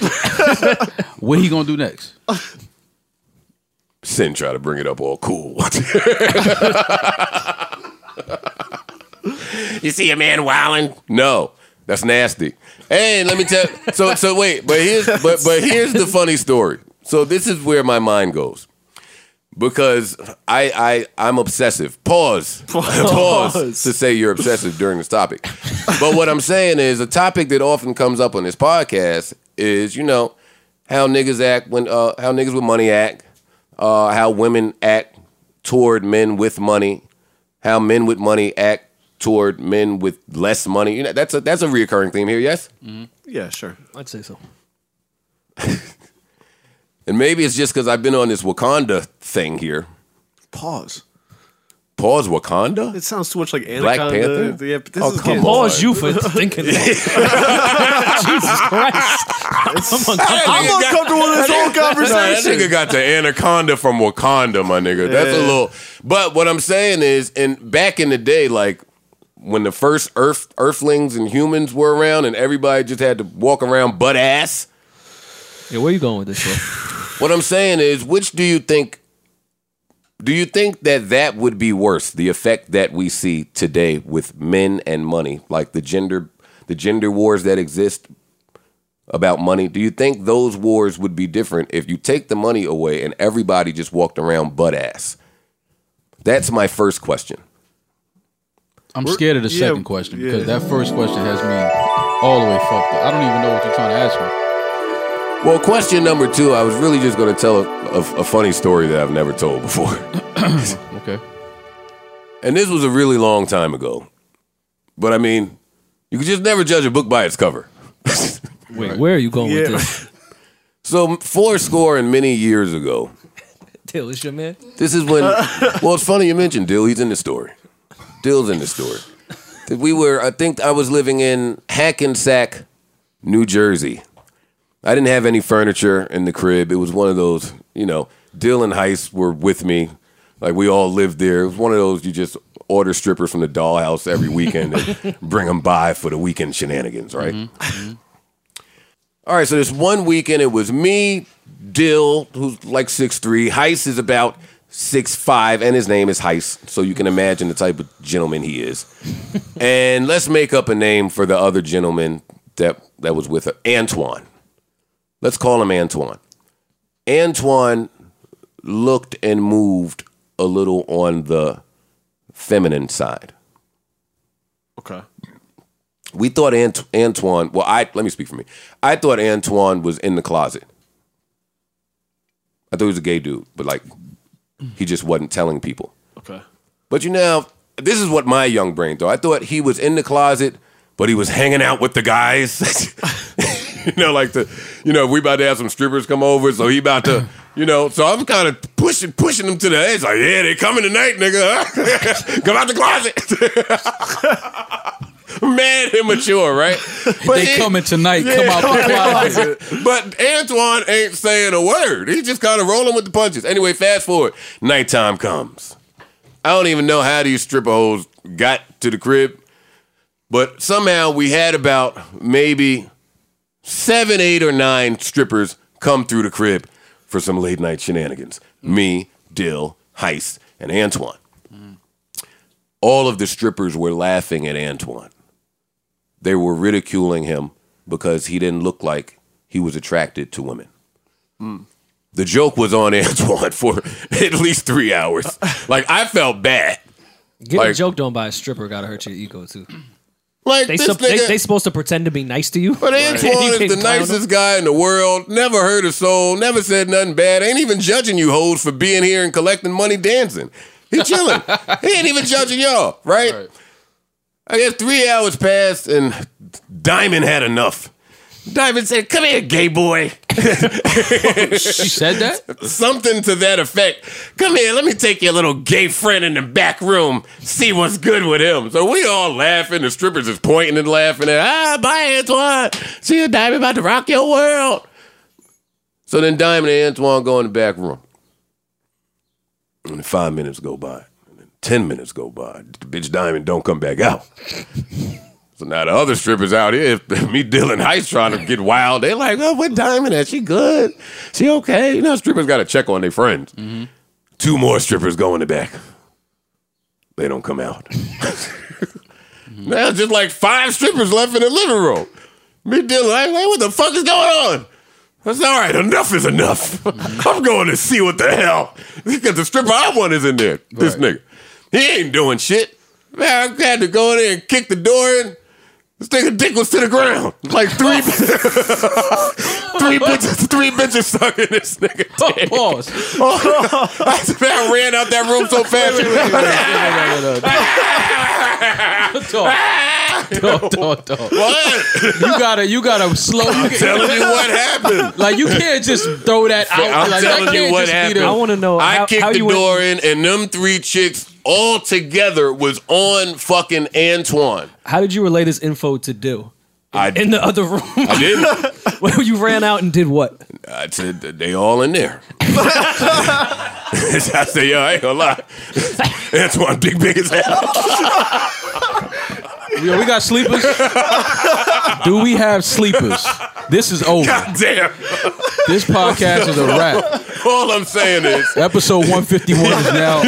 D: what he gonna do next?
A: Sin try to bring it up all cool. you see a man wilding? No, that's nasty. And let me tell. So so wait, but here's but but here's the funny story. So this is where my mind goes because I I I'm obsessive. Pause. Pause,
B: Pause.
A: to say you're obsessive during this topic. but what I'm saying is a topic that often comes up on this podcast is you know how niggas act when uh, how niggas with money act, uh, how women act toward men with money, how men with money act toward men with less money. You know that's a that's a reoccurring theme here. Yes.
B: yeah, sure.
C: I'd say so.
A: And maybe it's just because I've been on this Wakanda thing here.
B: Pause.
A: Pause Wakanda.
B: It sounds too much like
A: Black
B: Anaconda.
A: Panther?
B: Yeah, but this
A: Oh,
B: is
A: come
B: getting-
A: on.
C: Pause you for thinking. that. Jesus Christ! I'm uncomfortable.
A: That nigga
B: I'm
A: got-
B: uncomfortable with this whole
A: Nah, that
B: conversation.
A: nigga got the anaconda from Wakanda, my nigga. That's a
B: Yeah.
A: little. But what I'm saying is, and back in the day, like when the first Earth Earthlings and humans were around, and everybody just had to walk around butt ass.
C: Yeah, where you going with this? Shit?
A: What I'm saying is, which do you think? Do you think that that would be worse? The effect that we see today with men and money, like the gender, the gender wars that exist about money. Do you think those wars would be different if you take the money away and everybody just walked around butt ass? That's my first question.
D: I'm scared of the
B: yeah,
D: second question
B: yeah.
D: because that first question has me all the way fucked up. I don't even know what you're trying to ask me.
A: Well, question number two, I was really just going to tell a, a, a funny story that I've never told before.
D: Okay,
A: and this was a really long time ago. But I mean, you could just never judge a book by its cover.
C: Wait, where are you going with
B: Yeah.
C: this?
A: So four score and many years ago,
C: Till it's your man.
A: this is when. well, it's funny you mentioned Dill. He's in the story. Dill's in the story. That We were. I think I was living in Hackensack, New Jersey. I didn't have any furniture in the crib. It was one of those. You know, Dill and Heist were with me. Like we all lived there. It was one of those you just order strippers from the dollhouse every weekend and bring them by for the weekend shenanigans, right? All right, so this one weekend it was me, Dill, who's like 6'3, Heiss is about 6'5, and his name is Heiss, so you can imagine the type of gentleman he is. and let's make up a name for the other gentleman that, that was with her Antoine. Let's call him Antoine. Antoine looked and moved a little on the feminine side.
B: Okay.
A: we thought Ant- Antoine. Well, I let me speak for me. I thought Antoine was in the closet. I thought he was a gay dude, but like he just wasn't telling people.
B: Okay.
A: But you know, this is what my young brain thought. I thought he was in the closet, but he was hanging out with the guys. you know, like the, you know, we about to have some strippers come over, so he about to, you know, so I'm kind of pushing, pushing him to the edge. Like, yeah, they coming tonight, nigga. come out the closet. Mad immature, right? But
D: They
A: it-
D: coming tonight. Come out the closet.
A: but Antoine ain't saying a word. He's just kind of rolling with the punches. Anyway, fast forward. Nighttime comes. I don't even know how these stripper hoes got to the crib, but somehow we had about maybe seven, eight, or nine strippers come through the crib for some late night shenanigans. Me, Dill, Heist, and Antoine. All of the strippers were laughing at Antoine they were ridiculing him because he didn't look like he was attracted to women. Mm. The joke was on Antoine for at least three hours. Like I felt bad.
C: Getting
A: Like-
C: joked on by a stripper gotta hurt your ego too.
A: Like
C: They,
A: this
C: sup- they
A: nigga,
C: they supposed to pretend to be nice to you.
A: but
C: And
A: Antoine
C: you
A: is
C: can
A: the
C: clown
A: nicest
C: them.
A: guy in the world. Never hurt a soul. Never said nothing bad. Ain't even judging you hoes for being here and collecting money dancing. He chilling. he ain't even judging y'all, right? I guess three hours passed and Diamond had enough. Diamond said, "Come here, gay boy."
D: She said that.
A: something to that effect. Come here, let me take your little gay friend in the back room, see what's good with him. So we all laughing, the strippers is pointing and laughing at, ah, bye Antoine. See you, Diamond about to rock your world. So then Diamond and Antoine go in the back room. And five minutes go by. And then ten minutes go by. The bitch Diamond don't come back out. So now the other strippers out here, me Dylan Heights trying to get wild. They like, oh, what diamond at? She good? She okay? You know, strippers got to check on their friends.
C: Mm-hmm.
A: Two more strippers go in the back. They don't come out. Now it's Mm-hmm. just like five strippers left in the living room. Me Dylan, like, "Hey, what the fuck is going on? That's all right. Enough is enough.
D: Mm-hmm.
A: I'm going to see what the hell because the stripper I want is in there. This nigga, he ain't doing shit. Man, I had to go in there and kick the door in. This nigga dick was to the ground. Like three, three bitches, three bitches stuck in this nigga.
D: Oh,
A: Dick. Oh,
D: Pause.
A: I man, I ran out that room so fast.
D: Dog, dog, dog.
A: What?
D: You gotta, you gotta slow. You get-
A: Telling you what happened.
D: like you can't just throw that out.
A: I'm
D: like, that
A: telling you
D: can't
A: what
D: just be
A: happened.
D: the-
C: I wanna know
A: I
C: how-
A: kicked
C: how
A: the
C: you went-
A: door in, and them three chicks all together was on fucking Antoine.
C: How did you relay this info to do
A: I,
C: in the other room?
A: I didn't.
C: Well, you ran out and did what?
A: I said that they all in there. I said, yo, I ain't gonna lie. Antoine, big big as hell.
D: Yo, we got sleepers. Do we have sleepers? This is over.
A: God damn.
D: This podcast is a wrap.
A: All I'm saying is,
D: Episode 151 is now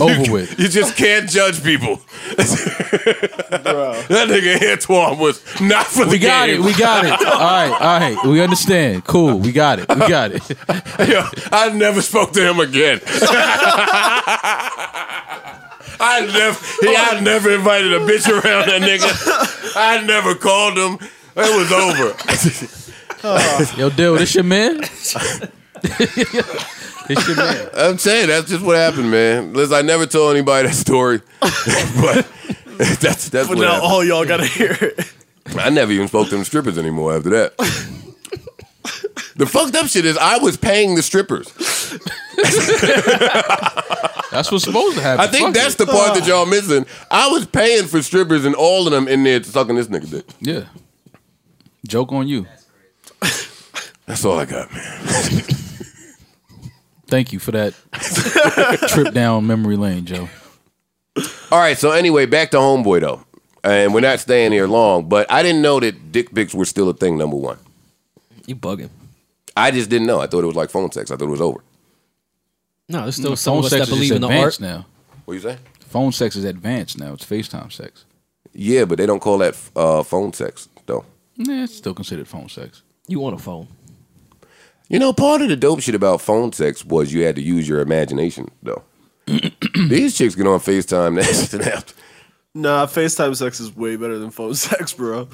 D: over with.
A: you just can't judge people. That nigga Antoine was not for the
D: We got it.
A: game.
D: We got it. All right. All right. We understand. Cool. We got it. We got it.
A: Yo, I never spoke to him again. I never, I never invited a bitch around that nigga. I never called him. It was over.
D: Yo, Dill, this your man? this your man.
A: I'm saying that's just what happened, man. Listen, I never told anybody that story, but that's that's
B: But
A: what
B: now
A: happened.
B: all y'all gotta hear it.
A: I never even spoke to them strippers anymore after that. the fucked up shit is I was paying the strippers.
D: That's what's supposed to happen.
A: I think
D: Fuck
A: that's
D: it.
A: the part that y'all missing. I was paying for strippers and all of them in there sucking this nigga dick.
D: Yeah. Joke on you.
A: That's all I got, man.
D: Thank you for that trip down memory lane, Joe.
A: All right, so anyway, back to Homeboy though. And we're not staying here long, but I didn't know that dick pics were still a thing, number one.
C: You bugging.
A: I just didn't know. I thought it was like phone sex. I thought it was over.
C: No, there's still some
D: Phone
C: of us
D: sex
C: that
D: is
C: believe
D: just
C: in the
D: advanced
C: art.
D: now.
A: What you say?
D: Phone sex is advanced now. It's FaceTime sex.
A: Yeah, but they don't call that uh, phone sex though.
D: Nah, it's still considered phone sex.
C: You want a phone.
A: You know, part of the dope shit about phone sex was you had to use your imagination though. These chicks get on FaceTime and
B: Nah, FaceTime sex is way better than phone sex, bro.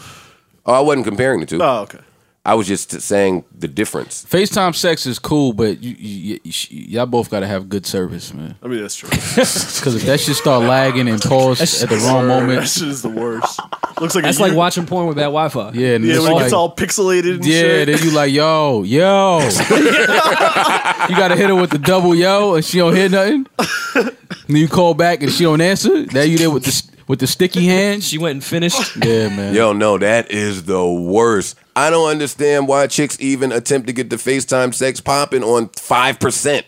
A: Oh, I wasn't comparing the two.
B: Oh, okay.
A: I was just saying the difference.
D: FaceTime sex is cool, but you, you, you, sh- y'all both gotta have good service, man.
B: I mean, that's true.
D: Because if that shit start lagging and pause at the wrong
B: That
D: moment,
B: shit is the worst. Looks like
C: That's
B: a
C: like
B: U-
C: watching porn with bad Wi-Fi.
D: yeah, and
B: Yeah,
D: it's
B: when it
D: like,
B: gets all pixelated and
D: yeah,
B: shit.
D: then you like, yo, yo, you gotta hit her with the double yo, and she don't hear nothing. Then you call back and she don't answer. Now you there with the s- with the sticky hands.
C: She went and finished.
D: Yeah, man.
A: Yo, no, that is the worst. I don't understand why chicks even attempt to get the FaceTime sex popping on 5%.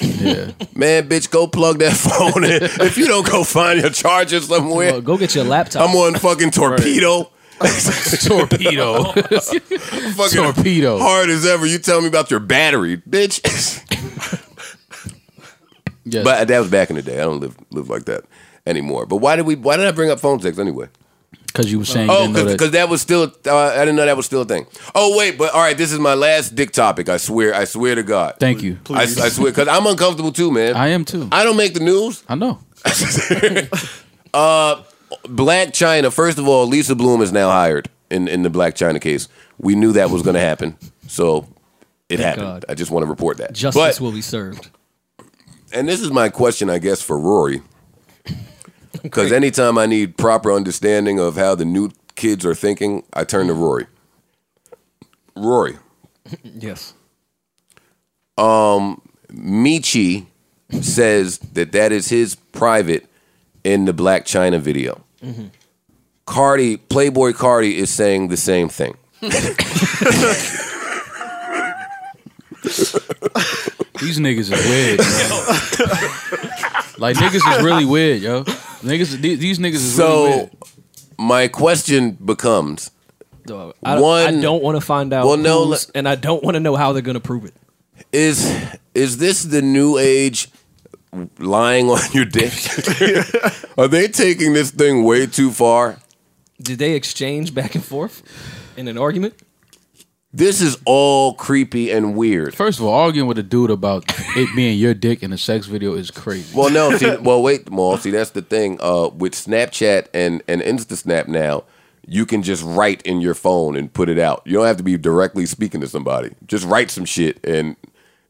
D: Yeah.
A: Man, bitch, go plug that phone in. if you don't go find your charger
C: Well,
A: somewhere,
C: go get your laptop.
A: I'm on fucking torpedo.
D: torpedo.
A: fucking
D: Torpedo.
A: Hard as ever. You tell me about your battery, bitch.
D: yes.
A: but that was back in the day. I don't live live like that anymore. But why did we? Why did I bring up phone sex anyway?
D: because you were saying, you
A: Oh,
D: didn't know
A: because
D: that.
A: that. was still uh, I didn't know that was still a thing. Oh wait, but all right, this is my last dick topic. I swear, I swear to God,
D: Thank you.
A: I, I swear because I'm uncomfortable too, man.
D: I am too. I,
A: I don't make the news. Uh,
D: know.
A: Black China. First of all, Lisa Bloom is now hired in in the Black China case. We knew that was going to happen, so it happened.
C: God.
A: I just want to report that.
C: Justice
A: But-
C: will be served.
A: and this is my question, I guess, for Rory. Because anytime I need proper understanding of how the new kids are thinking, I turn to Rory. Rory,
C: Yes.
A: um, Michi says that that is his private in the Black China video.
C: Mm-hmm.
A: Cardi, Playboy Cardi is saying the same thing.
D: These niggas is weird. yo. like niggas is really weird, yo. Niggas, these, these niggas is really
A: So
D: weird.
A: my question becomes
C: So, I, One,
A: One-
C: I don't want to find out.
A: Well, no,
C: who's- and I don't want to know how they're going to prove it.
A: is is this the new age lying on your dick? Are they taking this thing way too far?
C: Did they exchange back and forth in an argument?
A: This is all creepy and weird.
D: First of all, arguing with a dude about it being your dick in a sex video is crazy.
A: Well, no, see, well, wait, Maul. See, that's the thing. Uh, with Snapchat and and InstaSnap now, you can just write in your phone and put it out. You don't have to be directly speaking to somebody. Just write some shit, and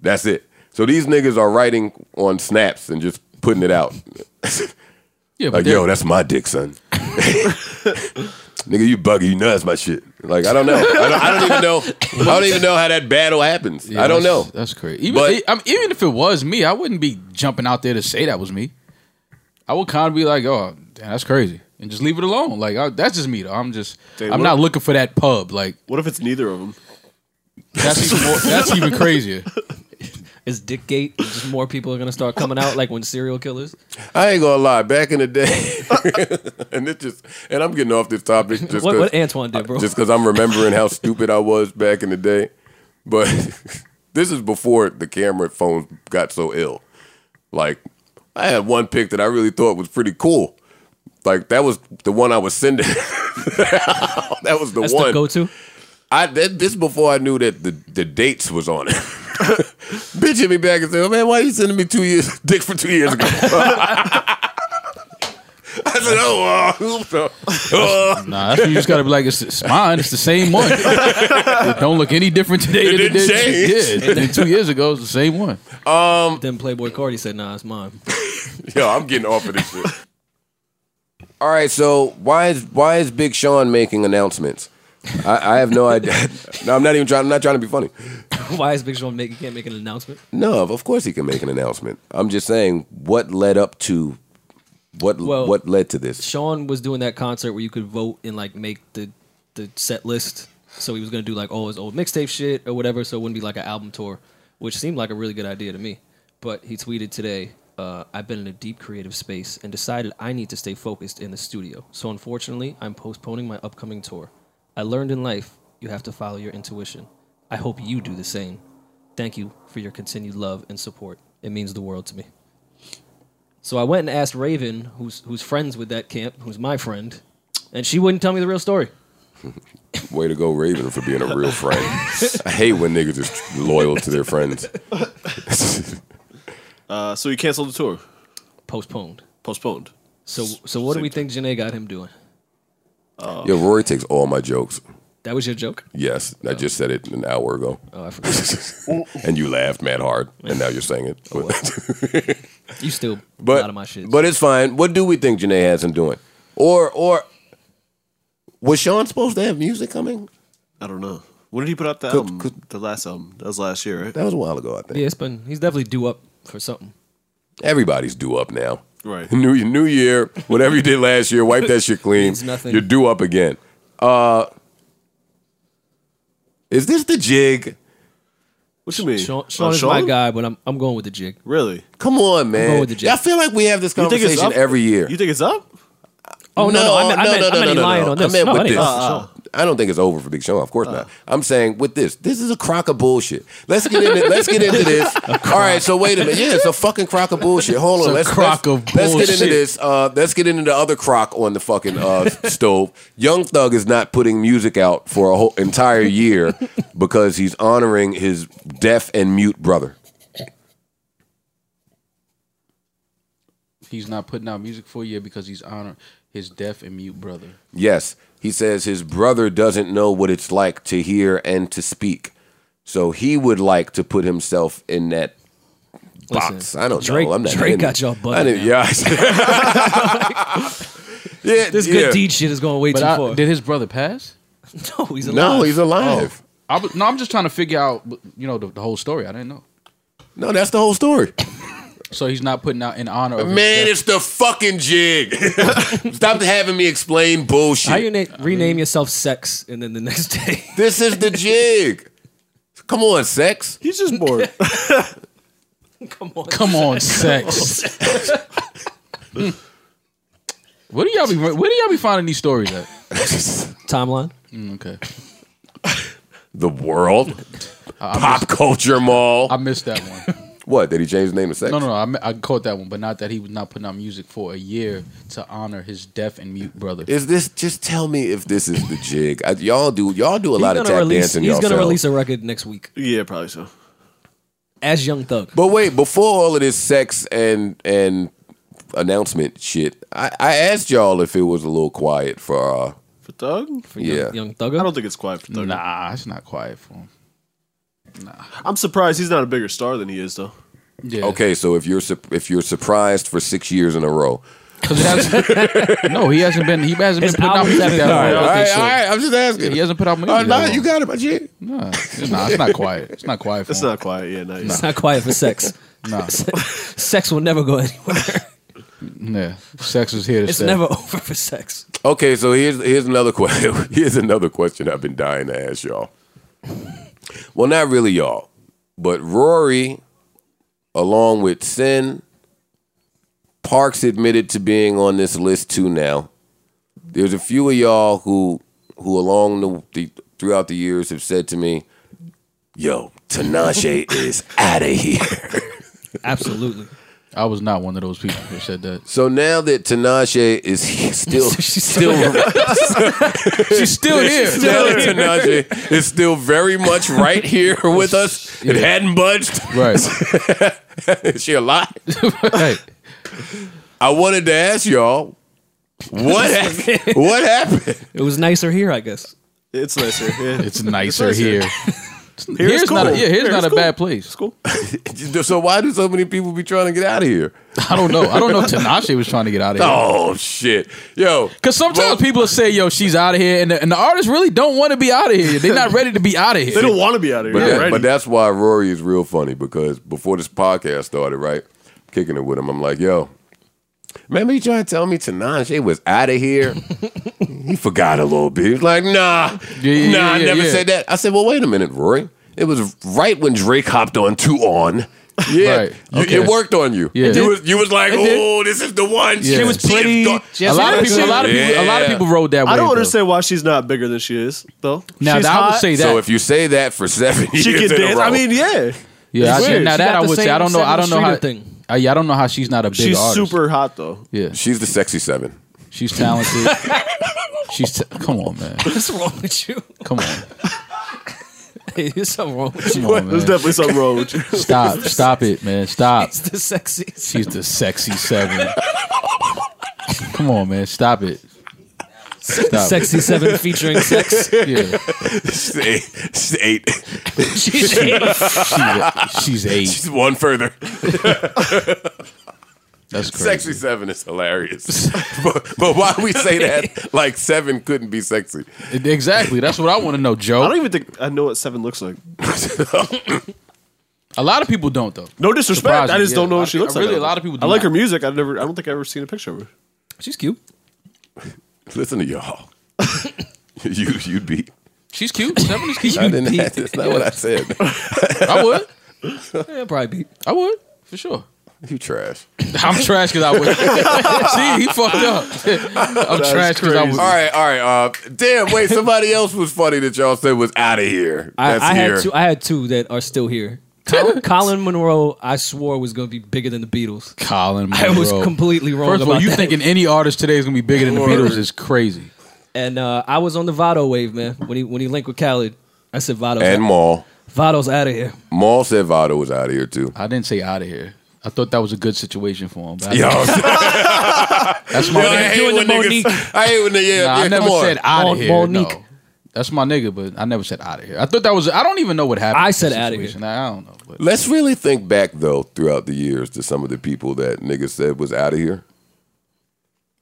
A: that's it. So these niggas are writing on snaps and just putting it out.
D: Yeah, but
A: Like,
D: they're-
A: yo, that's my dick, son. Nigga, you buggy. You know that's my shit. Like, I don't know. I don't, I don't even know. I don't even know how that battle happens.
D: yeah,
A: I don't know.
D: that's- That's crazy. Even,
A: But-
D: I- I mean, even if it was me, I wouldn't be jumping out there to say that was me. I would kind of be like, oh, damn, that's crazy, and just leave it alone. Like I, that's just me, though. I'm just,
B: Dude,
D: I'm
B: what-
D: not looking for that pub. Like
B: What if it's neither of them?
D: that's even more, that's even crazier.
C: Is Dick Gate just more people are going to start coming out like when serial killers?
A: I ain't gonna lie. Back in the day, and it just and I'm getting off this topic just
C: What, what
A: cause,
C: Antoine did, bro?
A: just 'cause I'm remembering how stupid I was back in the day. But this is before the camera phones got so ill. Like, I had one pic that I really thought was pretty cool. Like that was the one I was sending. that was the
C: That's
A: one.
C: the go-to.
A: I that, this before I knew that the, the dates was on it. Bitch hit me back and said, oh, "Man, why you sending me two years dick for two years ago?" I said, "Oh, uh, oops, uh, uh,
D: Nah, that's when you just gotta be like, it's, it's mine. It's the same one. it don't look any different today
A: It
D: than it
A: didn't
D: did
A: change.
D: Yeah, it did two years ago. It's the same one.
C: Then Playboy Cardi said, "Nah, it's mine."
A: Um, yo, I'm getting off of this shit." All right, so why is why is Big Sean making announcements? I, I have no idea. no, I'm not even trying. I'm not trying to be funny.
C: Why is Big Sean making can't make an announcement?
A: No, of- of course he can make an announcement. I'm just saying what led up to what
C: Well,
A: what led to this.
C: Sean was doing that concert where you could vote and like make the the set list. So he was gonna do like all his old mixtape shit or whatever, so it wouldn't be like an album tour, which seemed like a really good idea to me. But he tweeted today, uh, "I've been in a deep creative space and decided I need to stay focused in the studio. So unfortunately, I'm postponing my upcoming tour. I learned in life you have to follow your intuition. I hope you do the same. Thank you for your continued love and support. It means the world to me." So I went and asked Raven, who's who's friends with that camp, who's my friend, and she wouldn't tell me the real story.
A: Way to go, Raven, for being a real friend. I hate when niggas is loyal to their friends.
B: Uh, so you canceled the tour,
C: Postponed.
B: postponed.
C: So so what do we think Janae got him doing?
B: Oh.
A: Yo, Rory takes all my jokes.
C: Oh. That was your joke?
A: Yes, I just said it an hour ago.
C: Oh, I forgot. Oh,
A: and you laughed mad hard, and now you're saying it.
C: you still
A: but
C: out of my shit.
A: but it's fine. What do we think Janae has him doing? Or or was Sean supposed to have music coming?
B: I don't know. When did he put out the album? the last album. That was last year, right?
A: That was a while ago, I think.
C: yeah, it's been he's definitely due up for something.
A: Everybody's due up now.
B: Right.
A: New New Year, whatever you did last year, wipe that shit clean.
C: Means nothing.
A: You're uh, due up again. Uh, is this the jig?
B: What you mean?
C: Sean,
B: Oh,
C: Sean is my guy, but I'm I'm going with the jig.
B: Really?
A: Come on,
C: going
A: man.
C: with the jig.
A: I feel like we have this
B: You think it's
A: conversation
B: up?
A: every year.
B: You think it's up?
C: Oh no, no, I meant, I
A: no,
C: meant,
A: no,
C: I
A: no,
C: meant
A: no,
C: lying
A: no.
C: on this.
A: I meant
C: no,
A: with
C: I didn't.
B: Ah,
C: Uh,
A: this. I don't think it's over for Big Sean. Of course not. I'm saying with this, this is a crock of bullshit. Let's get into let's get into this. All right, so wait a minute. Yeah, it's a fucking crock of bullshit. Hold on,
D: a
A: let's let's,
D: crock
A: let's
D: of
A: get
D: bullshit.
A: into this. Uh, let's get into the other crock on the fucking uh, stove. Young Thug is not putting music out for a whole entire year because he's honoring his deaf and mute brother.
D: He's not putting out music for you because he's honoring his deaf and mute brother.
A: Yes, he says his brother doesn't know what it's like to hear and to speak. So he would like to put himself in that box.
C: Listen,
A: I don't
C: Drake-
A: know. I'm not
C: Drake
A: in
C: got
A: it.
C: y'all bugged
A: I didn't, yeah. yeah.
C: This
A: yeah.
C: good deed shit is going way
D: But
C: too
D: I-
C: far.
D: did his brother pass? Oh.
C: no, he's alive.
A: No, he's alive.
D: I was, no, I'm just trying to figure out, you know, the, the whole story. I didn't know.
A: No, that's the whole story.
D: So he's not putting out in honor of his
A: Man,
D: deaf-
A: it's the fucking jig. Stop having me explain bullshit.
C: How you na- rename yourself Sex, and then the next day
A: this is the jig. Come on, sex.
B: He's just bored.
D: Come on, sex. Mm. Where do y'all be? Where do y'all be finding these stories at?
C: timeline?
D: Mm, okay,
A: The world. Pop culture mall.
D: I missed that one.
A: what? Did he change the name to sex?
D: No, no, no. I, mi- I caught that one, but not that he was not putting out music for a year to honor his deaf and mute brother.
A: Is this just tell me if this is the jig? I, y'all do y'all do a lot of
C: gonna
A: tap
C: release.
A: dancing
C: He's
A: yourselves.
C: gonna release a record next week
B: yeah, probably so.
C: as Young Thug.
A: but wait, before all of this sex and and announcement shit, I, I asked y'all if it was a little quiet for uh
B: For Thug?
C: for Young-
A: yeah.
C: Young
B: I
C: Thugger.
B: don't think it's quiet for Thug.
D: Nah, it's not quiet for him.
B: I'm surprised he's not a bigger star than he is, though.
D: Yeah.
A: okay. So if you're su- if you're surprised for six years in a row,
D: 'Cause it hasn't- no, he hasn't been. He hasn't
C: His
D: been putting out
C: albums
D: music
C: have
D: that
C: been
D: long.
A: all
D: I don't
A: right,
D: think so.
A: all right, I'm just asking.
D: He hasn't put out music.
A: Oh, no,
D: that
A: you
D: long.
A: got it, my jig.
D: Nah, it's not, it's not quiet. It's not quiet for
B: It's
D: him.
B: not quiet. Yeah, no, he's-
C: It's not quiet for Sex.
D: Nah.
C: Sex will never go anywhere.
D: Yeah, sex is here to
C: It's
D: stay.
C: never over for Sex.
A: Okay, so here's here's another question. here's another question I've been dying to ask y'all. Well, not really y'all, but Rory, along with Sin, Parks admitted to being on this list too. Now, there's a few of y'all who who along the, the throughout the years have said to me, "Yo, Tinashe is out of here."
C: Absolutely.
D: I was not one of those people who said that.
A: So now that Tinashe is still
C: She's
A: still
D: She's still here.
A: Now that Tanaje is still very much right here with us. It hadn't budged.
D: right.
A: Is she alive?
D: right.
A: I wanted to ask y'all what hap- what happened.
C: It was nicer here, I guess.
B: it's nicer. Yeah.
D: It's nicer here.
B: Here's
D: Here's not. A,
B: cool.
D: yeah, here's
B: Here's
D: not a
B: cool.
D: bad place.
B: cool.
A: So why do so many people be trying to get out of here?
D: I don't know. I don't know. if Tinashe was trying to get out of here.
A: Oh shit, yo!
D: Because sometimes
A: Well-
D: people will say, "Yo, she's out of here," and the, and the artists really don't want to be out of here. They're not ready to be out of here.
B: They don't want to be out of here.
A: But, that-
B: already.
A: but that's why Rory is real funny because before this podcast started, right, kicking it with him, I'm like, yo, remember you trying to tell me Tinashe was out of here? he forgot a little bit. He was like, nah,
D: Yeah, yeah,
A: nah,
D: yeah,
A: I
D: yeah,
A: never
D: yeah.
A: said that. I said, well, wait a minute, Rory. It was right when Drake hopped on two on. Yeah,
D: Right,
A: You-
D: okay.
A: it worked on you.
D: Yeah. It
A: You,
D: did.
A: was, you was like,
D: did.
A: oh, this is the one.
D: She was
A: is
C: pretty.
A: go-
C: She
D: a
C: has
D: lot of people. A lot of people. A lot
A: Yeah.
D: of people rode that. Way,
B: I don't
D: though.
B: understand why she's not bigger than she is, though.
D: Now
B: she's
D: that I would
B: hot.
D: say that.
A: So if you say that for seven
B: she
A: years
B: can
A: in
B: dance.
A: a row,
B: I mean, yeah,
D: yeah, I,
B: It's weird.
D: now
B: She
D: that
C: got
D: I
C: the
D: would say I
C: same
D: don't know. I don't know
C: Seven
D: how.
C: Streeter thing.
D: Uh, yeah, I don't know how she's not a big
B: she's
D: artist.
B: super hot though.
D: Yeah,
A: she's the sexy seven.
D: she's talented. she's ta- come on, man.
C: What's wrong with you?
D: Come on.
C: Hey, there's something wrong with you.
D: Come on,
B: There's
D: man.
B: definitely something wrong with you.
D: Stop. Stop it, man. Stop.
C: It's the sexiest.
D: She's the sexy seven. Come on, man. Stop it. Stop it.
C: Sexy Seven featuring Sex.
D: Yeah.
A: She's eight. She's eight.
C: She's
D: She's, she's eight.
A: She's one further.
D: That's crazy.
A: Sexy seven is hilarious. but, but why we say that like seven couldn't be sexy?
D: Exactly. That's what I want to know,
B: I don't
D: Joe.
B: even think I know what seven looks like.
D: A lot of people don't though.
B: No disrespect.
D: Surprising,
B: I just
D: yeah.
B: don't know
D: I-
B: what she looks
D: really,
B: like.
D: a lot of people do
B: I like her
D: not.
B: music. I've never. I don't think I've ever seen a picture of her.
C: She's cute.
A: Listen to y'all. you you'd be.
D: She's cute. Seven is cute.
A: I didn't. That's not what I said.
D: I would.
C: Yeah, probably be.
D: I would for sure.
A: You trash.
D: I'm trash because I would. See, he fucked up. I'm trash because I would.
B: crazy.
A: All right, all right. Uh, damn. Wait, somebody else was funny that y'all said was out of here.
C: I,
A: That's
C: I
A: here.
C: had two. I had two that are still here. Colin, Colin Monroe, I swore was going to be bigger than the Beatles.
D: Colin
C: I was
D: Monroe.
C: completely wrong
D: First of all,
C: about
D: you
C: that.
D: thinking any artist today is gonna be bigger than the Beatles is crazy.
C: And uh, I was on the Vado wave, man. When he when he linked with Khaled, I said Vado's
A: and Maul.
C: Vado's out of here.
A: Maul said Vado was out of here too.
D: I didn't say out of here. I thought that was a good situation for him. But I-
A: Yo, I
D: that's my.
A: hate
C: doing
A: when
C: the
A: niggas-
C: Monique.
A: I hate when they yeah.
D: Nah,
A: yeah
D: I never
A: come on.
D: said out
C: Mon-
D: of here.
C: Monique.
D: No. That's my nigga, but I never said out of here. I thought that was. I don't even know what happened.
C: I
D: in
C: said
D: that
C: outta here.
D: situation. I I don't know. But
A: Let's really think back though throughout the years to some of the people that niggas said was out of here.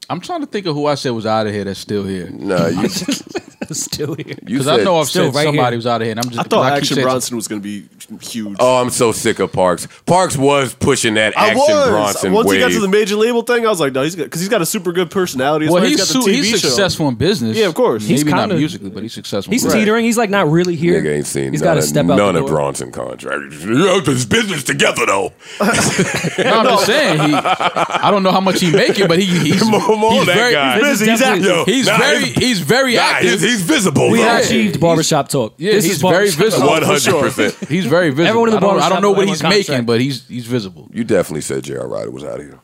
D: I'm trying to think of who I said was out of here that's still here.
A: No, you
C: still here.
A: you
D: Because
A: said,
D: I know I've
C: still
D: said
C: right
D: somebody
C: here.
D: was out of here. And I'm just.
B: I thought
D: I keep
B: Action
D: saying-
B: Bronson was going to be huge.
A: Oh, I'm so sick of Parks. Parks was pushing that
B: I
A: action
B: was.
A: Bronson
B: Once
A: wave.
B: he got to the major label thing, I was like, no, he's got because he's got a super good personality. That's
D: Well,
B: why
D: he's,
B: got
D: su-
B: the TV
D: he's
B: show.
D: successful in business.
B: Yeah, of course.
D: Maybe
C: He's
D: not
C: kinda-
D: musically, but he's successful.
C: He's
D: in business.
C: teetering. He's like not really here.
A: Nigga ain't seen
C: He's
A: none,
C: got to
A: of-
C: step out
A: none
C: the
A: of
C: door.
A: Bronson contracts. You have this business together though.
D: No, I'm just saying. He, I don't know how much he making, but he, he's,
A: More- more
D: he's
A: that
D: very,
A: guy.
D: he's-
B: Busy, he's
C: definitely-
A: Yo,
D: He's
A: nah,
D: very,
A: he's-
D: he's very
A: nah,
D: active.
A: he's, he's visible.
C: We
A: bro.
C: achieved barbershop talk.
D: yeah,
C: this
D: he's
C: is
D: very
C: barbershop
D: visible.
C: talk.
A: One hundred percent.
D: he's very visible.
C: Everyone in the
D: I don't, I
C: barbershop
D: don't know what
C: is
D: he's
C: on contract.
D: making, but he's he's visible.
A: You definitely said J.R. Ryder was out of here.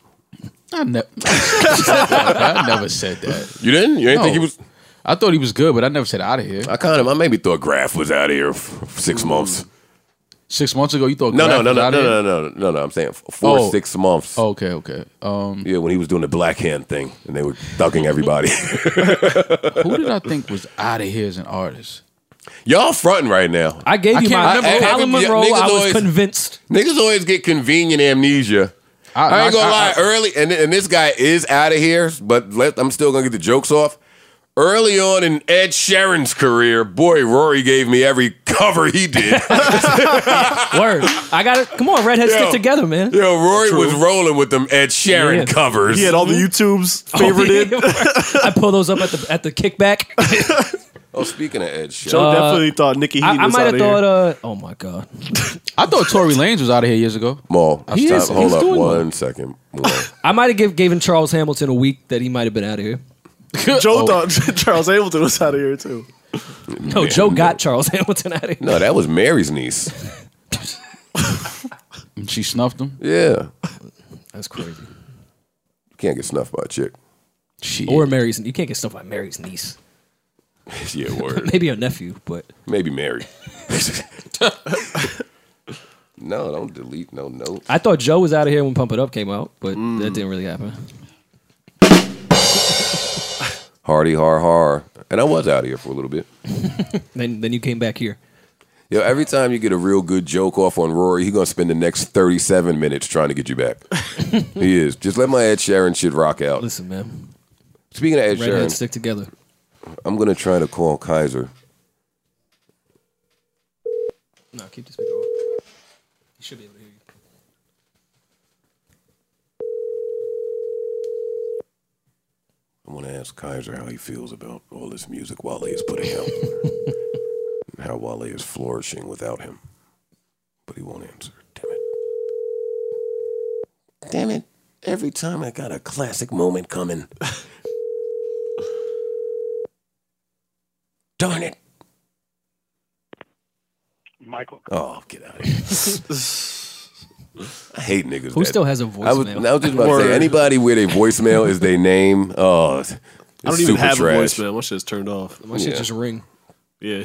D: I, ne- uh, I never said that.
A: You didn't? You didn't think he
D: No.
A: was?
D: I thought he was good, but I never said out of here.
A: I kind of. I maybe thought Graf was out of here f- f- six months.
D: Six months ago, you thought
A: No, no,
D: Graf
A: no,
D: was
A: no,
D: out
A: no,
D: of
A: no,
D: here?
A: no, no, no. I'm saying f- four,
D: Oh.
A: six months.
D: Oh, okay, okay. Um,
A: Yeah, when he was doing the black hand thing and they were ducking everybody.
D: who did I think was out of here as an artist?
A: Y'all fronting right now.
C: I gave
D: I
C: you
D: can't
C: my
D: remember who-
C: Colin
A: Yeah,
C: Monroe.
A: niggas
C: I was
A: always-
C: convinced.
A: Niggas always get convenient amnesia. I, ain't gonna lie. early, and, and this guy is out of here, but let, I'm still gonna get the jokes off. Early on in Ed Sheeran's career, boy, Rory gave me every cover he did.
C: Word. I got it. Come on, redhead,
A: Yo.
C: stick together, man.
A: Yo, Rory was rolling with them Ed Sheeran
C: Yeah. Oh,
A: covers.
B: He had all the YouTube's favorited.
C: I pull those up at the at the kickback.
A: oh, speaking of Ed Sheeran,
B: Joe definitely thought Nikki Heaton
C: Uh, I, I
B: was
C: might
B: out
C: have
B: of
C: thought,
B: here.
C: uh, oh my god,
D: I thought Tory Lanez was out of here years ago.
A: Maul, I
D: He
A: stopped-
D: is-
A: hold
D: he's
A: up
D: doing well.
A: one second. Maul.
C: I might have give, given Charles Hamilton a week that he might have been out of here.
B: Joe
D: Oh,
B: thought Charles Hamilton was out of here too.
C: No, Joe got Charles Hamilton out of here.
A: no, that was Mary's niece.
D: and she snuffed him.
A: Yeah, you
C: That's crazy.
A: can't get snuffed by a chick.
D: Shit.
C: Or Mary's. You can't get stuff like Mary's niece.
A: yeah, word.
C: Maybe her nephew, but
A: Maybe Mary. no, don't delete no note.
C: I thought Joe was out of here when Pump It Up came out, but
D: Mm.
C: that didn't really happen.
A: Hardy har har. And I was out of here for a little bit.
C: Then then you came back here.
A: Yo, every time you get a real good joke off on Rory, he gonna spend the next thirty-seven minutes trying to get you back. he is. Just let my Ed Sheeran shit rock
D: Oh.
A: out.
C: Listen, man,
A: Speaking of Ed
C: redhead,
A: Sheeran,
C: stick together.
A: I'm gonna try to call Kaiser.
C: No, keep this speaker off. You should be able to hear you.
A: I want to ask Kaiser how he feels about all this music Wale is putting out, and how Wale is flourishing without him. But he won't answer. Damn it! Damn it! Every time I got a classic moment coming. Darn it!
J: Michael.
A: Oh, get out of here! I hate niggas.
C: Who
A: that-
C: still has a
A: I was,
C: voicemail?
A: I was just about to say
B: Word.
A: anybody where their voicemail is their name. Oh, it's,
B: I don't
A: it's
B: even
A: super
B: have
A: trash.
B: a voicemail. My shit's turned off.
C: My shit
A: Yeah.
C: just ring.
B: Yeah,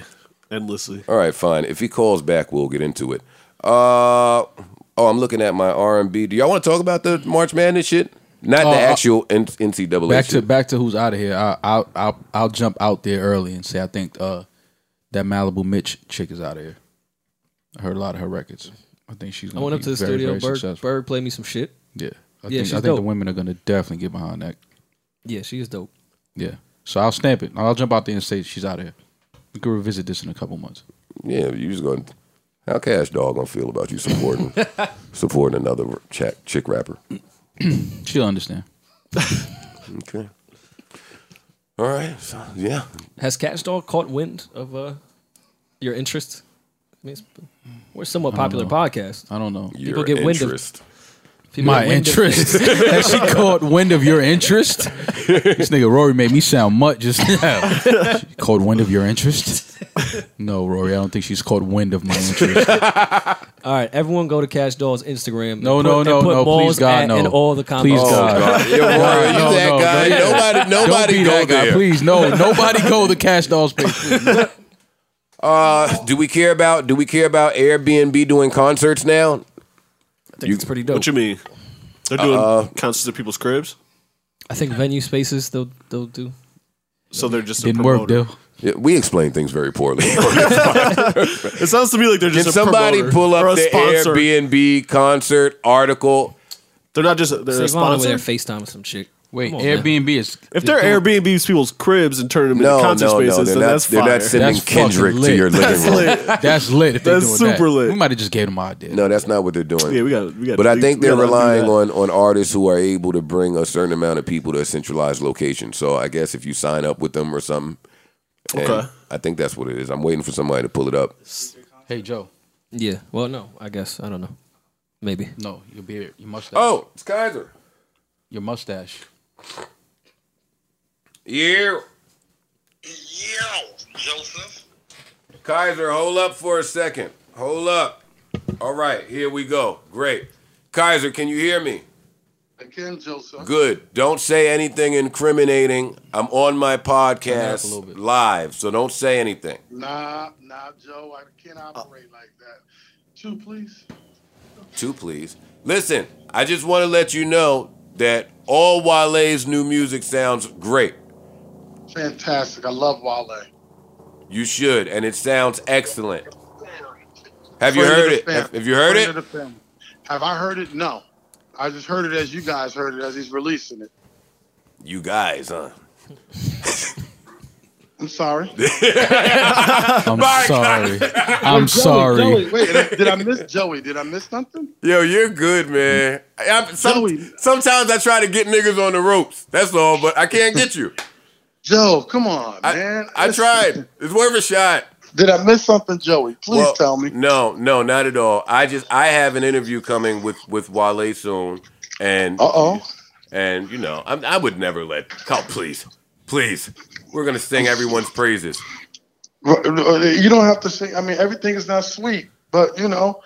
B: endlessly.
A: All right, fine. If he calls back, we'll get into it. Uh oh, I'm looking at my R and B. Do y'all want to talk about the March Madness shit? Not
D: Uh,
A: the
D: uh,
A: actual N- NCAA.
D: back to
A: shit.
D: back to who's out of here. I, I'll I'll I'll jump out there early and say I think uh, that Malibu Mitch chick is out of here. I heard a lot of her records. I think she's.
C: I
D: Gonna
C: went up
D: be
C: to the
D: very,
C: studio.
D: Very
C: Bird,
D: successful.
C: Bird played me some shit.
D: Yeah, I
C: Yeah,
D: think
C: she's
D: I think
C: dope.
D: the women are gonna definitely get behind that.
C: Yeah, she is dope.
D: Yeah, so I'll snap it. I'll jump out there and say she's out of here. We could revisit this in a couple months.
A: Yeah, you just going. to How Cash Dog gonna feel about you supporting supporting another chick, chick rapper?
D: She'll understand.
A: Okay. All right. So, yeah.
C: Has Catch Dog caught wind of uh, your interest? I mean, it's, we're a somewhat popular podcast.
D: I don't know.
A: Your
C: get wind of-
A: interest.
C: People
D: My
C: get wind of-
D: interest. Has she caught wind of your interest? This nigga Rory made me sound mutt just now. She caught wind of your interest? No, Rory, I don't think she's caught wind of my interest.
C: All right, everyone go to Cash Doll's Instagram. and
D: No,
C: put-
D: no,
C: and
D: no,
C: put
D: no,
C: Mars
D: please, God,
C: at
D: no.
C: In all the comments.
D: Please, God.
A: Oh, You're right.
D: No,
A: you that
D: no,
A: guy.
D: no,
A: Nobody,
D: Don't
A: nobody
D: be
A: go
D: that guy,
A: there.
D: please. No, nobody go to Cash Dolls page. please.
A: Uh, do we care about? Do we care about Airbnb doing concerts now?
C: I think it's pretty dope.
B: What you mean? They're doing
A: Uh,
B: concerts at people's cribs,
C: I think venue spaces they'll they'll do.
B: so they're just
D: Didn't
B: a
D: work,
B: promoter.
D: Dill.
A: Yeah, we explain things very poorly.
B: It sounds to me like they're
A: Can
B: just a
A: somebody
B: promoter
A: pull
B: or
A: up
B: a
A: the
B: sponsor.
A: Airbnb concert article?
B: They're not just they're a
C: Savon went with
B: sponsor.
C: their FaceTime with some chick.
D: Wait,
C: Come on, man.
D: Airbnb is.
B: If they're Airbnb's people's cribs and turning them
A: No,
B: into
A: no,
B: concert
A: Oh, no. They're
B: spaces,
A: not.
B: then that's
A: they're
B: fire.
A: not sending
D: That's fucking
A: Kendrick to
D: lit.
A: your living room.
D: That's lit. If they're
B: That's
D: doing that.
B: super lit.
D: We might have just gave them our idea.
A: No, that's not what they're doing.
B: Yeah, we got. We got.
A: But I
B: we-
A: think
B: we
A: they're
B: gotta do
A: relying
B: that.
A: on on artists who are able to bring a certain amount of people to a centralized location. So I guess if you sign up with them or something, and
B: Okay.
A: I think that's what it is. I'm waiting for somebody to pull it up.
D: Hey, Joe.
C: Yeah. Well, no, I guess I don't know. Maybe.
D: No, your beard, your mustache.
A: Oh, it's Kaiser.
D: Your mustache.
A: Yeah,
G: Yo, Joseph.
A: Kaiser, hold up for a second. Hold up. All right, here we go. Great. Kaiser, can you hear me?
G: Again, Joseph.
A: Good. Don't say anything incriminating. I'm on my
D: a little
A: podcast
D: bit.
A: live, so don't say anything.
G: Nah, nah, Joe. I can't operate like that. Two, please.
A: Two, please. Listen, I just want to let you know that all Wale's new music sounds great.
G: Fantastic. I love Wale.
A: You should, and it sounds excellent. Have you heard it? Have, have you heard it?
G: Have I heard it? No. I just heard it as you guys heard it as he's releasing it.
A: You guys, huh?
G: I'm sorry.
D: I'm sorry. I'm sorry.
G: Wait, did I- did I miss Joey? Did I miss something?
A: Yo, you're good, man. I, I-
G: Joey.
A: some, sometimes I try to get niggas on the ropes. That's all, but I can't get you.
G: Joe, come on,
A: I,
G: man.
A: I tried. It's worth a shot.
G: Did I miss something, Joey? Please
A: Well,
G: tell me.
A: No, no, not at all. I just I have an interview coming with with Wale soon, and
G: Uh oh.
A: And you know, I'm, I would never let. Come, please, please. We're gonna sing everyone's praises.
G: uh, You don't have to say. I mean, everything is not sweet, but you know,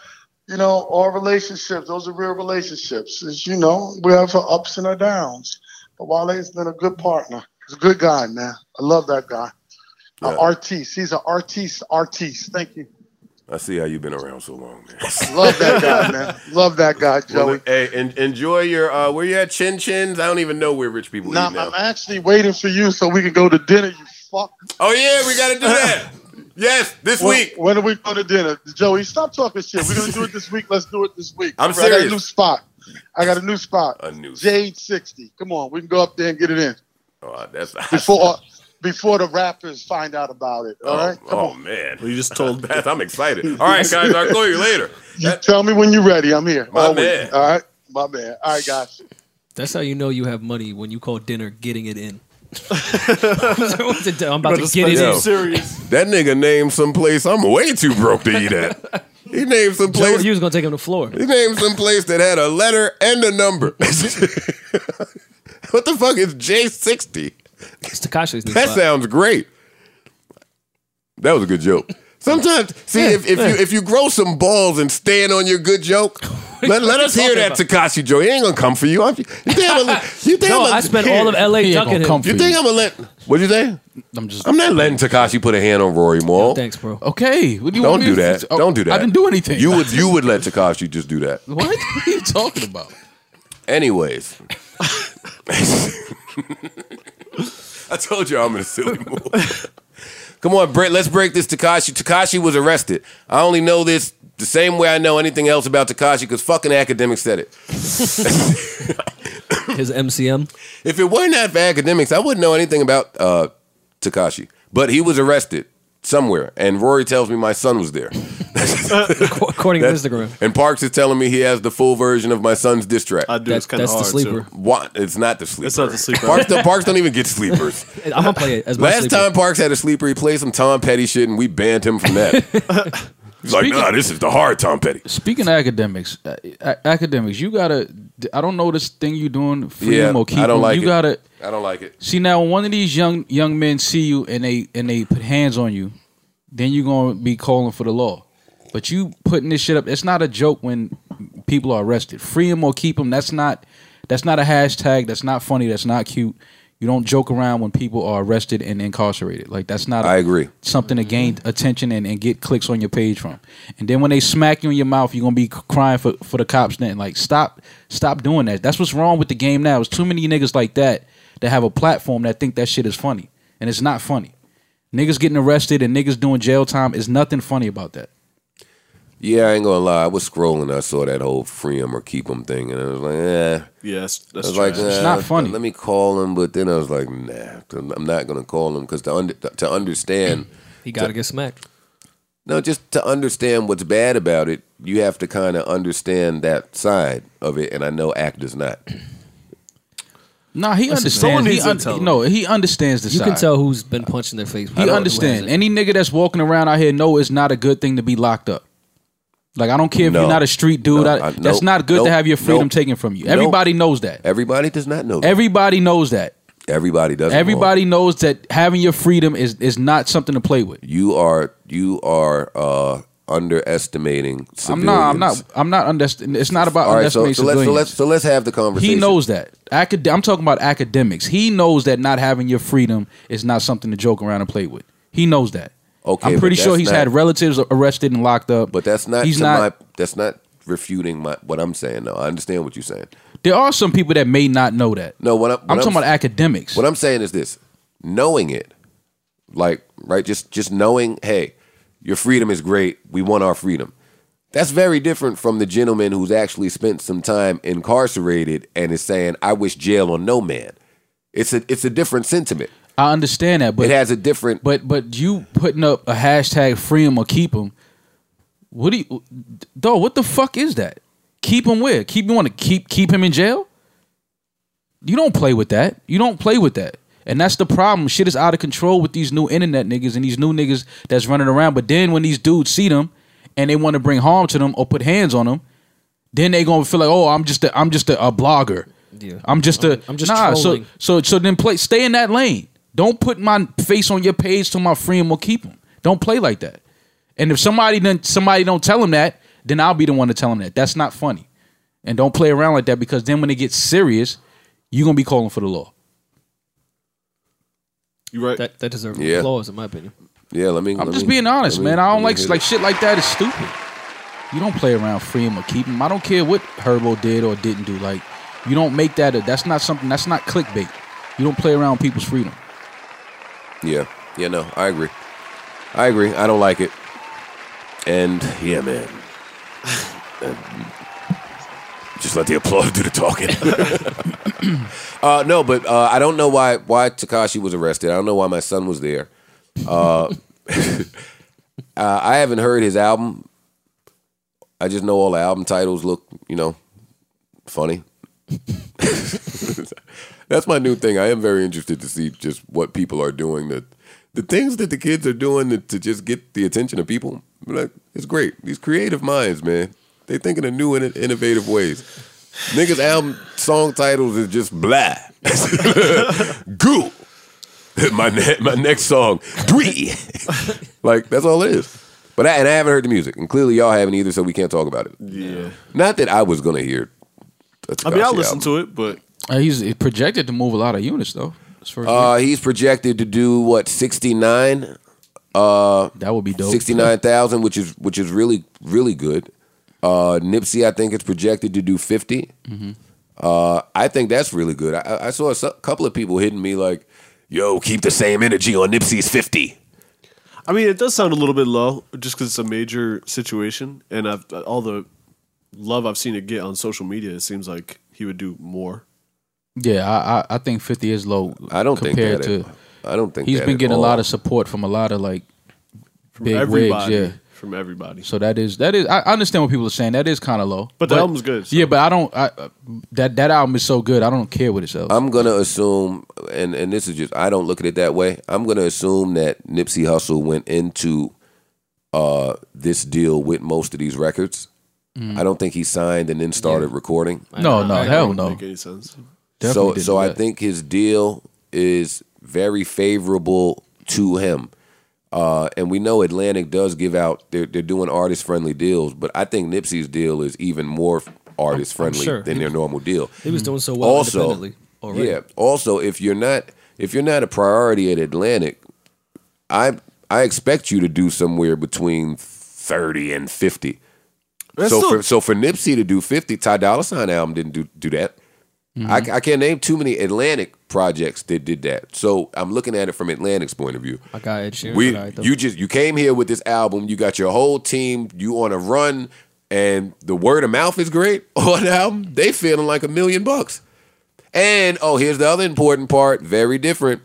G: you know, all relationships. Those are real relationships. As you know, we have our ups and our downs. But Wale's been a good partner. He's a good guy, man. I love that guy. An
A: Yeah.
G: artiste. He's an artiste. Artiste. Thank you.
A: I see how you've been around so long, man.
G: Love that guy, man. Love that guy, Joey.
A: Well, hey, en- enjoy your. Uh, where you at, Chin Chins? I don't even know where rich people
G: Nah,
A: eat now.
G: I'm actually waiting for you so we can go to dinner. You fuck.
A: Oh yeah, we gotta do that. yes, this
G: When,
A: week.
G: when are we going to dinner? Joey, stop talking shit. We're going to do it this week. Let's do it this week.
A: I'm
G: Bro, I got a
A: serious.
G: new spot. I got a new spot.
A: A new-
G: Jade 60. Come on. We can go up there and get it in
A: Oh, that's
G: before uh, before the rappers find out about it. All
A: Oh,
G: right? Come
A: oh,
G: on.
A: man,
B: You just told
A: Beth, I'm excited. All right, guys, I'll call you later.
G: You tell me when you're ready. I'm here.
A: My
G: All week.
A: man.
G: All right? My man. All right, guys.
C: That's how you know you have money when you call dinner getting it in. What's it do? I'm about to get it
A: spend
C: in.
A: some That nigga named some place I'm way too broke to eat at. He named some
C: Joe, you was gonna take him to floor.
A: He named some place that had a letter and a number. what the fuck is J60?
C: It's Takashi's new
A: That
C: spot.
A: sounds great. That was a good joke. Sometimes, see, if, if you if you grow some balls and stand on your good joke, let, let us hear that
C: talking
A: Takashi joke. He ain't gonna come for you. I'm, you think I'm gonna, you think
C: No,
A: I'm
C: I spent all of LA
D: He ain't
C: ducking
D: gonna
C: him.
D: come
A: you
D: for
A: think
D: you.
A: I'm gonna let? What'd you say?
D: I'm just
A: I'm not letting Takashi put a hand on Rory Mall.
C: Thanks, bro.
D: okay. What do you
A: Don't
D: want me
A: do
D: to-
A: that.
D: Oh,
A: Don't do that.
D: I didn't do anything.
A: You would you would let Takashi just do that.
D: What? what are you talking about?
A: Anyways, I told you I'm in a silly mood. Come on, Brett, let's break this Takashi. Takashi was arrested. I only know this the same way I know anything else about Takashi because fucking academics said it.
C: His MCM.
A: If it weren't not for academics, I wouldn't know anything about uh, Takashi. But he was arrested somewhere, and Rory tells me my son was there.
C: Ac- According to Instagram.
A: and Parks is telling me he has the full version of my son's diss track.
B: I do.
C: That-
B: it's kind of
C: that's the
B: hard.
C: sleeper.
B: Too.
A: What? It's not the sleeper.
B: It's not the sleeper.
A: Parks, don't, Parks don't even get sleepers.
C: I'm gonna play it as my
A: Last
C: sleeper.
A: time Parks had a sleeper, he played some Tom Petty shit, and we banned him from that. He's like, nah, this is the hard Tom Petty.
D: Speaking of academics, uh, a- academics, you gotta. I don't know this thing you doing,
A: Yeah,
D: freedom or keep
A: I don't
D: them.
A: like
D: You
A: it.
D: gotta
A: I don't like it.
D: see now. When one of these young young men see you and they and they put hands on you, then you're gonna be calling for the law. But you putting this shit up. It's not a joke when people are arrested. Free them or keep them. That's not. That's not a hashtag. That's not funny. That's not cute. You don't joke around when people are arrested and incarcerated. Like that's not. a-
A: I agree.
D: something to gain attention and, and get clicks on your page from. And then when they smack you in your mouth, you're gonna be c- crying for, for the cops. Then like stop stop doing that. That's what's wrong with the game now. It's too many niggas like that that have a platform that think that shit is funny, and it's not funny. Niggas getting arrested and niggas doing jail time is nothing funny about that.
A: Yeah, I ain't gonna lie. I was scrolling, I saw that whole free him or keep him thing, and I was like, eh.
B: Yeah, that's,
A: I
B: that's
A: was like,
B: trash.
A: nah,
D: not funny.
A: Let me call him, but then I was like, nah, I'm not gonna call him because to under, to understand,
C: He gotta get smacked.
A: no, just to understand what's bad about it, you have to kind of understand that side of it, and I know actors not.
D: Nah, he
B: someone
D: understands. He
B: needs to
D: un-
B: tell him.
D: no, he understands the
C: You
D: side.
C: can tell who's been punched in their face.
D: He understand. Any nigga that's walking around out here know it's not a good thing to be locked up. Like I don't care if
A: No.
D: you're not a street dude.
A: No,
D: I-
A: I-
D: that's
A: nope.
D: not good
A: Nope.
D: to have your freedom
A: Nope.
D: taken from you.
A: Nope.
D: Everybody knows that.
A: Everybody does not know. That.
D: Everybody knows that.
A: Everybody does.
D: Everybody knows that having your freedom is is not something to play with.
A: you are you are uh, underestimating. Civilians.
D: I'm not. I'm not. I'm not. Underst- it's not about
A: All right, so,
D: underestimating
A: so let's so
D: civilians.
A: let's so let's have the conversation.
D: he knows that. Acad- I'm talking about academics. He knows that not having your freedom is not something to joke around and play with. He knows that.
A: Okay,
D: I'm
A: but
D: pretty sure
A: that's
D: he's
A: not-
D: had relatives arrested and locked up.
A: but that's not.
D: He's
A: to
D: not.
A: My, that's not refuting my what I'm saying. No, I understand what you're saying.
D: There are some people that may not know that.
A: No, what I'm, what
D: I'm, talking about academics.
A: What I'm saying is this: knowing it, like right, just just knowing, hey, your freedom is great. We want our freedom. That's very different from the gentleman who's actually spent some time incarcerated and is saying, "I wish jail on no man." It's a it's a different sentiment.
D: I understand that, but
A: it has a different.
D: but but you putting up a hashtag free him or keep him. What do you, though? What the fuck is that? Keep him where? Keep you want to keep keep him in jail? You don't play with that. You don't play with that. And that's the problem. Shit is out of control with these new internet niggas and these new niggas that's running around. But then when these dudes see them and they want to bring harm to them or put hands on them, then they gonna feel like, oh, I'm just a, I'm just a, a blogger.
C: Yeah.
D: I'm just a
C: I'm just
D: nah.
C: trolling.
D: So so so then play stay in that lane. Don't put my face on your page till my friend will keep him. Don't play like that. And if somebody then somebody don't tell him that, then I'll be the one to tell him that. That's not funny. And don't play around like that because then when it gets serious, you're gonna be calling for the law.
B: you right.
C: That that deserves
A: Yeah.
C: applause, in my opinion.
A: yeah, let me.
D: I'm
A: let
D: just
A: me-
D: being honest,
A: let me-
D: man. I
A: let
D: don't
A: me
D: like
A: hit
D: like
A: it.
D: shit like that is stupid. You don't play around free him or keep him. I don't care what Herbo did or didn't do. Like you don't make that a, that's not something that's not clickbait. You don't play around people's freedom.
A: Yeah, yeah. No, I agree. I agree. I don't like it. And yeah, man. And Just let the applause do the talking. uh, no, but uh, I don't know why why Takashi was arrested. I don't know why my son was there. Uh, uh, I haven't heard his album. I just know all the album titles look, you know, funny. That's my new thing. I am very interested to see just what people are doing. The the things that the kids are doing to, to just get the attention of people. Like it's great. These creative minds, man. They think in a new and innovative ways. Niggas album song titles is just blah. Goo. My ne- my next song, Dwee. like that's all it is. But I, and I haven't heard the music, and clearly y'all haven't either, so we can't talk about it.
B: yeah.
A: Not that I was gonna hear.
B: I mean, I listen to it, but
D: Uh, he's projected to move a lot of units though. As far as-
A: Uh, he's projected to do what 69,
D: that would be dope.
A: 69,000, which is which
C: Mm-hmm.
A: is really really good. Uh, Nipsey, I think, is projected to do 50 Uh, I think that's really good. I- I, I saw a su- couple of people hitting me like, "Yo, keep the same energy on Nipsey's 50.
B: I mean, it does sound a little bit low, just because it's a major situation, and I've all the love I've seen it get on social media. It seems like he would do more.
D: Yeah, I, I I think fifty is low.
A: I don't think
D: compared
A: that at-
D: to
A: I don't think
D: he's
A: that
D: been
A: at
D: getting a
A: all.
D: lot of support from a lot of like
B: From
D: big rigs.
B: everybody,
D: Yeah,
B: from everybody.
D: so that is that is I, I understand what people are saying. That is kind of low,
B: But the album's good, so-
D: Yeah, but I don't. I, uh, that that album is so good. I don't care what it sells.
A: I'm gonna assume, and and this is just I don't look at it that way. I'm gonna assume that Nipsey Hussle went into uh, this deal with most of these records. I don't think he signed and then started recording.
D: Mm. no, no, hell
B: Wouldn't
D: no.
B: make any sense.
D: Definitely
A: so
D: didn't
A: so
D: do
A: I
D: that.
A: think his deal is very favorable to him. Uh, and we know Atlantic does give out they're they're doing artist friendly deals, but I think Nipsey's deal is even more artist friendly
C: sure.
A: than their normal deal.
C: He was doing so well
A: also,
C: independently already.
A: yeah. Also, if you're not if you're not a priority at Atlantic, I I expect you to do somewhere between thirty and fifty.
B: That's
A: so
B: still-
A: for so for Nipsey to do fifty, Ty Dolla Sign album didn't do do that. I, I can't name too many Atlantic projects that did that. So I'm looking at it from Atlantic's point of view.
C: My guy Ed Sheeran.
A: We,
C: died, though.
A: you just you came here with this album. You got your whole team. You on a run, and the word of mouth is great on the album. They feeling like a million bucks. And oh, here's the other important part. Very different.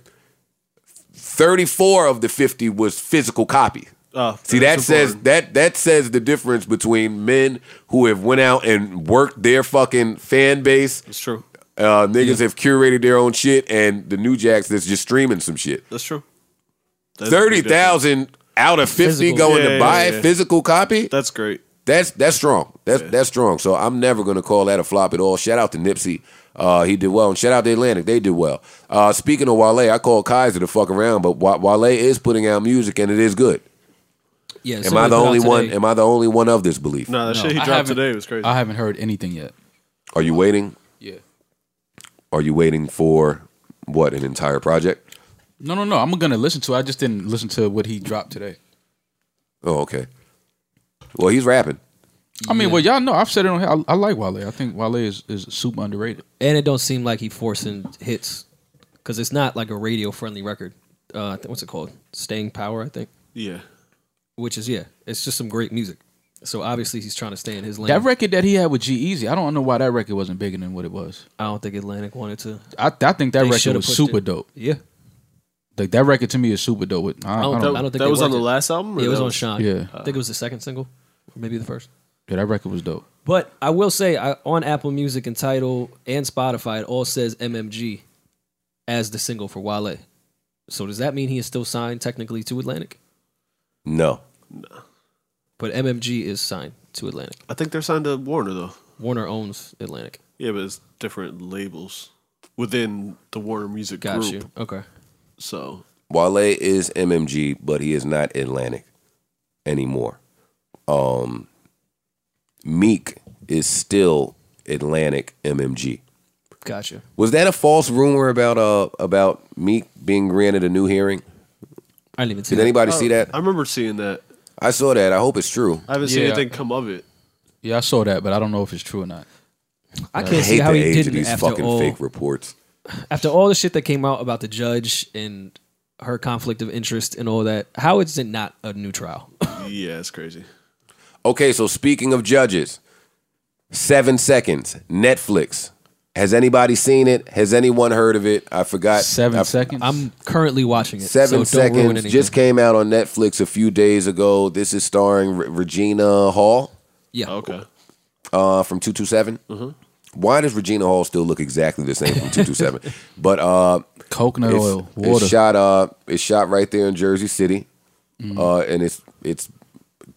A: Thirty-four of the fifty was physical copy.
B: Uh,
A: See that
B: that's
A: says
B: important.
A: that that says the difference between men who have went out and worked their fucking fan base.
B: That's true.
A: Uh, niggas have curated their own shit, and the new jacks that's just streaming some shit.
B: That's true. That's a
A: Thirty
B: big difference.
A: thousand out of fifty
C: Physical.
A: going
B: Yeah,
A: to
B: yeah,
A: buy
B: yeah.
A: physical copy.
B: That's great.
A: That's that's strong. That's that's strong. So I'm never gonna call that a flop at all. Shout out to Nipsey. Uh, he did well, and shout out to Atlantic. They did well. Uh, speaking of Wale, I called Kaiser to fuck around, but Wa- Wale is putting out music, and it is good.
C: yeah,
A: Am I
C: somebody
A: the
C: put out
A: only one?
C: today-
A: Am I the only one of this belief?
B: No, that
D: No,
B: shit he
D: I
B: dropped
D: haven't-
B: today was crazy.
D: I haven't heard anything yet.
A: Are you waiting?
D: Yeah.
A: Are you waiting for what an entire project?
D: No, no, no. I'm gonna listen to. it. I just didn't listen to what he dropped today.
A: Oh, okay. Well, he's rapping.
D: I mean, well, y'all know I've said it on here. I, I like Wale. I think Wale is, is super underrated.
C: and it don't seem like he forcing hits because it's not like a radio friendly record. Uh, I think- what's it called? Staying Power, I think.
B: yeah.
C: Which is yeah, it's just some great music. So obviously he's trying to stay in his lane.
D: That record that he had with G Easy, I don't know why that record wasn't bigger than what it was.
C: I don't think Atlantic wanted to.
D: I, I think that
C: They
D: record
C: shoulda
D: was
C: pushed
D: super
C: it.
D: dope.
C: Yeah,
D: Like that record to me is super dope. I, I
C: I don't,
D: don't,
C: I don't think
B: That
C: they
B: was on the
C: worked it.
B: last album. or
C: Yeah, it was
B: that Uh,
C: on Shine.
D: uh, Yeah.
C: I think it was the second single, or maybe the first.
D: yeah, that record was dope.
C: But I will say, I, on Apple Music and Title and Spotify, it all says MMG as the single for Wale. So does that mean he is still signed technically to Atlantic?
A: No,
C: But MMG is signed to Atlantic.
B: I think they're signed to Warner though.
C: Warner owns Atlantic.
B: Yeah, but it's different labels within the Warner Music
C: Got
B: group.
C: you. Okay.
B: So
A: Wale is MMG, but he is not Atlantic anymore. Um, Meek is still Atlantic MMG.
C: Gotcha.
A: Was that a false rumor about uh about Meek being granted a new hearing?
C: I didn't even see
A: Did
C: that.
A: anybody see that?
B: I remember seeing that.
A: I saw that. I hope it's true.
B: Oh. I haven't seen
D: Yeah.
B: anything come of it.
D: Yeah, I saw that, but I don't know if it's true or not.
C: I
A: I
C: can't see
A: hate
C: how
A: the
C: he
A: age of
C: didn't
A: these
C: after
A: fucking
C: all,
A: fake reports.
C: after all the shit that came out about the judge and her conflict of interest and all that. How is it not a new trial?
B: Yeah, it's crazy.
A: Okay, so speaking of judges, seven seconds. Netflix. Has anybody seen it? Has anyone heard of it? I forgot.
D: Seven
A: I-
D: seconds.
C: I'm currently watching it.
A: Seven
C: so don't ruin
A: seconds
C: anything.
A: just came out on Netflix a few days ago. This is starring Re- Regina Hall
C: yeah.
B: Oh, Okay.
A: uh, from Two Two Seven.
C: Mm-hmm.
A: Why does Regina Hall still look exactly the same from Two Two Seven? But uh,
D: coconut
A: it's,
D: oil,
A: it's
D: water.
A: shot. Uh, it's shot right there in Jersey City,
C: Mm.
A: uh, and it's it's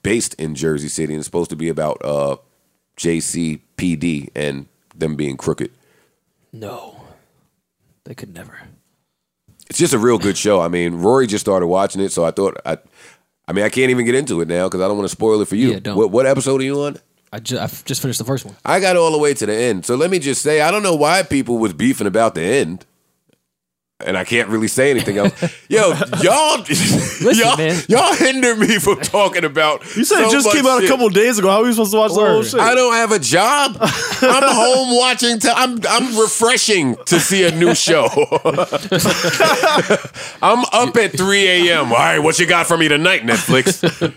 A: based in Jersey City and it's supposed to be about uh, JCPD and them being crooked.
C: No. They could never.
A: It's just a real good show. I mean, Rory just started watching it, so I thought I. I mean, I can't even get into it now because I don't want to spoil it for you.
C: Yeah, don't.
A: What, what episode are you on?
C: I just, I just finished the first one.
A: I got all the way to the end. So let me just say, I don't know why people was beefing about the end. and I can't really say anything else. Yo, y'all, y'all,
C: man.
A: y'all hinder me from talking about.
B: You said
A: so
B: it just
A: much
B: came out
A: shit.
B: a couple days ago. How are we supposed to watch the whole
C: Word.
B: shit?
A: I don't have a job. I'm home watching. Te- I'm I'm refreshing to see a new show. I'm up at 3 a.m. All right, what you got for me tonight, Netflix?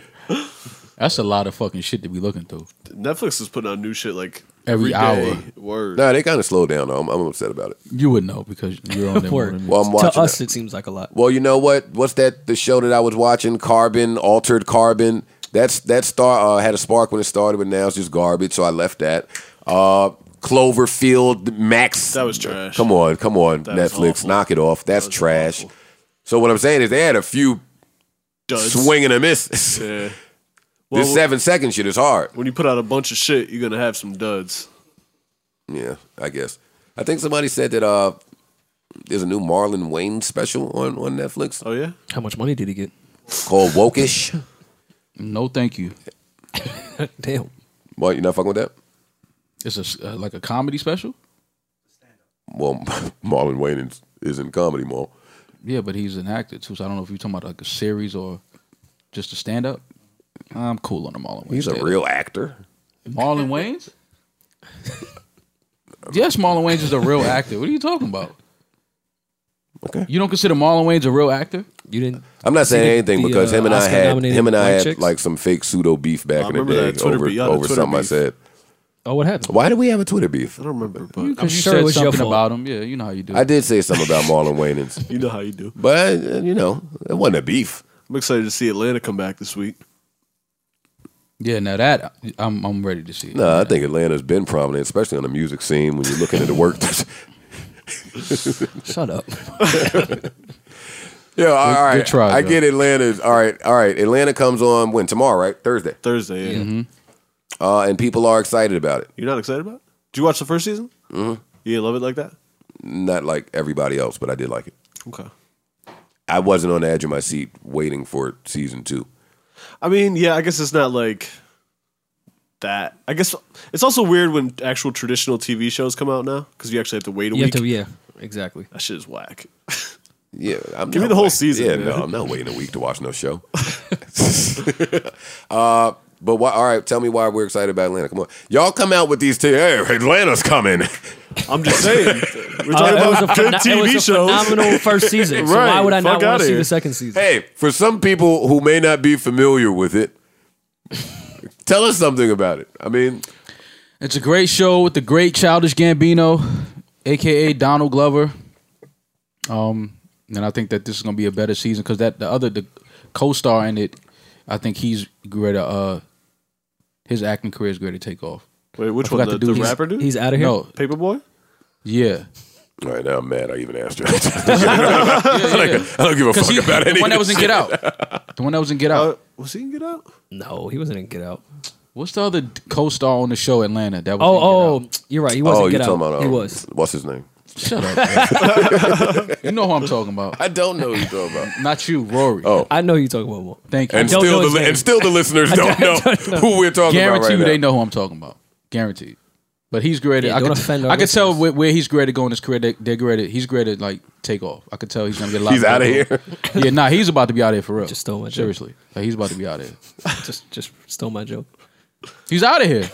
D: That's a lot of fucking shit to be looking through.
B: Netflix is putting out new shit like
D: Every
B: day.
D: hour.
B: Word.
A: nah, they kind of slowed down. Though. I'm, I'm upset about it.
D: You would know because you're on there. more
C: Word.
D: than me.
A: Well, I'm watching.
C: to us,
A: that.
C: it seems like a lot.
A: Well, you know what? What's that? The show that I was watching, Carbon, Altered Carbon. That's that star uh, had a spark when it started, but now it's just garbage. So I left that. Uh, Cloverfield Max.
B: That was trash.
A: Come on, come on,
B: That was
A: Netflix,
B: awful.
A: knock it off. That's
B: was
A: trash.
B: awful.
A: So what I'm saying is they had a few
B: Duds.
A: swing and a miss.
B: Yeah. Well,
A: this seven second shit is hard.
B: when you put out a bunch of shit, you're gonna have some duds.
A: Yeah, I guess. I think somebody said that uh, there's a new Marlon Wayne special on, on Netflix
B: Oh yeah.
C: How much money did he get?
A: called Wokish.
D: No, thank you.
C: Damn.
A: Well, you not fucking with that?
D: It's a s- uh, like a comedy special.
A: Well, Marlon Wayne is, is in comedy, Marl.
D: Yeah, but he's an actor too. So I don't know if you're talking about like a series or just a stand up. I'm cool on the Marlon Wayans.
A: He's a
D: stand-up.
A: real actor.
D: Marlon Wayans. yes, Marlon Wayans is a real actor. What are you talking about?
A: Okay.
D: You don't consider Marlon Wayans a real actor?
C: You didn't.
A: I'm not saying
C: the-
A: anything
C: the,
A: because
C: uh,
A: him and I had
C: Oscar-nominated
A: him and I
C: Black
A: had
C: Chicks?
A: like some fake pseudo beef back
B: I
A: in the
B: remember
A: day
B: that Twitter
A: over,
B: beef. Y'all had a
A: over
B: Twitter
A: something I
B: beef.
A: said.
C: Oh, what happened?
A: Why do we have a Twitter beef?
B: I don't remember, but
D: Because you
C: sure it
D: said
C: was your
D: something
C: fault.
D: about him. Yeah, you know how you do.
A: I did say something about Marlon Wayans,
B: you know how you do.
A: but uh, you know it wasn't a beef.
B: I'm excited to see Atlanta come back this week.
D: Yeah, now that I'm I'm ready to see. It.
A: No, I think Atlanta's been prominent, especially on the music scene. When you're looking at the work, that's-
C: Shut up.
A: yeah, all right.
D: good try,
A: I
D: Joe.
A: get Atlanta's. All right, all right. Atlanta comes on when tomorrow, right? Thursday,
B: Thursday. Yeah.
D: Mm-hmm.
A: uh, and people are excited about it.
B: You're not excited about? it? Did you watch the first season? Mm-hmm. You didn't love it like that?
A: Not like everybody else, but I did like it.
B: Okay.
A: I wasn't on the edge of my seat waiting for season two.
B: I mean, yeah, I guess it's not like that. I guess it's also weird when actual traditional TV shows come out now because you actually have to wait a
C: You have
B: week.
C: to, yeah, exactly.
B: that shit is whack.
A: Yeah, I'm
B: Give me
A: not
B: the whole
A: wait-
B: season,
A: Yeah,
B: man.
A: no, I'm not waiting a week to watch no show. uh, but why? All right, tell me why we're excited about Atlanta. Come on, y'all come out with these two. Hey, Atlanta's coming.
B: I'm just saying. We're
C: Uh,
B: talking about good
C: pheno-
B: TV
C: it was a
B: shows.
C: phenomenal first season. So
B: Right,
C: why would I not
B: fuck
C: want
B: outta
C: to see
B: here.
C: the second season?
A: hey, for some people who may not be familiar with it, tell us something about it. I mean,
D: It's a great show with the great Childish Gambino, aka Donald Glover. Um, and I think that this is gonna be a better season because that the other the co-star in it, I think he's greater. Uh, his acting career is greater to take off.
B: Wait, which
D: I
B: one?
D: forgot
B: The,
D: to
B: the
D: do this.
B: rapper dude?
C: He's out of here.
D: No,
B: Paperboy?
D: yeah,
A: all right now I'm mad. I even asked you. I don't give a fuck
D: because he
A: about any
D: the one that
A: of
D: was in
A: this
D: Get Out, the one that was in Get Out.
B: Uh, was he in Get Out?
C: No, he wasn't in Get Out.
D: What's the other co-star on the show Atlanta? That was in
C: Oh,
D: Get Out?
C: oh, you're right. He
A: shit.
C: wasn't
A: Oh, you
C: Get Out.
A: talking about? uh,
C: he was.
A: What's his name?
D: Shut up. man. you know who I'm talking about.
A: I don't know who you're talking about.
D: Not you, Rory.
A: Oh.
C: I know you talking about more.
D: Thank you.
A: And
C: don't know
A: still,
C: his
A: the,
C: name.
A: and still, the listeners don't, know, who we're talking
D: Guarantee
A: about right
D: you
A: now.
D: they know who I'm talking about. Guaranteed. But he's graded.
C: Yeah,
D: I
C: don't
D: could,
C: offend our
D: I could tell
C: listeners.
D: where, where he's graded going his career. They, they're graded. He's graded like take off. I could tell he's gonna get a lot.
A: He's
D: of
A: outta
D: people. yeah, nah, he's about to be out here for real.
C: Just stole my joke.
D: Seriously, like, he's about to be out here.
C: Just, just stole my joke.
D: He's out of here.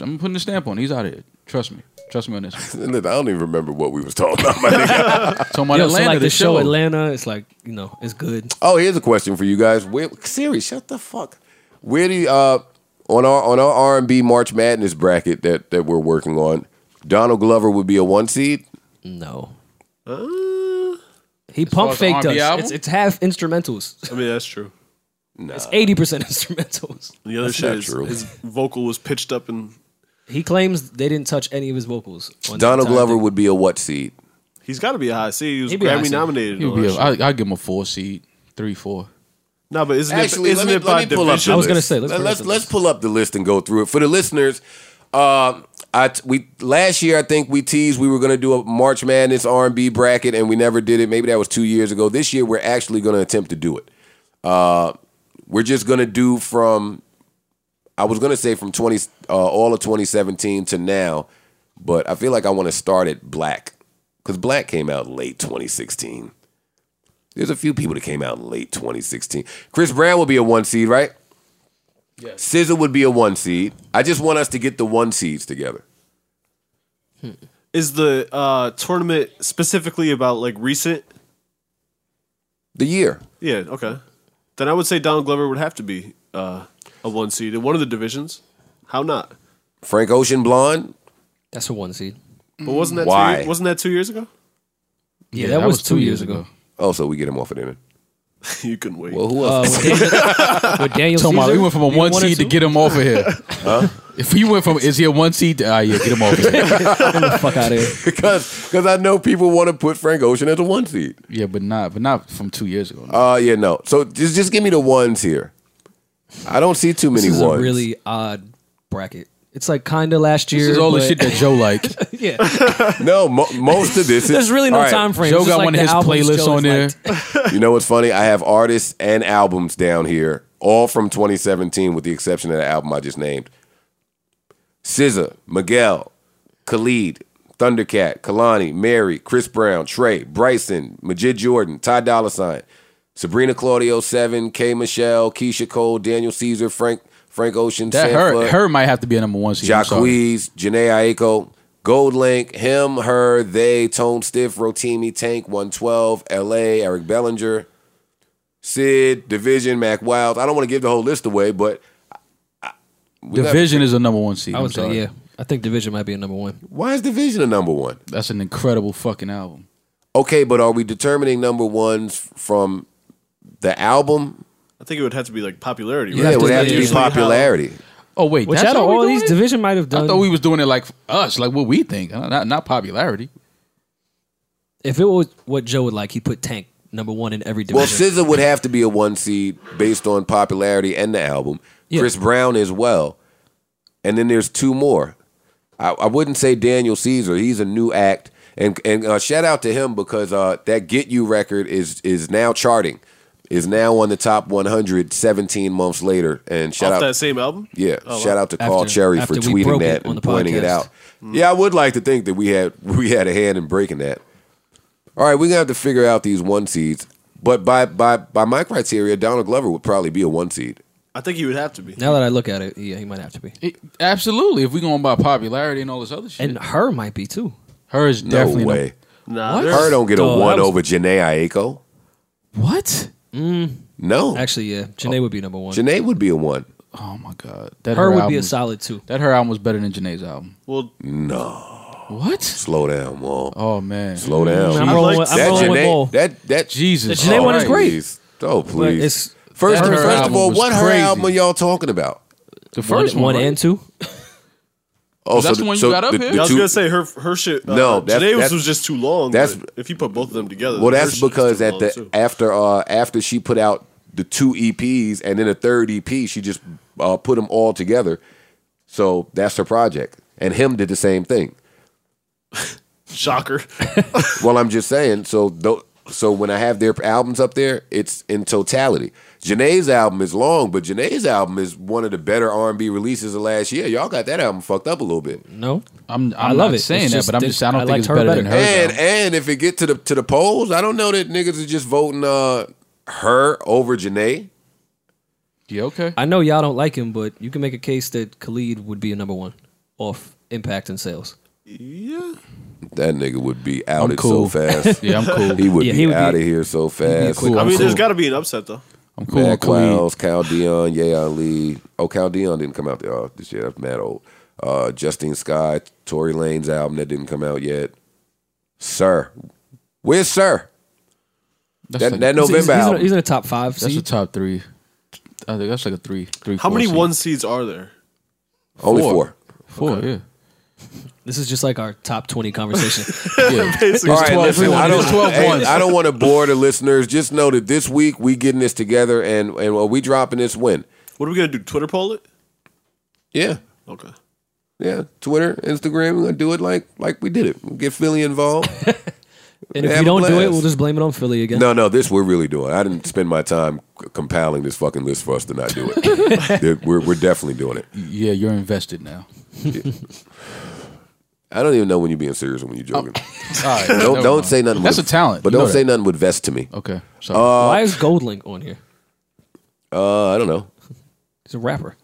D: I'm putting a stamp on. it. He's out of here. Trust me. Trust me on this. One.
A: I don't even remember what we was talking about. My nigga.
D: So about
C: Yo,
D: Atlanta,
C: so like
D: the
C: the show
D: show.
C: Atlanta, it's like you know, it's good.
A: oh, here's a question for you guys. Where, Siri, shut the fuck. Where do you, uh on our on our R and B March Madness bracket that that we're working on? Donald Glover would be a one seed.
C: No, he pump
D: Uh, as
C: faked us.
D: R&B album?
C: It's, it's half instrumentals.
B: I mean, that's true.
D: Uh,
C: It's eighty percent instrumentals.
B: The other
A: That's
B: shit
A: not
B: is
A: true.
B: his vocal was pitched up and
C: He claims they didn't touch any of his vocals. on the
A: Donald
C: entire
A: Glover
C: thing.
A: would be a what seed?
B: he's got to be a high C. He was
C: He'd be a high
B: Grammy
C: seed.
B: nominated.
D: He'll
B: No,
D: be a, I, I'll give him a four seed, three, four.
B: nah, but isn't
A: Actually,
B: it, isn't
A: let me,
B: it by
A: let me pull up.
B: division?
A: The
C: I was gonna
A: list.
C: say, let's
A: Let-
C: pull up
A: let's
C: the
A: let's
C: list.
A: pull up the list and go through it for the listeners. Uh, I t- we last year I think we teased we were gonna do a March Madness R and B bracket and we never did it. Maybe that was two years ago. This year we're actually gonna attempt to do it. Uh, we're just gonna do from I was gonna say from twenty uh, all of 2017 to now, but I feel like I want to start at Black because Black came out late 2016. There's a few people that came out late 2016. Chris Brown will be a one seed, right? Yes. Scissor would be a one seed. I just want us to get the one seeds together.
B: Is the uh, tournament specifically about like recent?
A: The year.
B: Yeah, okay. Then I would say Donald Glover would have to be uh, a one seed in one of the divisions. How not?
A: Frank Ocean Blonde.
C: That's a one seed.
B: But wasn't that
A: Why?
B: Two years, wasn't that two years ago?
C: Yeah, that, was, two years ago.
A: Oh, so we get him off of there.
B: you couldn't wait.
A: Well, who
C: Uh,
A: else?
C: with, with Daniel
D: Talking about,
C: Caesar,
D: we went from a
C: he
D: one
C: or
D: seed to
C: two?
D: get him off of here. If he went from is he a one seed? to- Ah, yeah, get him off. Of here.
C: the fuck out of here.
A: Because because I know people want to put Frank Ocean as a one seed.
D: Yeah, but not, but not from two years ago.
A: Uh yeah, no. So just just give me the ones here. I don't see too many
C: This is a
A: ones.
C: really odd bracket. It's like kinda last year.
D: this is all the
C: but-
D: shit that Joe like.
C: yeah.
A: no, mo- most of this. Is,
C: There's really no
A: All right,
C: time frame.
D: Joe
C: It's just
D: got
C: like
D: one of
C: the
D: his
C: albums
D: playlists
C: Joe
D: on
C: has
D: there.
C: liked.
A: You know what's funny? I have artists and albums down here, all from 2017, with the exception of the album I just named. SZA, Miguel, Khalid, Thundercat, Kalani, Mary, Chris Brown, Trey, Bryson, Majid Jordan, Ty Dolla Sign, Sabrina Claudio Seven, K Michelle, Keisha Cole, Daniel Caesar, Frank Frank Ocean,
D: That
A: Sam
D: her,
A: Foote.
D: her might have to be a number one seed. I'm sorry.
A: Jacquees, Janae Aiko, Gold Link, him, her, they, Tone Stiff, Rotimi, Tank, 112, LA, Eric Bellinger, Sid, Division, Mac Wild. I don't want to give the whole list away, but I, I, we got-
D: Division is a number one seed.
C: I
D: I'm
C: would
D: sorry.
C: say, yeah. I think Division might be a number one.
A: why is Division a number one?
D: That's an incredible fucking album.
A: Okay, but are we determining number ones from the album?
B: I think it would have to be like popularity.
C: You
A: Yeah,
B: right?
A: it
C: have
A: would
C: to-
A: have to be
B: Usually how-
A: popularity.
D: Oh wait,
C: Which
D: that's
C: out of
D: how we
C: all
D: do
C: these,
D: it?
C: Division might have done.
D: I thought we was doing it like us, like what we think, Uh, not not popularity.
C: if it was what Joe would like, he put Tank number one in every
A: Well,
C: division.
A: SZA would have to be a one seed based on popularity and the album.
C: Yeah.
A: Chris Brown as well, and then there's two more. I, I wouldn't say Daniel Caesar. He's a new act, and and uh, shout out to him because uh, that Get You record is is now charting, is now on the top 100 17 months later. And shout
B: Off
A: out,
B: that same album?
A: yeah,
B: Oh,
A: shout out to Carl
C: After-
A: Cherry for
C: after we
A: tweeting
C: broke it
A: that
C: on
A: and
C: the
A: pointing it
C: podcast.
A: out. Yeah, I would like to think that we had we had a hand in breaking that. All right, we're gonna have to figure out these one seeds. But by by by my criteria, Donald Glover would probably be a one seed.
B: I think he would have to be.
C: now that I look at it, yeah, he might have to be.
D: It- absolutely, if we going by popularity and all this other shit,
C: And her might be too.
D: hers
A: No
D: definitely no-
A: way.
B: Nah,
C: What?
B: there's-
A: Her don't get a
C: Duh, that
A: one
C: was-
A: over Janae Aiko.
D: What?
A: No,
C: Mm, Actually, yeah, Janae would be number one.
A: Oh. Janae would be a one.
D: Oh my god, that
C: her would be a
D: album-
C: solid two.
D: That her album was better than Janae's album.
B: Well,
A: No,
D: What?
A: slow down, mom.
D: Oh man,
A: Slow down.
C: I'm
B: I
C: rolling
B: like
C: with, I'm
A: that
C: rolling with Mo.
A: Janae, that that
D: Jesus,
C: The Janae
D: oh,
C: one is
D: right.
C: great.
A: please. Oh
C: But
A: please.
C: it's
A: first
D: that her
A: first of
D: album
A: all,
D: was
A: what her
D: crazy.
A: album are y'all talking about?
D: The first
C: one,
D: one,
C: one
D: right?
C: and two.
A: Oh,
D: That's the one you got up here?
B: I was
A: two-
B: gonna say her her shit. Uh,
A: No,
B: no,
A: that's-
B: today was,
A: that's-
B: was just uh, too long.
A: that's-
B: That's if you put both of them together.
A: Well,
B: her
A: that's
B: shit is
A: because
B: too
A: at
B: long,
A: the
B: too.
A: after uh after she put out the two EPs and then a third EP, she just uh, put them all together. So that's her project, and him did the same thing.
B: shocker.
A: Well, I'm just saying. So tho- so when I have their albums up there, it's in totality. Janae's album is long, but Janae's album is one of the better R&B releases of last year. Y'all got that album fucked up a little bit.
C: No,
D: I'm, I'm
C: I love
D: not
C: it.
D: saying
C: It's
D: that,
C: just
D: but I'm
C: that
D: just I don't
C: I
D: think
C: liked
D: it's
C: her
D: better,
C: better.
D: than hers.
A: And
D: album.
A: and if it get to the to the polls, I don't know that niggas are just voting uh her over Janae.
D: yeah, okay.
C: I know y'all don't like him, but you can make a case that Khalid would be a number one off impact and sales.
B: yeah,
A: That nigga would be outed
D: cool.
A: so fast.
D: Yeah, I'm cool.
A: He would
C: Yeah,
A: be
C: he would be-
A: out of here so fast.
D: cool-
B: I mean, there's
D: cool.
B: got to be an upset though.
D: I'm cool. with
A: Mac
D: Khalid.
A: Wiles, Cal Dion, Ye Ali. Oh, Cal Dion didn't come out there, oh, this year. That's mad old. Uh, Justine Sky, Tory Lane's album that didn't come out yet. Sir, where's Sir?
D: That's
A: That,
D: like-
A: that
C: He's-
A: November
C: he's, he's, in,
A: album.
C: a- he's in the top five.
D: That's a
C: seed.
D: top three. I think that's like a three, three.
B: How
D: four
B: many
D: seed.
B: one seeds are there?
A: Only
D: four.
A: four.
D: Four, yeah.
C: this is just like our top twenty conversation.
D: yeah.
B: Basically,
A: All right,
D: 12
A: listen,
D: everyone.
A: I don't,
D: There's 12
A: hey,
D: ones.
A: I don't want to bore the listeners. Just know that this week we getting this together, and and well, we dropping this win.
B: what are we gonna do? Twitter poll it?
A: Yeah,
B: Okay.
A: yeah. Twitter, Instagram, we're gonna do it like like we did it. We'll get Philly involved.
C: And if
A: Have a
C: we don't do
A: blast.
C: it, we'll just blame it on Philly again.
A: No, no, this we're really doing. I didn't spend my time c- compiling this fucking list for us to not do it. That- we're, we're definitely doing it.
D: yeah, you're invested now.
A: I don't even know when you're being serious and when you're joking.
D: Oh. All right,
A: don't
D: never
A: don't
D: mind.
A: say nothing.
D: That's
A: with
D: a talent.
A: but
D: You know
A: don't say
D: that.
A: nothing with vest to me.
D: Okay, sorry.
C: Why is Goldlink on here?
A: Uh, I don't know.
C: He's a rapper.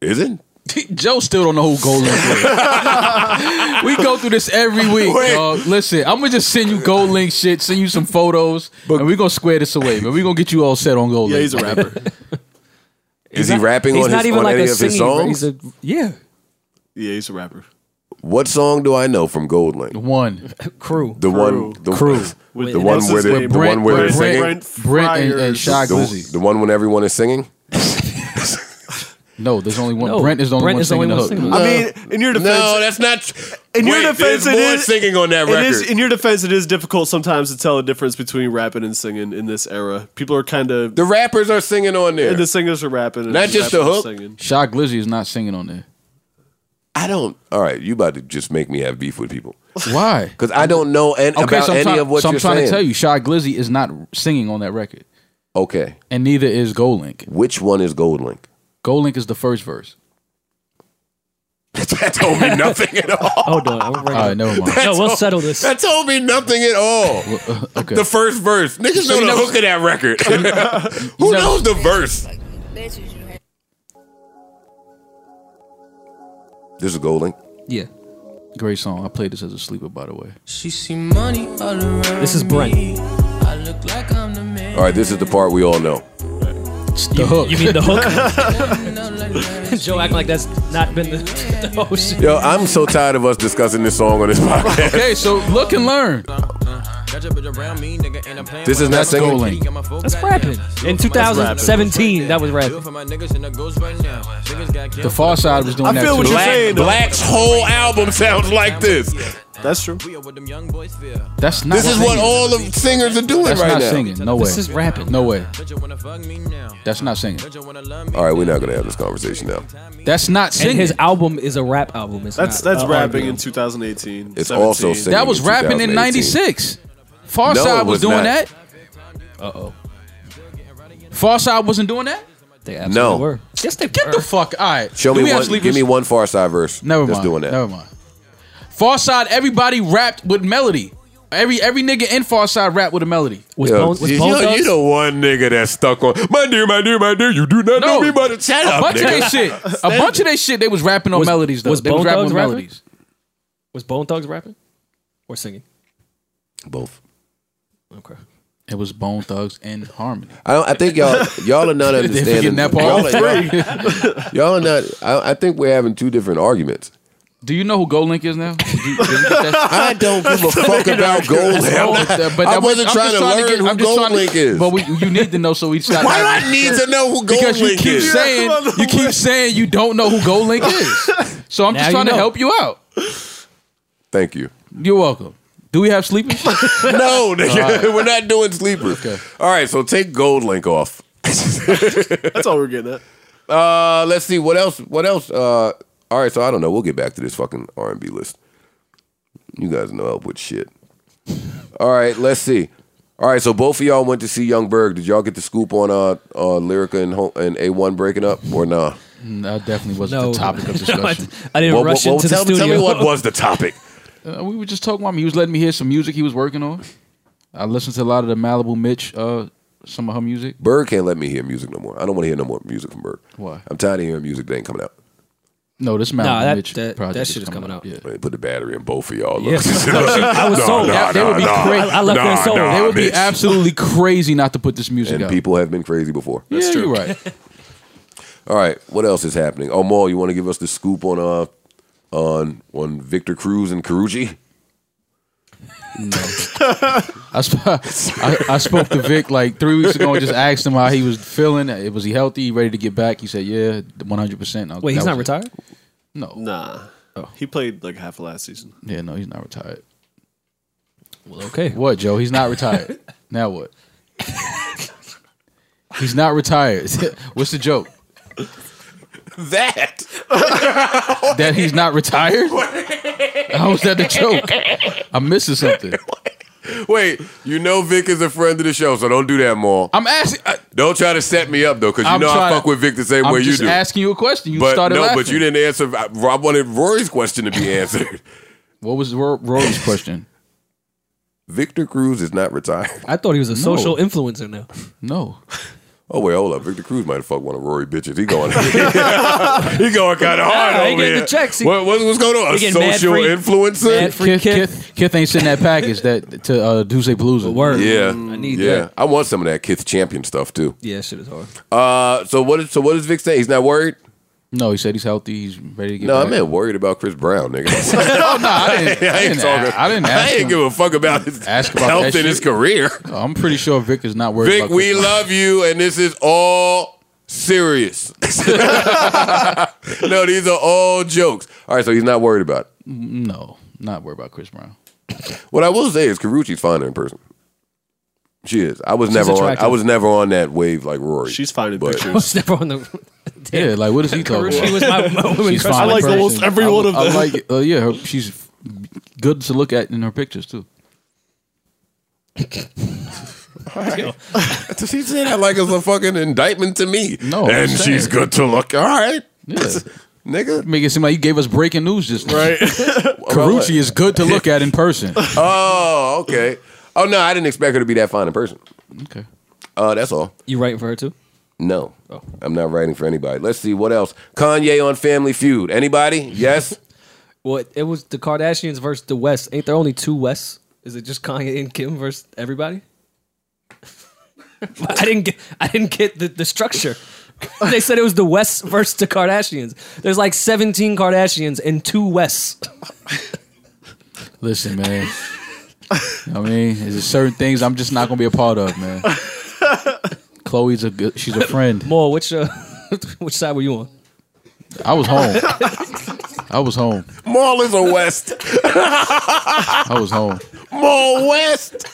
A: Is it?
D: Joe still don't know who Gold Link is. we go through this every week,
A: Wait.
D: dog. Listen, I'm gonna just send you Gold Link shit, send you some photos, and we're gonna square this away, man. We're gonna get you all set on Gold
B: Yeah,
D: Link.
B: he's a rapper.
A: Is he rapping
C: He's
A: on,
C: not
A: his,
C: even
A: on
C: like
A: any
C: a
A: of his
C: singing.
A: songs?
C: he's a- yeah,
B: yeah, he's a rapper.
A: what song do I know from Gold Link?
D: One
C: crew.
A: The one, the
D: Crew.
B: With
A: the
C: With-
A: one
B: what's
A: where
B: his
A: the,
B: name?
A: the one where they're
D: Brent-
A: singing,
B: Brent
D: Brent and-
B: Friars.
D: and Shy
A: the,
D: Glizzy.
A: the one when everyone is singing.
D: No, there's only one.
C: No,
D: Brent is the only
C: Brent
D: one
C: is the
D: singing
C: only
D: the
C: one
D: hook.
C: singing
B: I mean, in your defense,
A: not.
B: in your defense, it is
A: on that
B: It is in your defense. It is difficult sometimes to tell the difference between rapping and singing in this era. People are kind of
A: the rappers are singing on there.
B: and the singers are rapping, and
A: Not just the
B: rappers are
A: hook.
B: Singing.
D: Shy Glizzy is not singing on there.
A: I don't. All right, you about to just make me have beef with people
D: Why?
A: because I don't know an,
D: Okay,
A: about
D: so I'm,
A: any
D: try-
A: of what
D: so I'm
A: you're
D: trying
A: saying.
D: to tell you, Shy Glizzy is not singing on that record,
A: Okay,
D: and neither is Gold Link.
A: which one is Gold Link?
D: Gold Link is the first verse.
A: that told me nothing at all.
C: Hold on, Oh, I'm gonna bring
D: All right,
C: it up.
D: never mind.
C: No, we'll settle this.
A: That told me nothing at all.
D: uh, Okay,
A: The first verse, niggas know the hook of that record. Who
D: never-
A: knows the verse? This is Gold Link.
C: Yeah,
D: great song. I played this as a sleeper, by the way.
C: this is Brent.
A: All right, this is the part we all know.
D: It's the hook.
C: You mean the hook? Joe acting like that's not been the. Oh shit!
A: Yo, I'm so tired of us discussing this song on this podcast.
D: okay, so look and learn.
A: This is not
D: That's
A: singing.
D: Gold Link.
C: That's rapping. In 2017, that was rapping.
D: The far side was doing
B: I
D: that
B: feel
D: too.
B: what you're saying. though.
A: Black's whole album sounds like this.
B: That's true.
D: That's not.
A: This is what
D: singing.
A: all the singers are doing
D: That's
A: right
D: not
A: now.
D: singing. No way.
C: This is rapping.
D: No way. That's not singing.
A: All right, we're not gonna have this conversation now.
D: That's not
C: And
D: singing.
C: his album is a rap album. It's
B: That's
C: not
B: that's
C: a
B: rapping
C: R&B.
B: in 2018.
A: It's also
B: 17.
A: singing.
D: that was
A: in
D: rapping in
A: 2018.
D: '96. Far
A: No, it
D: side
A: was
D: was,
A: not.
D: doing that. Uh oh. Far side wasn't doing that.
C: They absolutely
A: No.
C: were. Yes, they
D: Get
C: were.
D: the fuck. All right.
A: Show
D: Do
A: me
D: we have
A: one.
D: Sleepers?
A: Give me one Far Side verse.
D: Never mind.
A: That's doing that.
D: Never mind. Far side. Everybody rapped with melody. Every every nigga in Far side rapped with a melody.
C: was
A: Yo,
C: Bone, was
A: you,
C: Bone
A: you-
C: Thugs-
A: you the one nigga that's stuck on my dear, my dear, my dear. You do not know
D: No.
A: me by the chat.
D: A
A: up,
D: bunch of
A: nigga.
D: they shit. A bunch of they shit. They was rapping on
C: Was-
D: melodies though.
C: was
D: they was
C: Bone
D: rapping
C: Thugs
D: on
C: rapping?
D: melodies.
C: was Bone Thugs rapping or singing?
A: Both.
C: Okay.
D: It was Bone Thugs and Harmony.
A: I, don't, I think y'all y'all are not understanding.
D: forgetting that
A: y'all,
D: part.
A: are, y'all, y'all are not. I, I think we're having two different arguments.
D: Do you know who Gold Link is now? Did you- did you get that shit?
A: I don't give a fuck about Gold Link. I'm not-
D: But
A: I
D: that-
A: wasn't
D: I'm
A: trying
D: just
A: to learn
D: get-
A: who
D: I'm just
A: Gold
D: trying to-
A: Link is.
D: But we, you need to know so we stop.
A: Why do
D: having-
A: I need to know who Gold
D: Because you
A: Link
D: keep
A: is?
D: saying you keep saying you don't know who Gold Link is. So I'm
C: Now
D: just
C: you
D: trying to
C: know.
D: help you out.
A: Thank you.
D: You're welcome. Do we have sleepers?
A: No, nigga, we're not doing sleepers. All right, so take Gold Link off.
B: That's all we're getting at.
A: Uh, let's see what else. What else? Uh, all right, so I don't know. We'll get back to this fucking R and B list. You guys know help with shit. All right, let's see. All right, so both of y'all went to see Young Berg. Did y'all get the scoop on uh, uh Lyrica and Ho- and A One breaking up or nah?
D: that definitely wasn't
C: No.
D: the topic of
C: No, I,
D: discussion.
C: I didn't
A: Well,
C: rush
A: well, well,
C: into
A: tell,
C: the
A: tell
C: studio.
A: me what was the topic.
D: Uh, we were just talking about him. He was letting me hear some music he was working on. I listened to a lot of the Malibu Mitch, uh, some of her music.
A: Berg can't let me hear music no more. I don't want to hear no more music from Berg.
D: Why?
A: I'm tired of hearing music that ain't coming out.
D: No, this Malibu
C: Nah, that-
D: Mitch
C: that-
D: project
C: that shit is coming out.
D: Yeah.
A: They put the battery in both of y'all.
C: Yes.
A: I
C: was sold.
D: That- they would be cra- I-
C: I left there sold.
D: They would be
A: bitch.
D: absolutely crazy not to put this music
A: And
D: out.
A: people have been crazy before.
D: yeah, you're right.
A: All right, what else is happening? Oh, Maul, you want to give us the scoop on uh on on Victor Cruz and Carucci?
D: I, sp- I, I spoke to Vic like three weeks ago and just asked him how he was feeling. Uh, Was he healthy? Ready to get back? He said, "Yeah, 100." percent
C: Wait, he's not retired. Oh.
D: No,
B: Nah, he played like half of last season.
D: yeah, no, he's not retired.
C: Well, okay.
D: What, Joe? He's not retired. now what? he's not retired. What's the joke?
A: That
D: That he's not retired? How was that the joke? I'm missing something.
A: wait, you know Vic is a friend of the show, so don't do that, Maul.
D: I'm asking. I,
A: Don't try to set me up though, because you
D: I'm
A: know I
D: trying
A: fuck
D: to-
A: with Vic the same
D: I'm
A: way
D: just
A: you do.
D: asking you a question. You
A: but
D: started
A: no,
D: laughing.
A: but you didn't answer. I, I wanted Rory's question to be answered.
D: What was Ro- Rory's question?
A: Victor Cruz is not retired.
C: I thought he was a social influencer now.
D: No.
A: Oh wait, hold up. Victor Cruz might have fucked one of Rory bitches. He going, he going kind of hard
C: Nah,
A: over
C: he getting
A: here.
C: the checks. He-
A: What, what- what's going on? A
C: he getting mad
A: social
C: free-
A: influencer?
C: mad Free
D: Kith,
C: Kith.
D: Kith, Kith ain't sending that package that to uh, Duze Palooza.
C: Word. Mm,
A: Yeah,
C: I need
A: yeah.
C: that.
A: I want some of that Kith Champion stuff too.
C: Yeah, shit is hard.
A: Uh, so what? Is, so what does Vic say? He's not worried.
D: No, he said he's healthy. He's ready to get.
A: No, I
D: back.
A: meant worried about Chris Brown, nigga.
D: Oh, no, I didn't. I,
A: I ain't
D: didn't
A: talking.
D: a- I didn't ask him.
A: give a fuck about his
D: Ask about
A: health
D: that
A: and his
D: shit.
A: career.
D: I'm pretty sure Vic is not worried.
A: Vic,
D: about
A: we
D: Chris Brown.
A: love you, and this is all serious. no, these are all jokes. All right, so he's not worried about it.
D: Mm, No, not worried about Chris Brown.
A: What I will say is, Karuchi's finer in person. She is. I was never on.
C: attractive.
A: I was never on that wave like Rory.
B: She's finding
A: But-
B: pictures.
C: Step on the. Damn.
D: Yeah, like what is he talking
C: She
D: about?
C: was my woman.
D: She's fine
B: I like
D: in person.
B: almost every
D: I-
B: one of
D: I
B: them.
D: like, uh, yeah, her, she's good to look at in her pictures too.
A: she said that like it's a fucking indictment to me.
D: No, I'm
A: and
D: saying.
A: she's good to look. All right,
D: Yeah.
A: nigga.
D: Make it seem like you gave us breaking news just now.
B: Right?
D: Carucci is good to look at in person.
A: Oh, okay. Oh no, I didn't expect her to be that fine in person.
D: Okay.
A: Uh, that's all.
C: You writing for her too?
A: No,
D: Oh.
A: I'm not writing for anybody. Let's see what else. Kanye on Family Feud. Anybody? Yes.
C: Well, it- it was the Kardashians versus the West. Ain't there only two Wests? Is it just Kanye and Kim versus everybody? I didn't get. I didn't get the, the structure. they said it was the West versus the Kardashians. There's like 17 Kardashians and two Wests.
D: Listen, man. I mean, there's certain things I'm just not gonna be a part of, man. Chloe's a good. She's a friend.
C: More, which uh, which side were you on?
D: I was home. I was home.
A: Mall is a West.
D: I was home.
A: Mall West.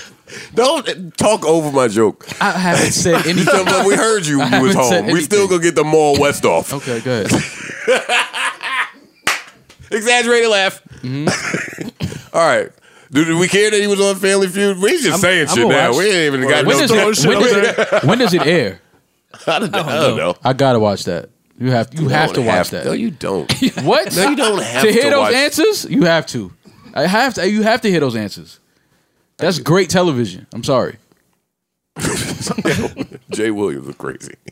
A: Don't talk over my joke.
D: I haven't said
A: So,
D: anything.
A: but we heard you.
D: I
A: You was
D: haven't said
A: home. We still
D: anything.
A: gonna get the Mall West off.
D: Okay, good.
A: Exaggerated laugh.
D: Mm-hmm.
A: All right. Do, do we care that he was on Family Feud? We just saying
C: I'm
A: shit
C: gonna
A: now.
C: watch.
A: We ain't even got
D: When
A: no
D: does,
A: time.
D: it, when, does it, when does it air?
A: I don't, I don't know.
D: I gotta watch that. You have you, have to
A: Don't
D: watch
A: No,
D: that.
A: you don't.
D: What?
A: No, you don't have
D: to hear
A: to
D: those
A: watch-
D: answers. You have to. I have to. You have to hear those answers. That's great television. I'm sorry.
A: Jay Williams was crazy.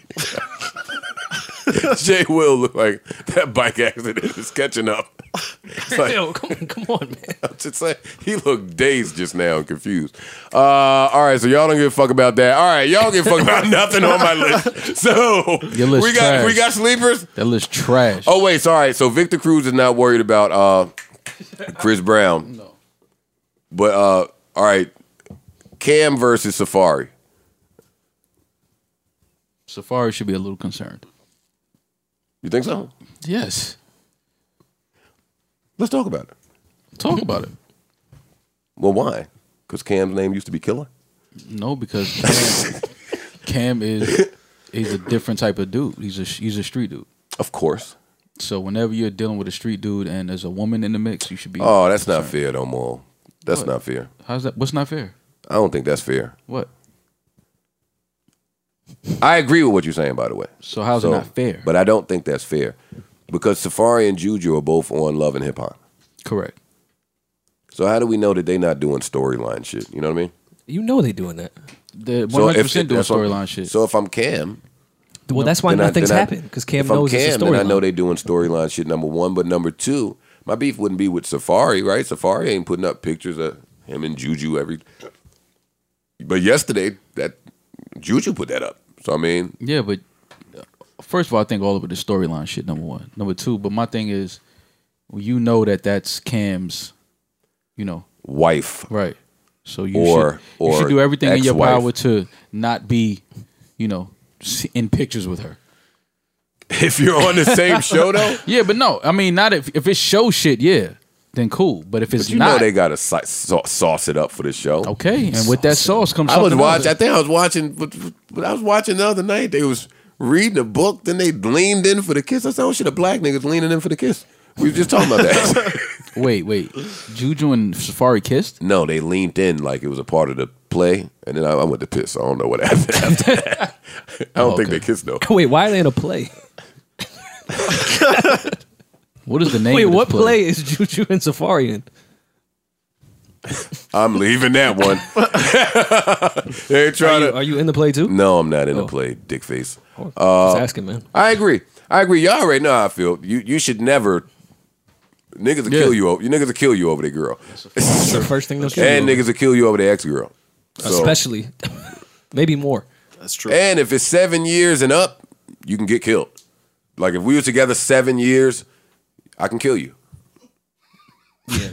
A: Jay Will looked like that bike accident is catching up. It's like,
C: Yo, come, on- come on, man.
A: I'm just saying, he looked dazed just now and confused. Uh, all right, so y'all don't give a fuck about that. All right, y'all give a fuck about nothing on my list. So
D: Your list
A: we got
D: trash.
A: we got sleepers.
D: That list trash.
A: Oh wait, sorry. So Victor Cruz is not worried about uh, Chris Brown. No. But uh, all right, Cam versus Safari.
D: Safari should be a little concerned.
A: You think so?
D: Yes.
A: Let's talk about it.
D: Talk about it.
A: Well, why? Because Cam's name used to be Killer.
D: No, because Cam, Cam is he's a different type of dude. He's a he's a street dude.
A: Of course.
D: So whenever you're dealing with a street dude and there's a woman in the mix, you should be.
A: Oh, that's not fair, no more. That's not fair.
D: How's that? What's not fair?
A: I don't think that's fair.
D: What?
A: I agree with what you're saying, by the way.
D: So how's
A: So-
D: it not fair?
A: But I don't think that's fair because Safari and Juju are both on Love and Hip Hop.
D: Correct.
A: So how do we know that they not doing storyline shit? You know what I mean?
C: You know they doing that.
D: The
A: So
D: 100 percent doing
A: that's what-
D: storyline shit.
A: So if I'm Cam,
C: Well, that's why
A: then I-
C: nothing's
A: then I-
C: happened because Cam
A: if I'm
C: knows it's a
A: Cam, then I know
C: storyline.
A: they doing storyline shit. Number one, but number two, my beef wouldn't be with Safari, right? Safari ain't putting up pictures of him and Juju every. But yesterday, that Juju put that up. So I mean,
D: yeah, but uh, first of all, I think all of it is storyline shit. Number one, number two. But my thing is, you know that that's Cam's. You know,
A: wife.
D: right? So you
A: Or-
D: should
A: or
D: you should do everything in your
A: ex-wife.
D: power to not be, you know, s- in pictures with her.
A: If you're on the same show though,
D: Yeah, but no, I mean, not if if it's show shit, yeah, then cool. But if it's
A: you
D: not,
A: know they gotta si- sau- sauce it up for the show.
D: okay. And with that sauce comes.
A: I was
D: something else.
A: watching. I think I was watching. But but I was watching the other night. They was reading a book. Then they leaned in for the kiss. I said, "Oh shit, the black niggas leaning in for the kiss." We were just talking about that.
D: Wait, wait. Juju and Safari kissed.
A: no, they leaned in like it was a part of the play, and then I, I went to piss. I don't know what happened after that. I
D: Oh,
A: don't think they kissed though.
C: Wait, why are they in a play?
D: What is the name?
C: Wait,
D: of this
C: what play is Juju and Safari in?
A: I'm leaving that one. they ain't
C: Are
A: trying
C: you,
A: to.
C: are you in the play too? Oh,
A: No, I'm not in
D: Oh.
A: the play, dick face. Uh,
C: Just asking, man.
A: I agree. I agree. Y'all already know how I feel. You you should never niggas will kill you over you niggas will kill you over their girl.
C: The first thing they'll show
A: and
C: you,
A: niggas will kill you over their ex girl.
C: especially maybe more.
B: That's true.
A: And if it's seven years and up, you can get killed. Like if we were together seven years, I can kill you.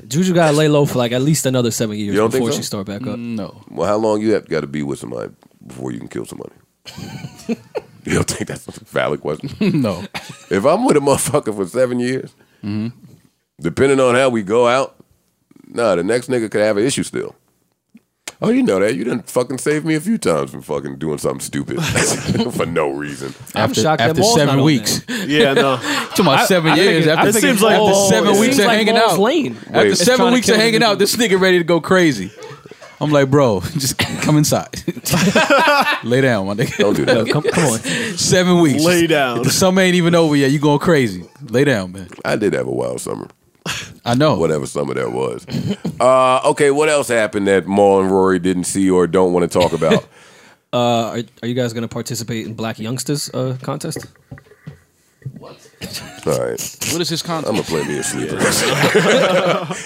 C: Juju gotta lay low for like at least another seven years
A: You don't think
C: before
A: so?
C: she start back up.
D: Mm, No.
A: Well, how long you have got to be with somebody before you can kill somebody? you don't think that's a valid question?
D: No. Mm-hmm.
A: if I'm with a motherfucker for seven years, depending on how we go out, nah, the next nigga could have an issue still. Oh, you know that. You done fucking saved me a few times from fucking doing something stupid for no reason.
C: I'm
D: after
C: shocked that
D: after
C: Maul's not
D: seven
C: on
D: weeks.
B: yeah, no.
D: To my seven years.
B: it-
D: After
B: I think it seems like
D: after
B: Maul-
D: seven
B: it
D: weeks
B: seems
D: of hanging out.
C: Lane.
D: After
A: Wait.
D: seven
C: Trying to
D: weeks
C: kill
D: of hanging
C: the
D: out, this nigga ready to go crazy. I'm like, bro, just come inside. Lay down, my nigga.
A: Don't do that.
C: Come, come on,
D: Seven weeks.
B: Lay down.
D: The summer ain't even over yet. You going crazy. Lay down, man.
A: I did have a wild summer,
D: I know.
A: whatever summer that was. Uh, okay, what else happened that Maul and Rory didn't see or don't want to talk about?
C: Uh, are, are you guys gonna participate in Black Youngsters uh, contest?
A: All right,
D: What is his
A: I'm
D: content?
A: gonna play me a sleeper.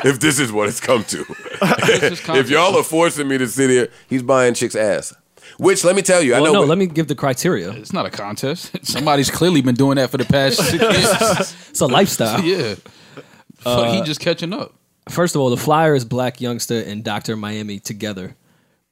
A: if this is what it's come to. if
D: if
A: y'all are forcing me to sit here, he's buying chicks' ass. Which let me tell you, I
C: Well,
A: know.
C: no,
A: what-
C: let me give the criteria.
D: It's not a contest. Somebody's clearly been doing that for the past six years.
C: It's a lifestyle. Uh,
D: yeah. Fuck, he just catching up.
C: First of all, the flyer is Black Youngster and Doctor Miami together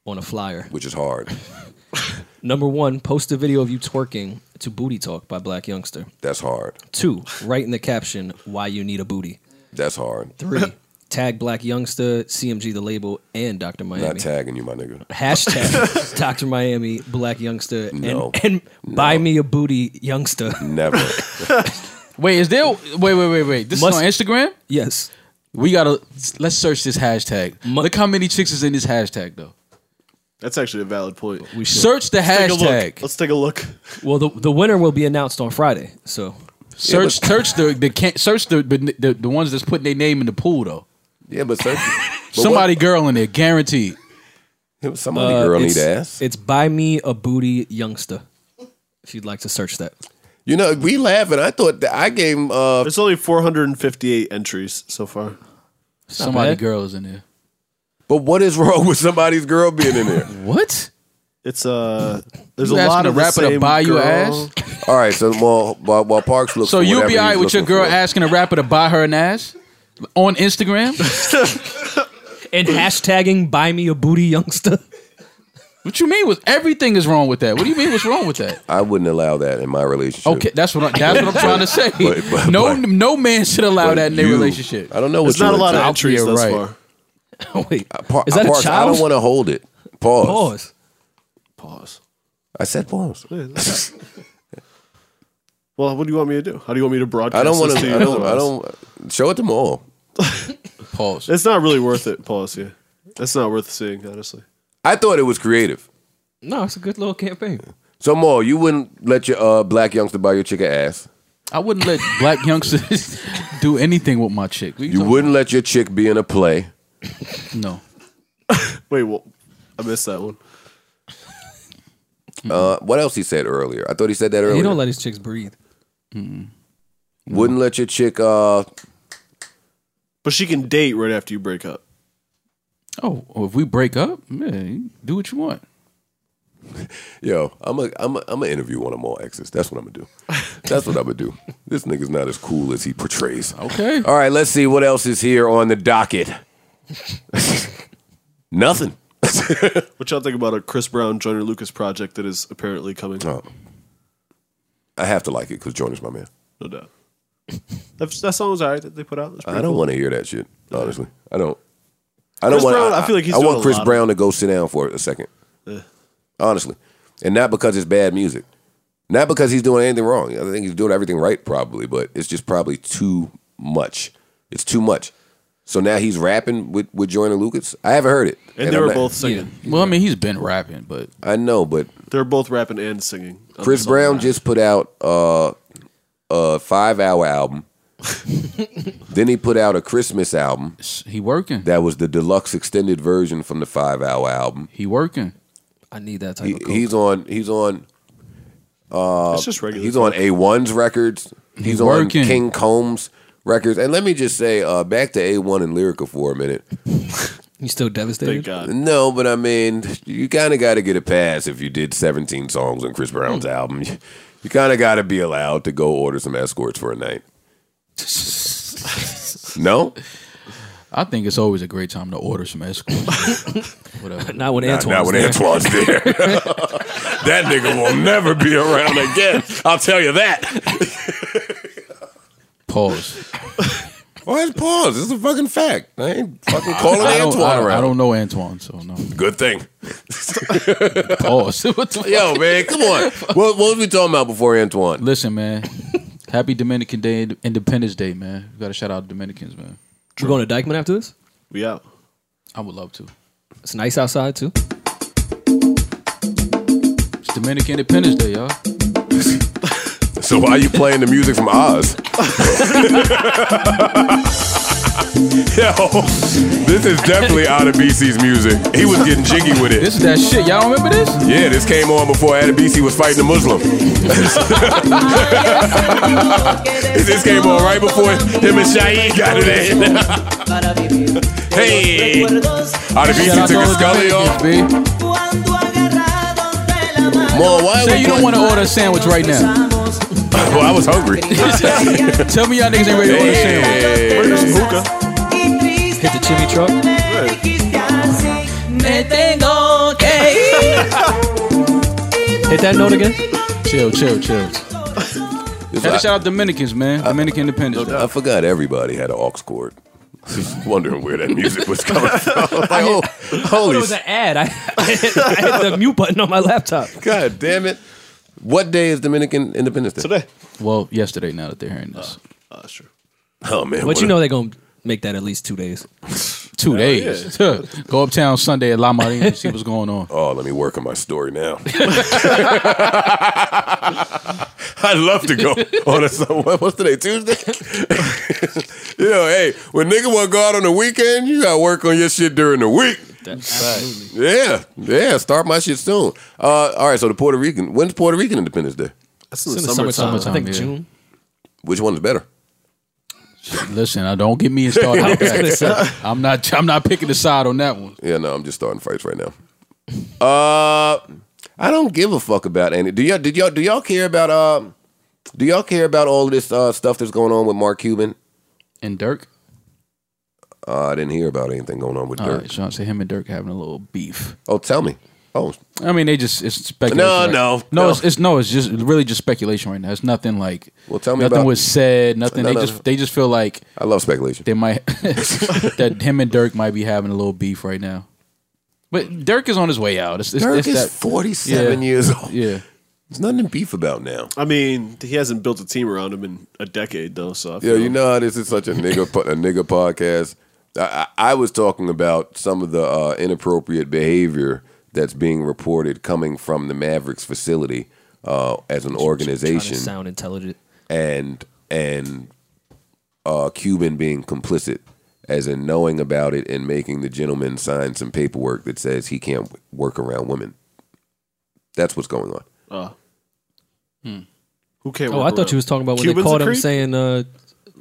C: on a flyer.
A: which is hard.
C: Number one, post a video of you twerking to "Booty Talk" by Black Youngster.
A: That's hard.
C: Two, write in the caption why you need a booty.
A: That's hard.
C: Three, tag Black Youngster, CMG the label, and Doctor Miami.
A: Not tagging you, my nigga.
C: Hashtag Dr. Miami, Black Youngster, and-
A: No.
C: and, buy me a booty, Youngster.
A: Never.
D: Wait, is there? Wait, wait, wait, wait. This
C: Must-
D: is on Instagram.
C: Yes.
D: We gotta let's search this hashtag.
C: Mu-
D: Look how many chicks is in this hashtag though.
B: That's actually a valid point.
C: We should.
D: Search the
B: Take a look.
D: hashtag.
B: Let's take a look.
C: well, the, the winner will be announced on Friday. So,
D: Search search the the can search the, the the the ones that's putting their name in the pool though.
A: yeah, but sir, but
D: Somebody girl in there, guaranteed.
A: what- somebody
C: uh,
A: girl
C: it's,
A: need ass.
C: it's buy me a booty, Youngster. If you'd like to search that,
A: you know, we laughing. I thought that I gave him. Uh,
B: There's only 458 entries so far.
D: Somebody
C: bad.
D: girl is in there.
A: but what is wrong with somebody's girl being in there?
D: What?
B: It's uh, there's
D: You
B: a
D: asking
B: lot
D: a
B: of the
D: rapper to
B: same
D: buy you
B: girl.
D: ass?
A: All right, so while while, while Parks looks,
D: So
A: for
D: you'll be
A: whatever
D: all right
A: he's
D: with your
A: looking
D: girl
A: for.
D: asking a rapper to buy her an ass on Instagram?
C: and hashtagging buy me a booty, Youngster.
D: what you mean? Was everything is wrong with that? What do you mean? What's wrong with that?
A: I wouldn't allow that in my relationship.
D: Okay, that's what I, that's what I'm trying to say.
A: But- but-
D: no,
A: but-
D: no man should allow
A: But
D: that in their
A: you-
D: relationship.
A: I don't know what
B: There's not a
A: you
B: lot of
A: into.
B: entries
D: Yeah,
B: thus
D: right.
B: far.
D: Oh,
C: Wait,
A: Par-
C: is that
A: Parks,
C: a child?
A: I don't want to hold it. Pause.
C: Pause.
B: Pause.
A: I said pause.
B: Well, what do you want me to do? How do you want me to broadcast?
A: I don't
B: want
A: want to. I don't. I don't show it to Maul.
D: Pause.
B: It's not really worth it. Pause. Yeah, that's not worth seeing. Honestly,
A: I thought it was creative.
C: No, it's a good little campaign.
A: So Maul, you wouldn't let your uh, black youngster buy your chick a ass.
D: I wouldn't let black youngsters do anything with my chick. What
A: You
D: talking
A: wouldn't let your chick be in a play.
D: about? No.
B: wait, well, I missed that one.
A: Uh, what else he said earlier? I thought he said that earlier.
C: He don't let his chicks breathe.
A: wouldn't let your chick. Uh,
B: But she can date right after you break up.
D: Oh, well, if we break up, man, do what you want.
A: yo, I'm a, I'm a, I'm gonna interview one of Maul exes. That's what I'm gonna do. That's what I'm gonna do. This nigga's not as cool as he portrays.
D: Okay.
A: All right, let's see what else is here on the docket. Nothing.
B: What y'all think about a Chris Brown Joyner Lucas project that is apparently coming?
A: Oh. I have to like it because Jordan's my man.
B: No doubt. That's, that song's alright that they put out. That's pretty
A: I don't
B: cool.
A: want to hear that shit. Honestly, I don't. I don't
B: Chris
A: want.
B: Brown, I feel like he's
A: I
B: doing
A: want
B: a
A: Chris
B: lot of-
A: Brown to go sit down for a second. Honestly, and not because it's bad music, not because he's doing anything wrong. I think he's doing everything right, probably, but it's just probably too much. It's too much. So now he's rapping with with Joyner Lucas. I haven't heard it,
B: And, they were
A: I'm not-
B: both singing.
D: Well, I mean, he's been rapping, but
A: I know, but
B: They're both rapping and singing. Um, on the
A: Chris
B: song.
A: Brown just put out uh, a five hour album. then he put out a Christmas album
D: he working.
A: that was the deluxe extended version from the five hour album.
D: He working.
C: I need that type
A: He,
C: of coke.
A: he's on. He's on. uh,
B: it's just regular.
A: He's on A1's records. He's on
D: working.
A: King Combs records. And let me just say, uh, back to A1 and Lyrica for a minute.
C: you still
B: Thank
C: devastated?
B: God.
A: No, but I mean, you kind of got to get a pass if you did 17 songs on Chris Brown's album. You kind of got to be allowed to go order some escorts for a night. no?
D: I think it's always a great time to order some escorts. Whatever.
C: Not when Antoine.
A: Not when Antoine's there. that nigga will never be around again. I'll tell you that.
D: Pause.
A: Why is pause? This is a fucking fact. I ain't fucking calling
D: I don't,
A: Antoine
D: I,
A: around.
D: I don't know Antoine, so no.
A: Good thing.
D: Pause. what the fuck?
A: Yo, man, come on. What, what was we talking about before Antoine?
D: Listen, man. Happy Dominican Day, Independence Day, man. We got to shout out Dominicans, man.
C: We're going to Dykeman after this.
B: We out.
D: I would love to.
C: It's nice outside too.
D: It's Dominican Independence Day, y'all.
A: So why are you playing the music from Oz? Yo, this is definitely out of BC's music. He was getting jiggy with it.
D: This is that shit. Y'all remember this?
A: Yeah, this came on before Adebisi was fighting a Muslim. this came on right before him and Shaheed got it in. hey, Adebisi
D: Shout
A: took
D: out
A: his
D: to all
A: scully
D: the
A: off.
D: Dominicans, B.
A: More, why
D: Say
A: we
D: you don't
A: playing-
D: want to order a sandwich right now.
A: Well, I was hungry.
D: Tell me y'all niggas ain't ready to order a sandwich.
A: Hey.
B: Where's hookah?
C: Hit the chimney truck. Hit that note again.
D: Chill, chill, chill. Had to shout out Dominicans, man. Dominican Independence Day.
A: Uh, I forgot everybody had an aux cord. Wondering where that music was coming from. Like, oh, holy
C: It was an ad. I, I, hit, I hit the mute button on my laptop.
A: s- God damn it! What day is Dominican Independence Day?
B: Today.
D: Well, yesterday, now that they're hearing this.
B: Oh, that's true.
A: Oh man!
C: But
A: what
C: you
A: a-
C: know they're gonna make that at least two days.
D: Two days. Go uptown Sunday at La Marina and see what's going on.
A: Oh, let me work on my story now. I'd love to go on a so- what- what's today Tuesday. you know, hey, when nigga want to go out on the weekend, you gotta work on your shit during the week. Yeah, yeah. Start my shit soon. Uh, all right. So the Puerto Rican. When's Puerto Rican Independence Day?
B: That's in
C: It's
B: the
C: in
B: summertime.
C: the summertime. I think
D: Summertime, yeah.
C: June.
A: Which one is better?
D: Listen, I don't get me started. with
C: I was gonna
D: that. I'm not. I'm not picking a side on that one.
A: Yeah, no, I'm just starting fights right now. Uh, I don't give a fuck about any. Do y'all? Did y'all? Do y'all care about? Uh, do y'all care about all this uh, stuff that's going on with Mark Cuban?
D: And Dirk.
A: Uh, I didn't hear about anything going on with
C: Uh,
D: All
A: Dirk.
D: right, Sean. Say him and Dirk having a little beef.
A: Oh, tell me. Oh,
D: I mean, they just it's speculation.
A: No,
D: right-
A: no,
D: no.
A: no.
D: It's, it's no. It's just really just speculation right now. It's nothing like.
A: Well, tell me
D: Nothing
A: about-
D: was said. Nothing.
A: No,
D: they
A: no.
D: just they just feel like
A: I love speculation.
D: they might that him and Dirk might be having a little beef right now. But Dirk is on his way out. It's, it's,
A: Dirk
D: it's
A: is
D: that,
A: 47
D: yeah.
A: years old.
D: Yeah.
A: There's nothing to beef about now.
B: I mean, he hasn't built a team around him in a decade though. So I
A: Yeah,
B: feel
A: you know how this is such a nigga po- a nigga podcast. I, I I was talking about some of the uh, inappropriate behavior that's being reported coming from the Mavericks facility uh, as an
C: Trying
A: organization,
C: to sound intelligent.
A: and and uh, Cuban being complicit, as in knowing about it and making the gentleman sign some paperwork that says he can't work around women. That's what's going on.
B: Uh,
D: Hmm.
B: Who can't?
C: Oh, I thought you was talking about when
B: Cuban's
C: they
B: a
C: called him
B: creep?
C: saying, uh,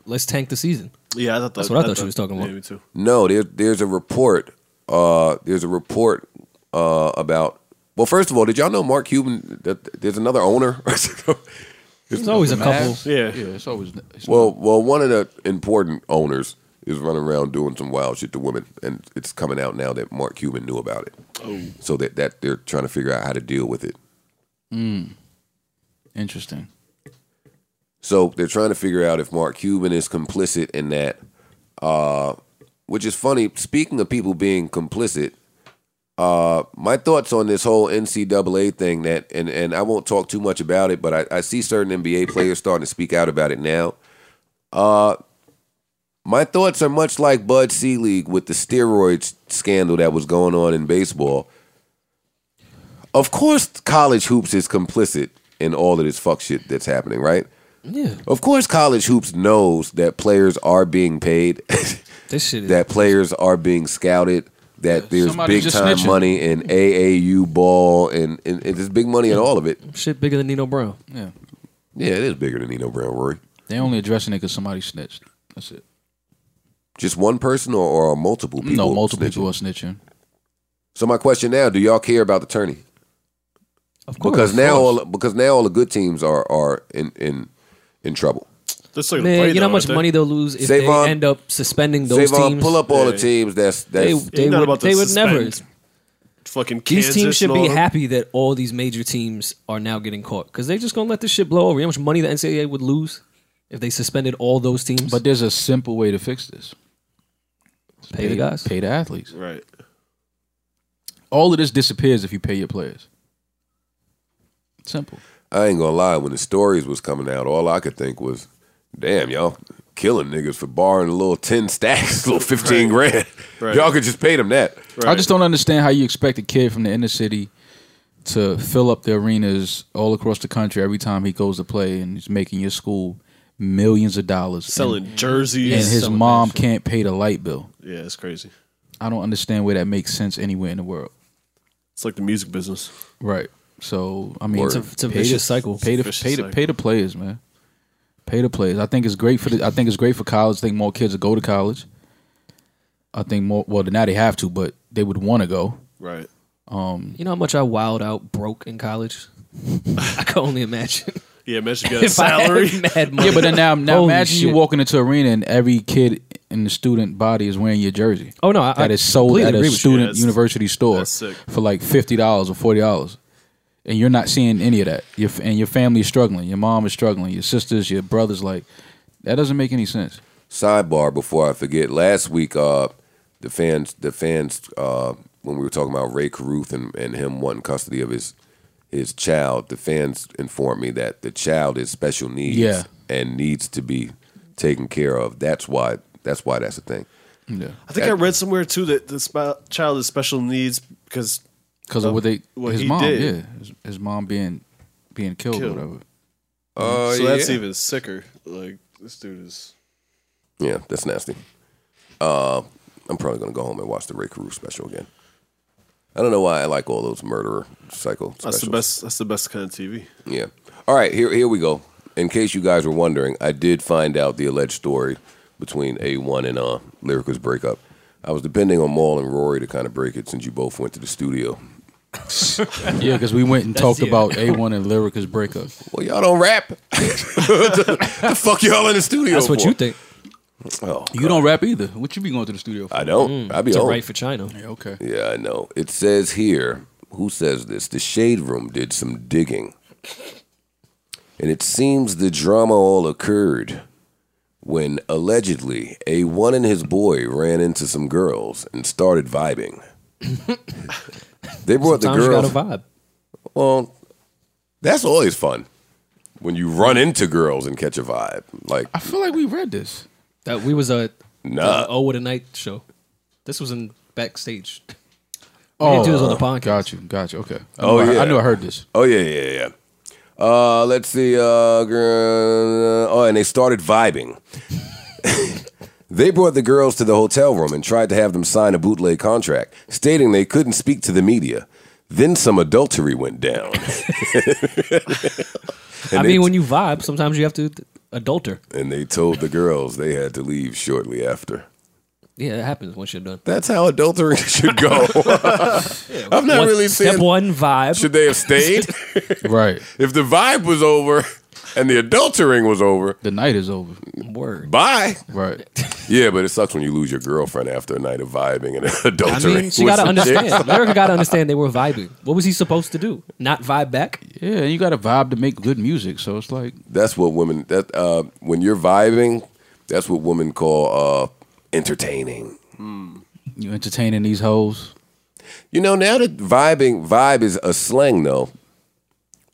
C: "Let's tank the season."
B: Yeah, I thought
C: That's what I thought you was talking about.
B: Yeah, me too.
A: No, there, there's a report. Uh, there's a report uh, about. Well, first of all, did y'all know Mark Cuban? That there's another owner.
C: There's always a couple.
B: Yeah.
D: Yeah. It's always. It's,
A: well, well, one of the important owners is running around doing some wild shit to women, and it's coming out now that Mark Cuban knew about it. Oh. So that that they're trying to figure out how to deal with it.
D: mm. interesting.
A: So they're trying to figure out if Mark Cuban is complicit in that. Uh, which is funny. Speaking of people being complicit, uh, my thoughts on this whole NCAA thing that, and, and I won't talk too much about it, but I, I see certain NBA players starting to speak out about it now. Uh, My thoughts are much like Bud Selig with the steroids scandal that was going on in baseball. Of course, college hoops is complicit in all of this fuck shit that's happening, right?
C: Yeah,
A: Of course, college hoops knows that players are being paid,
C: this shit is
A: that players are being scouted, that there's
D: somebody's
A: big
D: just
A: time
D: snitching.
A: money in AAU ball, and, and, and there's big money in all of it.
C: shit bigger than Nino Brown.
D: Yeah,
A: Yeah, it is bigger than Nino Brown, Rory.
D: they only addressing it because somebody snitched. That's it.
A: Just one person or, or multiple people?
D: no, multiple
A: snitching?
D: people are snitching.
A: So my question now: Do y'all care about the tourney?
C: Of course,
A: Because now
C: all
A: all because now all the good teams are are in in in trouble.
B: That's like
C: man,
B: play,
C: you know
B: though,
C: how much
B: aren't they?
C: money they'll lose if
A: Savon-
C: they end up suspending those
A: Savon,
C: teams.
A: pull up all the
B: Yeah.
A: teams. That's
C: they,
A: that's
C: they
B: Ain't not
C: would,
B: about to
C: they would never.
B: suspend Fucking
C: These
B: Kansas
C: teams should
B: and all
C: be
B: them.
C: happy that all these major teams are now getting caught because they're just gonna let this shit blow over. You know how much money the NCAA would lose if they suspended all those teams?
D: But there's a simple way to fix this.
C: pay the guys.
D: Pay the athletes.
B: Right.
D: All of this disappears if you pay your players. Simple.
A: I ain't gonna lie. When the stories was coming out, all I could think was, "Damn, y'all killing niggas for borrowing a little ten stacks, little fifteen grand.
B: Right.
A: Y'all could just pay them that."
B: Right.
D: I just don't understand how you expect a kid from the inner city to fill up the arenas all across the country every time he goes to play and he's making your school millions of dollars.
B: selling
D: and, and
B: jerseys.
D: his
C: selling
D: mom
C: that
D: can't pay the light bill.
B: yeah, it's crazy.
D: I don't understand where that makes sense anywhere in the world.
B: It's like the music business.
D: Right. So I mean,
C: It's a- it's a
D: pay the-
C: vicious cycle.
D: Pay the
B: Vicious
D: pay the
B: cycle.
D: pay the players, man. Pay the players. I think it's great for the. I think it's great for college. I think more kids will go to college. I think more. Well, now they have to, but they would want to go. Um,
B: Right.
C: You know how much I wild out broke in college. I can only imagine
B: Yeah, imagine you got a
C: if I had
B: salary.
C: mad money.
D: Yeah, but then now, now
C: Holy
D: imagine you
C: shit.
D: walking into an arena and every kid in the student body is wearing your jersey.
C: Oh no, I,
D: that
C: I
D: is sold
C: completely
D: at a
C: agree with you.
B: Yeah,
D: student
B: that's-
D: university store
B: that's sick.
D: for like fifty dollars or forty dollars, and you're not seeing any of that. Your f- and your family is struggling. Your mom is struggling. Your sisters, your brothers, like that doesn't make any sense.
A: Sidebar: Before I forget, last week, uh, the fans, the fans, uh, when we were talking about Ray Caruth and, and him wanting custody of his his child, the fans informed me that the child is special needs
D: Yeah.
A: and needs to be taken care of. That's why. That's why that's a thing.
D: Yeah,
B: I think I read somewhere too that this sp- child has special needs because
D: because of what they
B: What
D: his
B: he
D: mom,
B: did.
D: yeah, his, his mom being being killed,
B: Killed.
D: or whatever.
A: Uh,
B: so that's
A: yeah.
B: even sicker. Like this dude is
A: Yeah, that's nasty. Uh, I'm probably gonna go home and watch the Ray Caruth special again. I don't know why I like all those murderer psycho.
B: that's the
A: specials.
B: best. That's the best kind of TV.
A: Yeah. All right, here here we go. In case you guys were wondering, I did find out the alleged story between A1 and uh, Lyrical's breakup. I was depending on Maul and Rory to kind of break it since you both went to the studio.
D: Yeah, because we went and talked
C: yeah.
D: about A One and Lyrica's breakup.
A: Well, y'all don't rap. the fuck y'all in the studio
C: That's what
A: for?
C: you think.
A: Oh,
D: You don't rap either. What you be going to the studio for?
A: I don't. I be
C: It's a
A: home.
C: right Mm. for China.
D: Yeah, okay.
A: Yeah, I know. It says here, who says this? The Shade Room did some digging. And it seems the drama all occurred when allegedly a one and his boy ran into some girls and started vibing. they brought
C: Sometimes
A: the
C: you got a
A: girls.
C: vibe.
A: well, that's always fun when you run into girls and catch a vibe. Like,
D: I feel like we read this.
C: That we was a
A: Nah.
C: the Oh What a Night show. This was in backstage.
D: Oh,
C: didn't do this on the podcast.
D: Got you, got you. Okay. I
A: Oh,
D: knew I,
A: yeah.
D: I knew I heard this.
A: oh yeah, yeah, yeah. Uh, let's see. Uh, girl, oh, and they started vibing. They brought the girls to the hotel room and tried to have them sign a bootleg contract, stating they couldn't speak to the media. Then some adultery went down.
C: I
A: And
C: mean,
A: it's-
C: when you vibe, sometimes you have to adulter.
A: and they told the girls they had to leave shortly after.
C: Yeah, it happens once you're done.
A: That's how adultery should go. I'm not
C: One-
A: really
C: step
A: saying
C: one vibe.
A: should they have stayed?
D: Right.
A: if the vibe was over and the adultering was over,
D: The night is over.
C: word.
A: bye.
D: Right.
A: Yeah, but it sucks when you lose your girlfriend after a night of vibing and
C: I
A: adultering.
C: mean, she
A: with
C: gotta
A: some chicks.
C: understand. America gotta understand they were vibing. What was he supposed to do? Not vibe back?
D: Yeah, and you got a vibe to make good music, so it's like
A: That's what women. That uh, when you're vibing, that's what women call uh, entertaining.
D: Hmm. you entertaining these hoes.
A: You know, now that vibing vibe is a slang, though.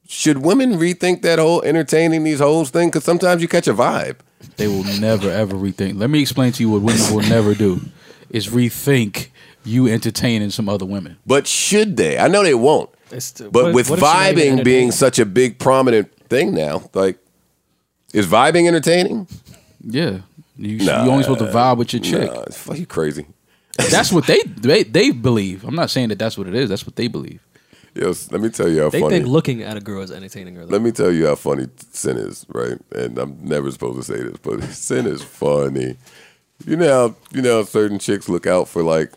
A: Should women rethink that whole entertaining these hoes thing? Because sometimes you catch a vibe.
D: They will never ever rethink. Let me explain to you what women will never do is rethink you entertaining some other women.
A: But should they? I know they won't.
C: It's t-
A: But
C: what-
A: with
C: what if she
A: vibing
C: ain't
A: being
C: entertaining?
A: such a big prominent thing now, like is vibing entertaining?
D: Yeah. You,
A: Nah.
D: you only supposed to vibe with your chick.
A: Nah, fuck you crazy.
D: That's what they, they they believe. I'm not saying that that's what it is. That's what they believe.
A: Yo, s- let me tell you how
C: they
A: funny.
C: think looking at a girl is entertaining her.
A: let me tell you how funny sin is, right? And I'm never supposed to say this, but sin is funny. You know, how- you know, how certain chicks look out for like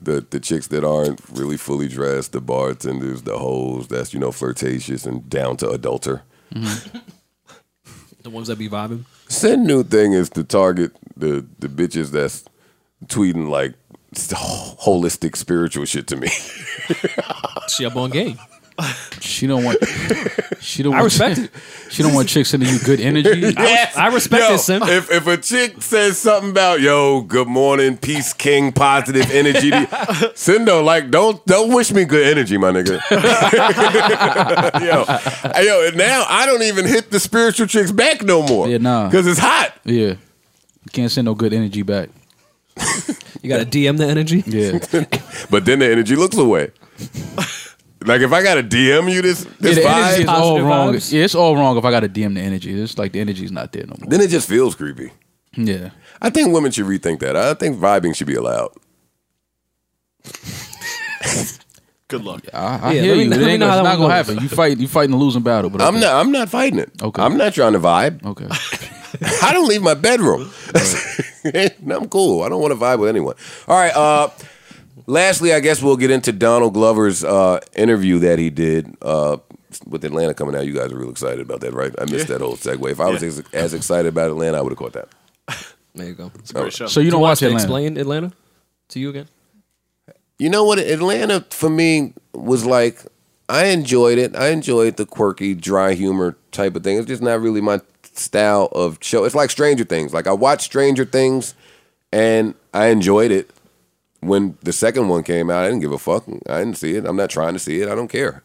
A: the the chicks that aren't really fully dressed, the bartenders, the hoes. That's you know flirtatious and down to adulter.
B: Mm-hmm.
C: the ones that be vibing.
A: Sin new thing is to target the the bitches that's tweeting like s- holistic spiritual shit to me.
C: She up on game.
A: Oh.
D: She don't want. She don't.
C: I
D: want
C: respect it.
D: She don't want chicks sending you good energy.
A: Yes.
C: I respect
A: Yo,
C: it, Sim.
A: If, if a chick says something about yo, good morning, peace, king, positive energy, to- Sim don't like don't don't wish me good energy, my nigga. yo, yo, and now I don't even hit the spiritual chicks back no more.
D: Yeah, nah.
A: because it's hot.
D: Yeah, you can't send no good energy back.
C: You got to DM the energy.
D: Yeah,
A: But then the energy looks away. like if I gotta DM you this
D: yeah
A: this
D: the
A: vibe,
D: energy is all
C: Positive
D: wrong.
C: vibes.
D: Yeah, it's all wrong if I got to DM the energy. It's like the energy's not there no more.
A: then it just feels creepy.
D: Yeah,
A: I think women should rethink that. I think vibing should be allowed.
B: Good luck.
D: I, I
C: Yeah,
D: hear
C: let me-
D: you.
C: let
D: it
C: me
D: ain't
C: know
D: gonna,
C: how
D: it's
C: that
D: not
C: one
D: gonna
C: goes.
D: happen. You fight. You fighting a losing battle. But
A: I'm
D: okay.
A: not. I'm not fighting it.
D: Okay.
A: I'm not trying to vibe.
D: Okay.
A: I don't leave my bedroom. I'm cool. I don't want to vibe with anyone. All right. Uh, lastly, I guess we'll get into Donald Glover's uh, interview that he did uh, with Atlanta coming out. You guys are real excited about that, right? I missed that whole segue. If I was as, as excited about Atlanta, I would have caught that.
C: There you go.
B: Great show.
D: So you don't watch Atlanta.
C: Explain Atlanta to you again.
A: You know what? Atlanta for me was like I enjoyed it. I enjoyed the quirky, dry humor type of thing. It's just not really my style of show. It's like Stranger Things. Like I watched Stranger Things and I enjoyed it. When the second one came out, I didn't give a fuck. I didn't see it. I'm not trying to see it. I don't care.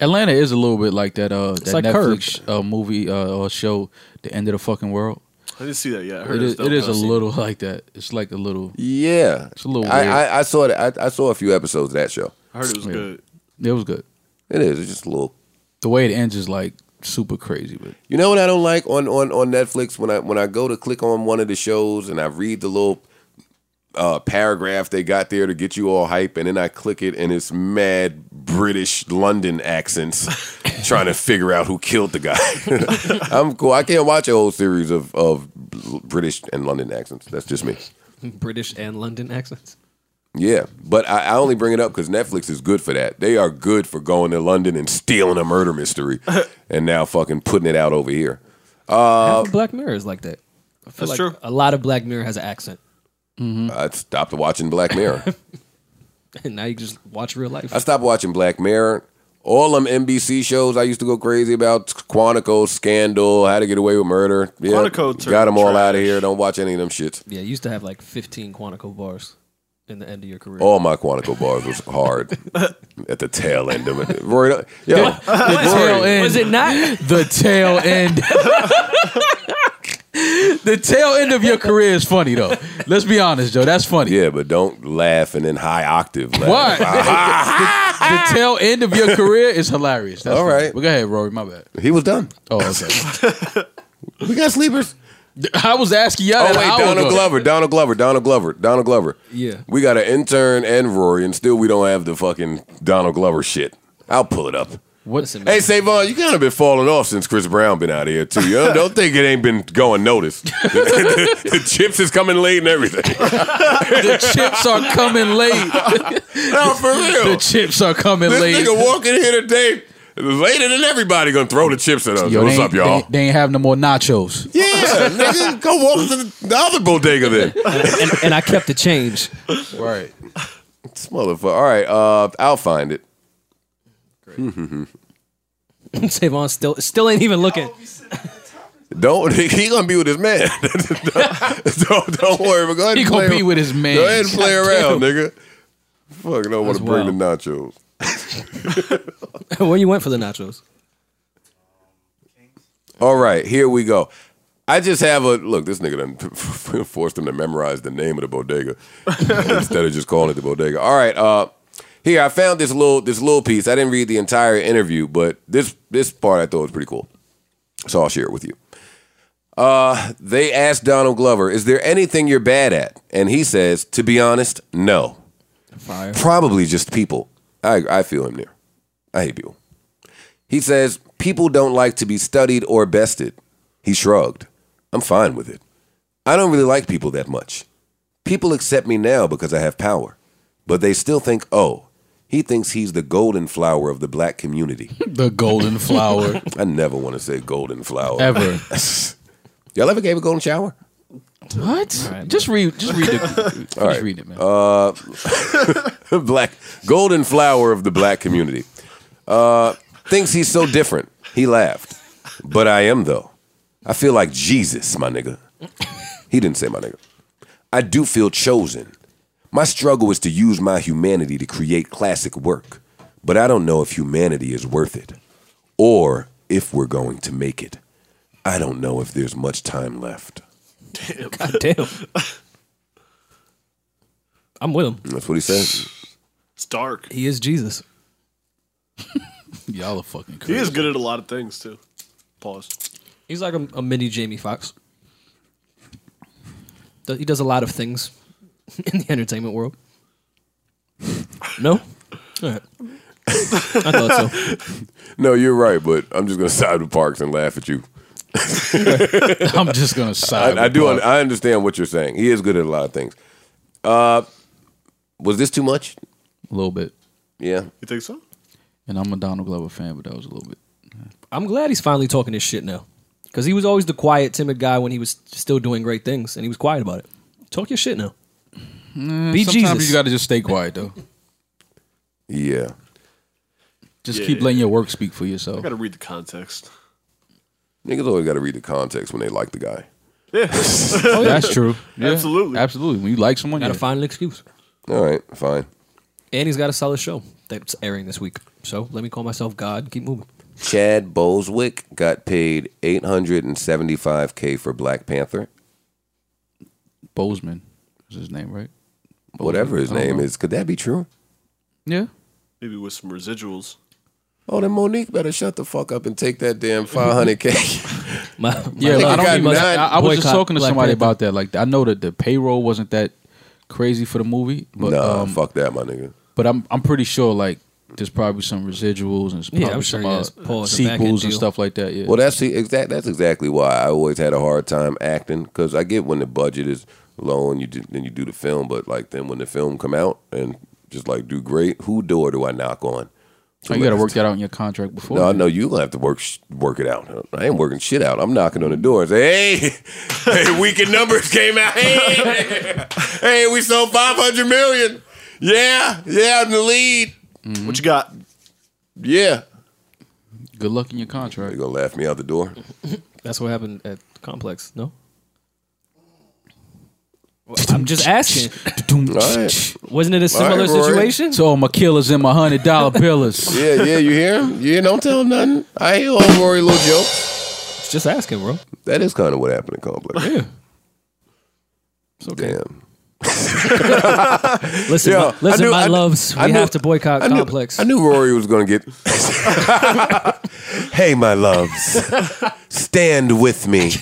D: Atlanta is a little bit like that. Uh, that
C: like
D: Netflix uh, movie uh, or show, The End of the Fucking World.
B: I didn't see that yet. I heard
D: It is.
B: it's dope.
D: It is
B: I
D: a
B: haven't seen
D: little like that. It's like a little.
A: Yeah,
D: It's a little
A: I,
D: weird.
A: I, I saw it. I, I saw a few episodes of that show.
B: it. I heard it was good.
D: It was good.
A: It is. It's just a little
D: The way it ends is like super crazy, but
A: You know what I don't like on on on Netflix when I when I go to click on one of the shows and I read the little uh, paragraph they got there to get you all hype, and then I click it and it's mad British London accents trying to figure out who killed the guy. I'm cool. I can't watch a whole series of of British and London accents. That's just me.
C: British and London accents.
A: Yeah, but I, I only bring it up because Netflix is good for that. They are good for going to London and stealing a murder mystery, and now fucking putting it out over here. Uh,
C: Half of Black Mirror is like that. I feel
B: That's
C: like
B: true.
C: A lot of Black Mirror has an accent,
D: Mm-hmm.
A: I stopped watching Black Mirror.
C: and now you can just watch real life.
A: I stopped watching Black Mirror. All them NBC shows I used to go crazy about: Quantico, Scandal, How to Get Away with Murder. Yeah,
B: Quantico turned
A: got them all out of
B: trash.
A: here. Don't watch any of them shits.
C: yeah, you used to have like 15 Quantico bars in the end of your career.
A: All my Quantico bars was hard at the tail end of it. Rory, don't- yo,
D: the tail end.
C: Was it not?
D: the tail end. the tail end of your career is funny though. Let's be honest, Joe. That's funny.
A: yeah, but don't laugh and then high octave. Laugh.
D: Why? the tail end of your career is hilarious. That's
A: All
D: funny.
A: right.
D: But go ahead, Rory. My bad.
A: He was done.
D: Oh, okay.
A: We got sleepers.
D: I was asking y'all.
A: Oh
D: that an
A: wait,
D: hour
A: Donald
D: ago.
A: Glover, Donald Glover, Donald Glover, Donald Glover.
C: Yeah.
A: we got an intern and Rory, and still we don't have the fucking Donald Glover shit. I'll pull it up.
C: Listen,
A: Hey,
C: man,
A: Savon, you kind of been falling off since Chris Brown been out of here too. You know? don't think it ain't been going noticed. the, chips is coming late and everything.
D: The chips are coming late.
A: no, Oh, for real.
D: the chips are coming
A: this
D: late.
A: nigga walking here today later than everybody gonna throw the chips at us.
D: Yo,
A: What's
D: they ain't-
A: up, y'all?
D: They, they ain't have no more nachos.
A: yeah, nigga, go walk to the, the other bodega then.
C: and, and I kept the change.
D: Right.
A: this motherfucker. All right, uh, I'll find it.
C: Savon still still ain't even looking.
A: Don't he gonna be with his man? don't, don't, don't worry, but go ahead.
D: He
A: and
D: gonna
A: play-
D: be with his man.
A: Go ahead and play around,
C: Goddamn.
A: nigga. Fucking don't want to
C: That's
A: bring the nachos.
C: Where you went for the nachos?
A: All right, here we go. I just have a look. This nigga done forced him to memorize the name of the bodega instead of just calling it the bodega. All right, uh, here I found this little this little piece. I didn't read the entire interview, but this this part I thought was pretty cool, so I'll share it with you. Uh, they asked Donald Glover, "Is there anything you're bad at?" And he says, "To be honest, no.
C: Fire.
A: Probably just people. I I feel him there. I hate people." He says, "People don't like to be studied or bested." He shrugged. I'm fine with it. I don't really like people that much. People accept me now because I have power, but they still think, oh, he thinks he's the golden flower of the black community.
D: The golden flower
A: I never want to say golden flower.
D: ever.
A: Y'all ever gave a golden shower?
D: What? just read. Just read it. just
A: right. Uh,
D: read it, man.
A: black golden flower of the black community. Uh, thinks he's so different. He laughed, but I am though. I feel like Jesus, my nigga. He didn't say my nigga. I do feel chosen. My struggle is to use my humanity to create classic work, but I don't know if humanity is worth it or if we're going to make it. I don't know if there's much time left.
C: God damn. I'm with him.
A: That's what he said.
B: It's dark.
C: He is Jesus.
D: Y'all are fucking
B: He
D: crazy.
B: is good at a lot of things too. Pause.
C: He's like a, a mini Jamie Foxx. Do- He does a lot of things in the entertainment world. No? All right. I thought so.
A: No, you're right, but I'm just gonna side with Parks and laugh at you.
D: I'm just gonna side.
A: I, I
D: with
A: do.
D: Paul.
A: I understand what you're saying. He is good at a lot of things. Uh, was this too much?
D: a little bit,
A: Yeah.
B: You think so?
D: and I'm a Donald Glover fan, but that was a little bit.
C: I'm glad he's finally talking his shit now. Because he was always the quiet, timid guy when he was still doing great things, and he was quiet about it. Talk your shit now. Be
D: Sometimes
C: Jesus.
D: you got to just stay quiet though.
A: Yeah.
D: Just
B: Yeah,
D: keep
B: yeah,
D: letting your work speak for yourself.
B: I got to read the context.
A: Niggas always got to read the context when they like the guy.
D: That's true. Oh, Yeah,
B: Absolutely.
D: absolutely. When you like someone,
C: Got to
D: yeah.
C: find an excuse.
A: All right, fine.
C: And he's got a solid show that's airing this week. So let me call myself God. Keep moving.
A: Chad Boswick got paid 875k for Black Panther,
D: Bozeman is his name, right?
A: whatever his
D: I don't
A: name
D: know.
A: is. Could that be true?
D: Yeah.
B: Maybe with some residuals.
A: Oh, then Monique better shut the fuck up and take that damn 500k.
C: My,
A: Like, you
D: Yeah, like, I
A: got
D: don't even. I,
A: nine-
D: I was just
C: boycott
D: talking to
C: Black
D: somebody
C: Panther.
D: about that. Like, I know that the payroll wasn't that crazy for the movie, but
A: nah,
D: um,
A: fuck that, my nigga.
D: but I'm I'm pretty sure like there's probably some residuals and
C: Yeah,
D: probably
C: I'm sure
D: some
C: he
D: uh,
C: has Paul as a back-end
D: sequels and
C: deal.
D: stuff like that. Yeah,
A: Well, that's the exact. That's exactly why I always had a hard time acting because I get when the budget is low and you do, then you do the film, but like then when the film come out and just like do great, who door do I knock on?
D: Oh, you got to work that out in your contract before.
A: No, I know you gonna have to work sh- work it out. I ain't working shit out. I'm knocking on the door and say, hey, hey, weekend numbers came out. Hey, hey, we sold 500 million. Yeah, yeah, I'm the lead.
B: What you got?
A: Yeah,
D: Good luck in your
A: you
D: contract.
A: gonna laugh me out the door?
C: That's what happened at Complex. No. I'm just asking.
A: All right.
C: Wasn't it a
A: All
C: similar
A: right, Rory.
C: situation?
D: So all my killers and my hundred dollar billers.
A: Yeah, yeah, you hear him? Yeah, don't tell him nothing. I hear old Rory little joke.
C: Just asking, bro.
A: That is kind of what happened in Complex.
C: Yeah. It's okay.
A: Damn.
C: Listen,
A: Yo,
C: my-
A: I
C: listen,
A: knew-
C: my
A: I knew-
C: loves. We
A: I knew-
C: have to boycott
A: I knew,
C: Complex.
A: I knew Rory was going to get. hey, my loves, stand with me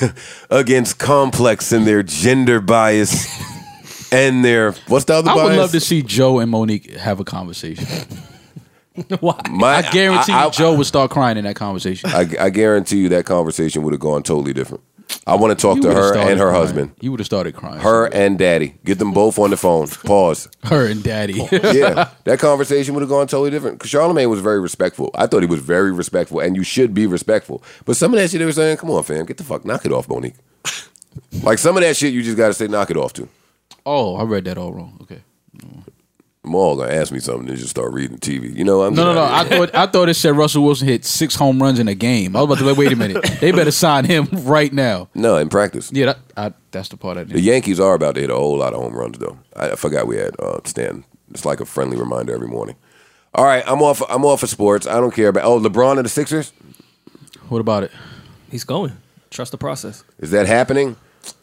A: against Complex and their gender bias and their what's the other
D: I
A: bias?
D: would love to see Joe and Monique have a conversation.
C: Why?
A: My,
D: I guarantee
A: I,
D: you, Joe would start crying in that conversation.
A: I, I guarantee you that conversation would have gone totally different. I want to talk
D: You
A: to
D: would've
A: her
D: started
A: and her
D: crying.
A: husband,
D: You would have started crying.
A: her and daddy. Get them both on the phone. Pause.
D: her and daddy.
A: yeah, that conversation would have gone totally different. Because Charlemagne was very respectful. I thought he was very respectful, and you should be respectful. But some of that shit they were saying, come on, fam, get the fuck, knock it off, Monique. like some of that shit, you just got to say, knock it off to.
D: oh, I read that all wrong. Okay.
A: I'm all gonna ask me something and just start reading TV. You know, I'm
D: No,
A: good
D: no, no.
A: out
D: I
A: here.
D: thought I thought it said Russell Wilson hit six home runs in a game. I was about to be like, wait a minute. They better sign him right now.
A: no, in practice,
D: Yeah, that, I, that's the part I
A: the
D: did.
A: Yankees are about to hit a whole lot of home runs, though. I, I forgot we had uh, Stan. It's like a friendly reminder every morning. All right, I'm off. I'm off of sports. I don't care about. Oh, LeBron and the Sixers.
D: What about it?
C: He's going. Trust the process.
A: Is that happening?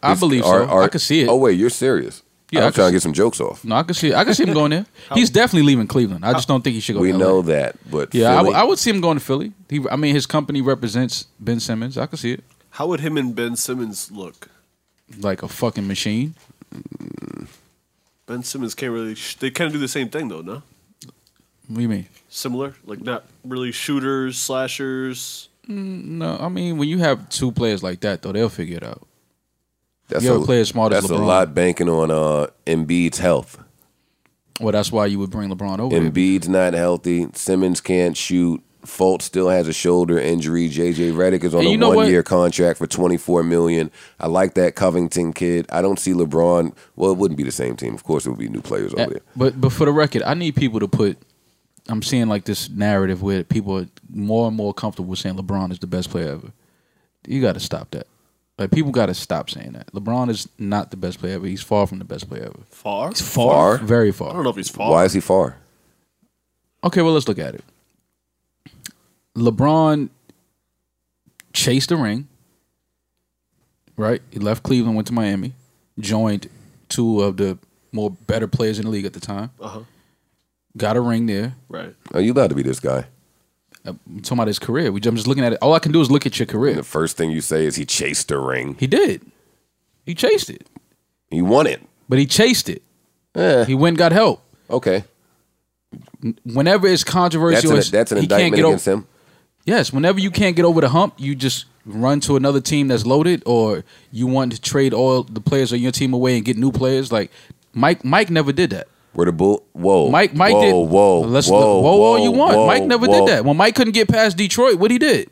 D: I
A: Is-
D: believe so. I could see it.
A: Oh wait, you're serious.
D: Yeah, I
A: I'm
D: could
A: trying
D: see-
A: to get some jokes off.
D: No, I can see. I can see him going there. He's definitely leaving Cleveland. I just don't think he should go.
A: We
D: to LA.
A: know that, but
D: Yeah, I,
A: Philly,
D: w- I would see him going to Philly. He, I mean, his company represents Ben Simmons. I can see it
B: How would him and Ben Simmons look?
D: like a fucking machine.
B: Ben Simmons can't really. Sh- they kind of do the same thing though, no?
D: What do you mean?
B: Similar, like not really shooters, slashers.
D: Mm, No, I mean when you have two players like that, though, they'll figure it out.
A: that's
D: you ever play as smart as
A: That's a
D: LeBron?
A: lot banking on uh, Embiid's health.
D: Well, that's why you would bring LeBron over. there.
A: Embiid's not healthy. Simmons can't shoot. Fultz still has a shoulder injury. JJ Redick is on
D: And you
A: a
D: know what?
A: one-year contract for twenty-four million. I like that Covington kid. I don't see LeBron. Well, it wouldn't be the same team. Of course, it would be new players over there.
D: Eh, But but for the record, I need people to put. I'm seeing like this narrative where people are more and more comfortable with saying LeBron is the best player ever. You got to stop that. Like people got to stop saying that. LeBron is not the best player ever. He's far from the best player ever.
B: Far.
A: Far?
D: Very
B: I
D: far.
B: don't know if he's far.
A: Why is he far?
D: Okay, well let's look at it. LeBron chased the ring. Right? He left Cleveland, went to Miami, joined two of the more better players in the league at the time.
B: Uh-huh.
D: Got a ring there.
B: Right.
A: Are Oh, you allowed to be this guy?
D: I'm talking about his career. We, I'm just looking at it. All I can do is look at your
A: And
D: career.
A: the first thing you say is he chased the ring.
D: He did. He chased it,
A: He won it.
D: but he chased it.
A: Eh,
D: He went and got help.
A: okay,
D: Whenever it's
A: that's
D: controversial,
A: an,
D: it's-
A: that's an
D: he can't
A: indictment
D: get o-
A: against him.
D: Yes, whenever you can't get over the hump, you just run to another team that's loaded, or you want to trade all the players on your team away and get new players. Like Mike, Mike never did that.
A: Where the bull? Whoa,
D: Mike, Mike
A: whoa,
D: did.
A: Whoa,
D: let's
A: whoa,
D: whoa, whoa, all you want.
A: whoa,
D: Mike never
A: whoa.
D: did that. When Mike couldn't get past Detroit, what he did,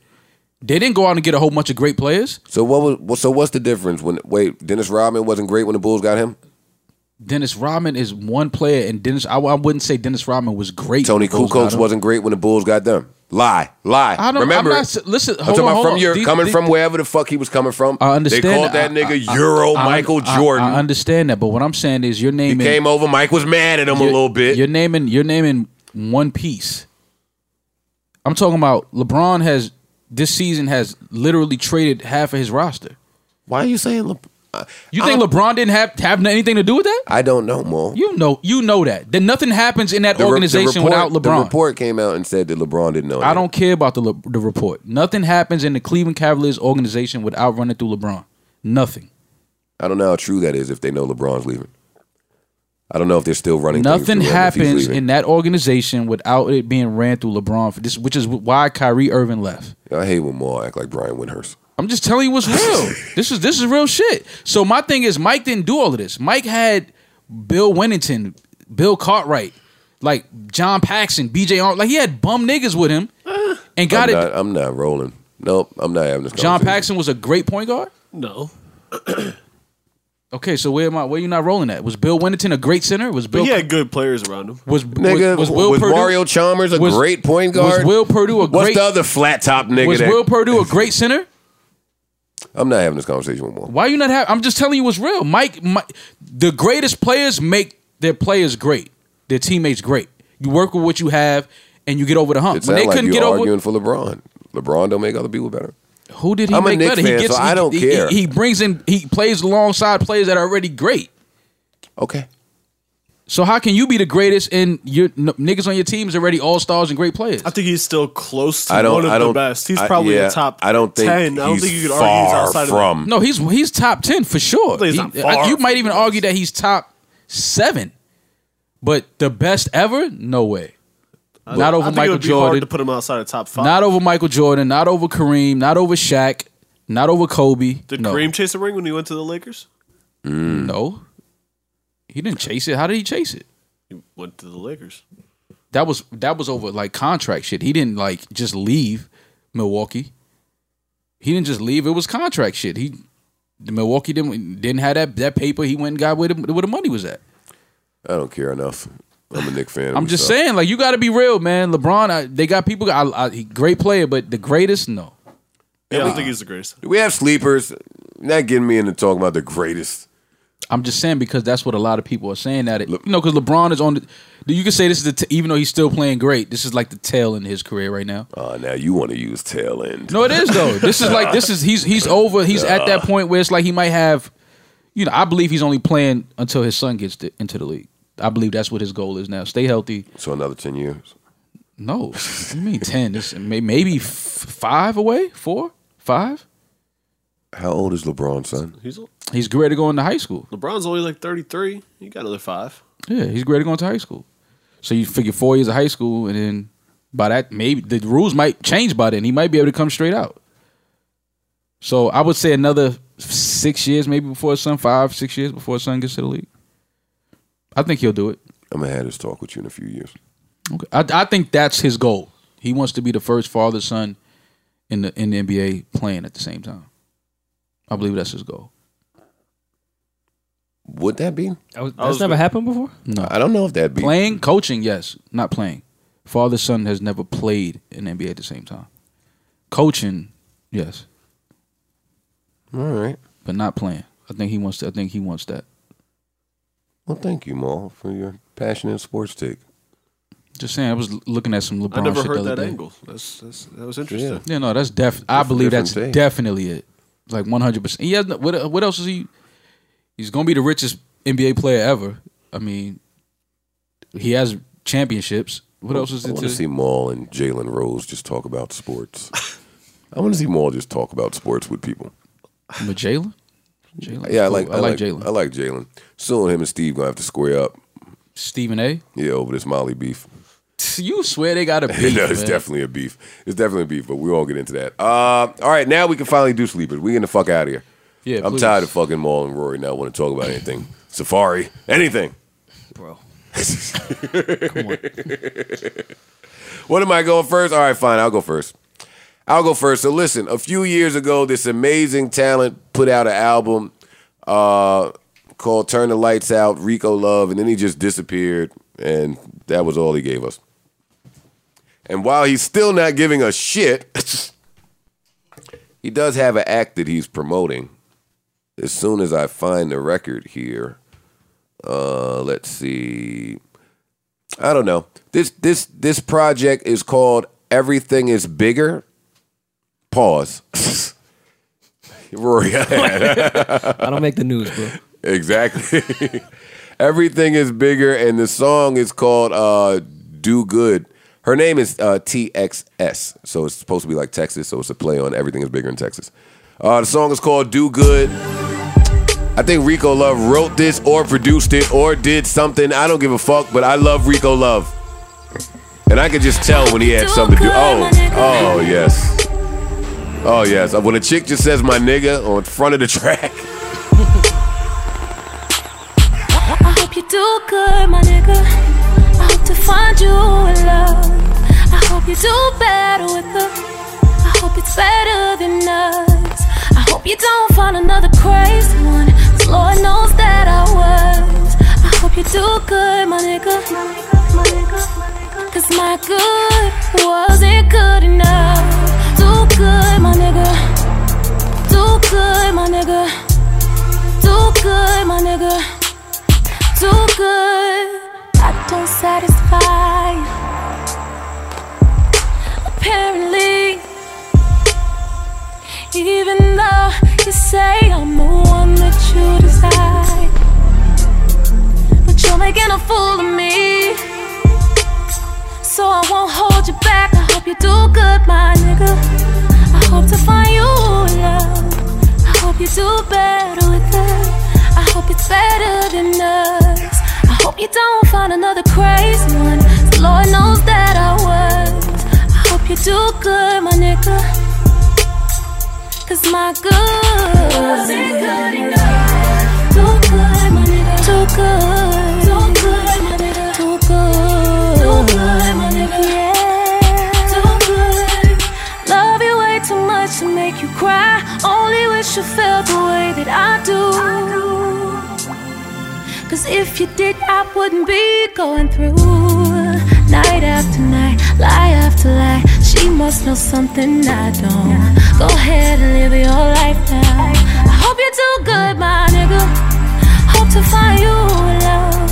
D: they didn't go out and get a whole bunch of great players.
A: So what was? well, So what's the difference? When wait, Dennis Rodman wasn't great when the Bulls got him.
D: Dennis Rodman is one player, and Dennis. I, I wouldn't say Dennis Rodman was great.
A: Tony
D: Those guys.
A: Kukoc wasn't great when the Bulls got them. Lie, lie.
D: I don't
A: Remember,
D: I'm
A: it.
D: not, s- listen,
A: I'm
D: hold
A: talking
D: on,
A: about
D: hold
A: from
D: on.
A: your
D: These-
A: coming
D: these-
A: from wherever the fuck he was coming from.
D: I understand.
A: They called that
D: I-
A: nigga
D: I- I-
A: Euro
D: I-
A: Michael
D: I-
A: Jordan.
D: I, understand that, but what I'm saying is your
A: he
D: name
A: came over. Mike was mad at him a little bit.
D: You're naming you're naming one piece. I'm talking about LeBron has this season has literally traded half of his roster.
A: Why are you saying? Le- I-
D: You think
A: I-
D: LeBron didn't have have anything to do with that?
A: I don't know, Mo.
D: You know, you know that. Then nothing happens in that
A: The re- the report-
D: organization without LeBron.
A: The report came out and said that LeBron didn't know.
D: I
A: that.
D: don't care about the Le- the report. Nothing happens in the Cleveland Cavaliers organization without running through LeBron. Nothing.
A: I don't know how true that is if they know LeBron's leaving. I don't know if they're still running. things
D: Nothing
A: through him if he's
D: happens
A: leaving.
D: in that organization without it being ran through LeBron for this, which is why Kyrie Irving left.
A: I hate when Maul act like Brian Windhurst.
D: I'm just telling you what's real. this is this is real shit. So my thing is Mike didn't do all of this. Mike had Bill Wennington, Bill Cartwright, like John Paxson, BJ Arm, like he had bum niggas with him and
A: I'm
D: got it.
A: Not, I'm not rolling. Nope, I'm not having this.
D: John
A: conversation.
D: Paxson was a great point guard.
B: No.
D: Okay, so where am I? Where you not rolling at? Was Bill Wennington a great center? Was Bill
B: But he had good players around him.
D: was,
A: Nigga, was,
D: was, was Will Perdue-
A: Mario Chalmers a
D: was-
A: great point guard?
D: Was Will Purdue a
A: What's
D: great
A: the other flat top nigga?
D: Was
A: that-
D: Will Purdue a great center?
A: I'm not having this conversation with Maul.
D: Why you not have? I'm just telling you what's real. Mike, Mike, the greatest players make their players great, their teammates great. You work with what you have, and you get over the hump.
A: It sounds like you're
D: get
A: arguing for LeBron. LeBron don't make other people better.
D: who did he
A: I'm a
D: make
A: Knicks
D: better?
A: fan,
D: he gets,
A: so
D: he,
A: I don't
D: he-
A: care.
D: He, he brings in, he plays alongside players that are already great.
A: Okay,
D: So how can you be the greatest and your n- niggas on your team is already all stars and great players?
B: I think he's still close to
A: I don't.
B: one of
A: I
B: the
A: don't.
B: best. He's
A: I-
B: probably
A: yeah,
B: a top.
A: I don't think
B: ten. I don't
A: he's
B: think you could
A: far
B: argue he's outside
A: from.
B: of
D: no, he's he's top ten for sure.
B: He's
D: He-
B: not far
D: I- you might
B: from
D: even
B: the
D: argue that he's top seven, but the best ever? No way.
B: that.
D: Not
B: I
D: over
B: think it
D: Michael
B: would be hard
D: Jordan.
B: to put him outside of top five.
D: Not over Michael Jordan, not over Kareem, not over Shaq, not over Kobe.
B: Did
D: no. Mm,
B: Kareem chase a ring when he went to the Lakers?
D: No. He didn't chase it. How did he chase it?
B: He went to the Lakers.
D: That was that was over like contract shit. He didn't like just leave Milwaukee. He didn't just leave. It was contract shit. He the Milwaukee didn't didn't have that that paper. He went and got where the, where the money was at.
A: I don't care enough. I'm a Knicks fan.
D: I'm
A: We
D: just
B: uh,
A: suck.
D: saying, like you got to be real, man. LeBron, I, they got people. I, I, he great player, but the greatest, no.
B: Yeah, I don't think he's the greatest.
A: Do we have sleepers? Not getting me into talking about the greatest.
D: I'm just saying because that's what a lot of people are saying that it, you know, because LeBron is on the You can say this is the t- even though he's still playing great. This is like the tail end of his career right now.
A: Oh, now you want to use tail end.
D: No, it is though. This is like this is he's he's over. He's at that point where it's like he might have. You know, I believe he's only playing until his son gets to, into the league. I believe that's what his goal is now. Stay healthy.
A: So another ten years.
D: No, what do you mean ten? This may, maybe f- five away, four, five.
A: How old is LeBron, son?
B: He's
D: He's great to go into high school.
B: LeBron's only like 33. He got another five.
D: Yeah, he's great at going to high school. So you figure four years of high school, and then by that, maybe the rules might change by then. He might be able to come straight out. So I would say another six years, maybe before his son, five, six years before his son gets to the league. I think he'll do it.
A: I'm gonna have this talk with you in a few years.
D: Okay. I, I think that's his goal. He wants to be the first father son in the in the NBA playing at the same time. I believe that's his goal.
A: Would that be?
C: I was, that's
B: was-
C: never happened before.
D: No,
A: I don't know if that'd be.
D: playing, coaching, yes, not playing. Father son has never played in NBA at the same time. Coaching, yes,
A: All right.
D: but not playing. I think he wants. To, I think he wants that.
A: Well, thank you, Maul, for your passionate sports take.
D: Just saying, I was l- looking at some LeBron
B: I never
D: shit the
B: heard
D: other
B: that
D: day.
B: angle. That's, that's that was interesting.
D: Yeah, no, that's def. I
A: That's a
D: believe that's
A: different take.
D: definitely it. Like one hundred percent. He has. no- What, what else is he? He's gonna be the richest NBA player ever. I mean, he has championships. What else is
A: I
D: it?
A: want to
D: To,
A: see Maul and Jalen Rose just talk about sports. I want to see Maul just talk about sports with people.
D: But Jalen. Jalen.
A: Yeah, I
D: Cool.
A: like.
D: I like Jalen.
A: I like Jalen. Soon, him and Steve gonna have to square up.
D: Stephen A.
A: Yeah, over this Molly beef.
D: You swear they got a beef.
A: no, it's
D: man.
A: definitely a beef. It's definitely a beef, but we won't get into that. Uh, all right, now we can finally do sleepers. We getting the fuck out of here.
D: Yeah,
A: I'm
D: please.
A: tired of fucking Maul and Rory not want to talk about anything. Safari, anything.
C: Bro.
A: What am I going first? All right, fine. I'll go first. I'll go first. So listen, a few years ago, this amazing talent put out an album uh, called "Turn the Lights Out," Rico Love, and then he just disappeared, and that was all he gave us. And while he's still not giving us shit, he does have an act that he's promoting. As soon as I find the record here, uh, let's see. I don't know. This this this project is called Everything is Bigger. Pause. Rory,
C: I don't make the news, bro.
A: exactly. Everything is bigger, and the song is called uh, "Do Good." Her name is uh, TXS, so it's supposed to be like Texas. So it's a play on "Everything is Bigger in Texas." Uh, the song is called "Do Good." I think Rico Love wrote this, or produced it, or did something. I don't give a fuck, but I love Rico Love, and I could just tell when he had something to do. Oh, oh yes, oh yes. When a chick just says "my nigga" on front of the track.
J: I hope you do good, my nigga. I hope to find you in love. I hope you do better with her. I hope it's better than us. I hope you don't find another crazy one. 'cause Lord knows that I was. I hope you do good, my nigga. Cause my good wasn't good enough. Do good, my nigga. Do good, my nigga. Do good, my nigga too good. I don't satisfy. you. Apparently, even though you say I'm the one that you desire, but you're making a fool of me. So I won't hold you back. I hope you do good, my nigga. I hope to find you love. I hope you do better with it. I hope it's better than us. I hope you don't find another crazy one. 'Cause Lord knows that I was. I hope you do good, my nigga. Cause my good wasn't good enough. Do good, my nigga. Do good. Do good, my nigga. Do good. Do good, my nigga. Yeah. Do good. Love you way too much to make you cry. Only wish you felt the way that I do. Cause if you did, I wouldn't be going through night after night, lie after lie. She must know something I don't. Go ahead and live your life now. I hope you do good, my nigga. Hope to find you love.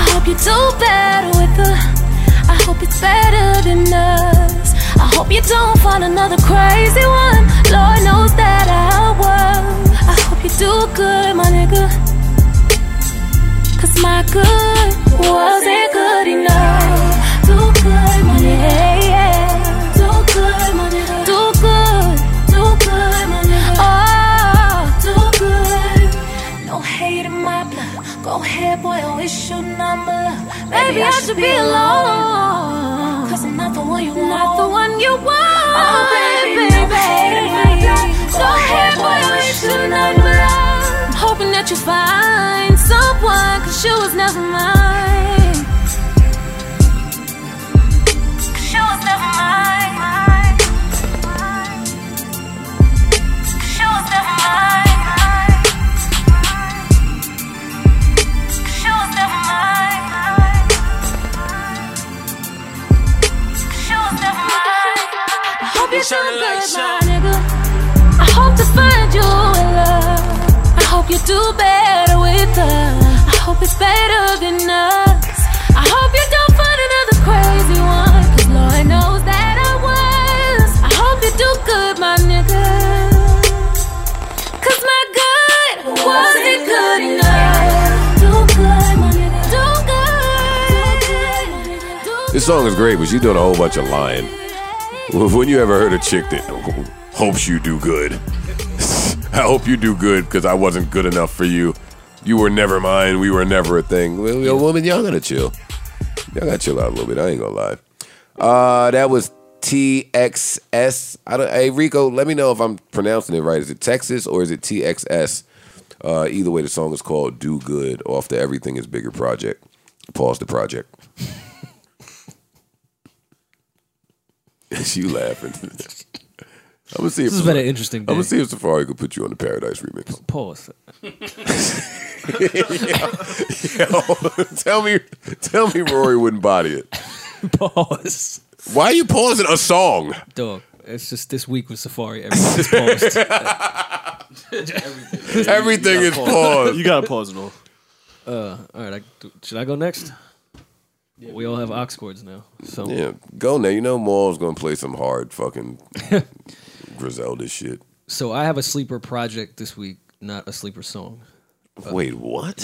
J: I hope you do better with her. I hope it's better than us. I hope you don't find another crazy one. Lord knows that I will. I hope you do good, my nigga. Cause my good wasn't good enough. Do good, my nigga. Yeah, yeah. Do good, my nigga. Do good. Do good, my nigga. Oh, do good. No hate in my blood. Go ahead, boy, I wish you number love. Maybe I should be alone. Cause I'm not the one you want. Not the one you want. Oh, baby, baby. Go ahead, boy, I wish you number love. I'm hoping that you find someone, cause you was never mine. Cause you was never mine. Cause you was never mine. Cause you was never mine. Cause you was never mine. I hope you're doing good, my nigga. I hope to find you in love. I hope you do better with her. I hope it's better than us. I hope you don't find another crazy one. Cause Lord knows that I was. I hope you do good, my nigga. Cause my good wasn't good enough. Do good, my nigga. Do good. Do good.
A: This song is great, but she's doing a whole bunch of lying. When you ever heard a chick that hopes you do good? I hope you do good because I wasn't good enough for you. You were never mine. We were never a thing. Well, yo, woman, y'all gotta chill. Y'all gotta chill out a little bit. I ain't gonna lie. Uh, that was TXS. I don't, hey, Rico, let me know if I'm pronouncing it right. Is it Texas or is it TXS? Uh, either way, the song is called Do Good off the Everything is Bigger project. Pause the project. you laughing. I'm gonna see
C: This
A: if
C: has been an interesting
A: I'm
C: day.
A: gonna see if Safari could put you on the Paradise remix.
C: Pause.
A: Yo, tell me, tell me, Rory wouldn't body it.
C: Pause.
A: Why are you pausing a song?
C: Dog. It's just this week with Safari. Everything's paused.
A: Everything is paused.
B: You gotta pause it all.
C: Uh, All right. I, do- should I go next? we all have ox chords now. So
A: Yeah, go now. You know Maul's gonna play some hard fucking Griselda shit.
C: so I have a sleeper project this week, not a sleeper song. Uh,
A: Wait, what?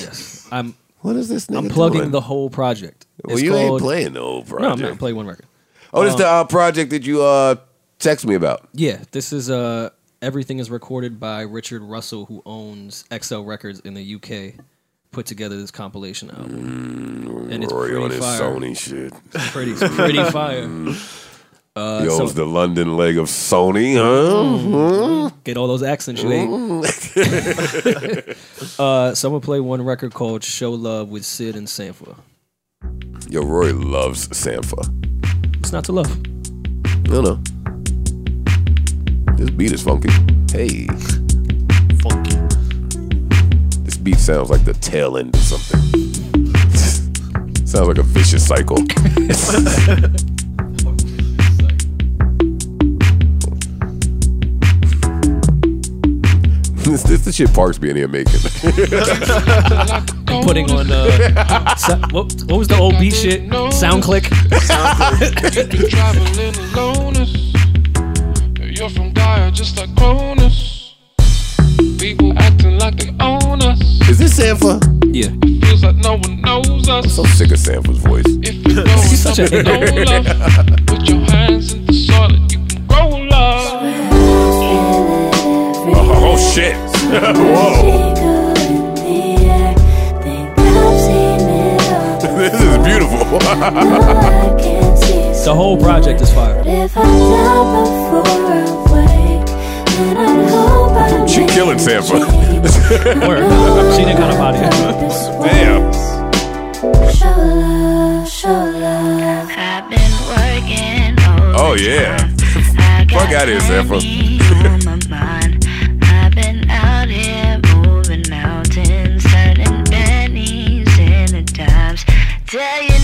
C: I'm
A: What is this? Nigga
C: I'm plugging
A: doing?
C: the whole project.
A: Well,
C: It's
A: you ain't
C: called-
A: playing the whole
C: No, I'm
A: project.
C: not I'm playing one record. Um,
A: oh, this is the uh, project that you uh text me about.
C: Yeah, this is uh everything is recorded by Richard Russell, who owns XL Records in the UK. Put together this compilation album, and it's
A: Rory Mm, on
C: pretty
A: his
C: fire.
A: Sony shit.
C: Pretty, pretty fire. Uh,
A: he owns
C: so-
A: the London leg of Sony, huh?
D: Mm-hmm.
C: Get all those accents you
A: Mm.
C: ate. uh, so I'm gonna play one record called "Show Love" with Sid and Sampha. Mm-hmm.
A: Yo, Rory loves Sampha.
C: It's not to love.
A: No, no. This beat is funky. Hey.
B: Funky.
A: This beat sounds like the tail end of something. sounds like a vicious cycle. this, this the shit Parks be in here making.
C: I'm putting on uh, so- what, what was the old B shit? Sound click.
I: traveling alone is You're from Gaia, just like Cronus. People acting like they own us.
A: is this Sampha?
C: Yeah.
I: Feels like no one knows us.
A: So sick of Sampha's voice.
I: If you're going
C: He's such a
I: up in
C: hater.
I: no love, put your hands in the soil and you can grow love.
A: Oh, oh shit. Whoa. This is beautiful.
C: The whole project is fire.
J: If I'm down before I wake, then I hope I
A: She
J: make
A: killing
J: a
A: Sampha.
J: change.
C: Word. She didn't got a body.
J: This
A: Damn.
J: Show love, show love. I've been working
A: Oh yeah. Fuck out here, Sampha.
J: on my mind. I've been out here moving mountains, turning pennies into dimes. Tell your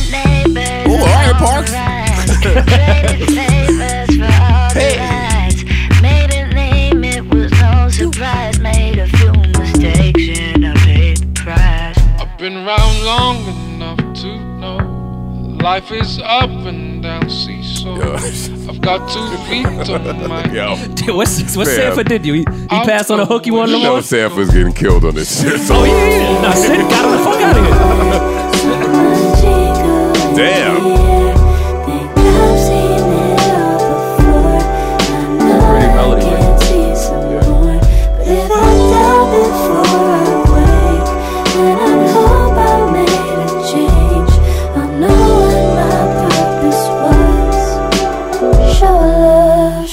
J: neighbors.
A: Ooh, all right,
J: about
A: Parks.
J: the rides. Traded favors for all
A: Hey.
J: the rides. Made a name, it was no surprise. Made a few mistakes and I paid the price.
I: I've been around long enough to Life is up and down seesaw. I've got two feet on my
A: Yo.
C: Dude, what's what's
A: Fam.
C: Sanford did you? He, he passed on a hook. He
A: You
C: wanted to
A: know
C: walk.
A: Sanford's getting killed on this shit. So.
C: Oh yeah, yeah. Nah, Sid got him the fuck out of here.
A: Damn.
J: Pretty melody, right?
I: Show love.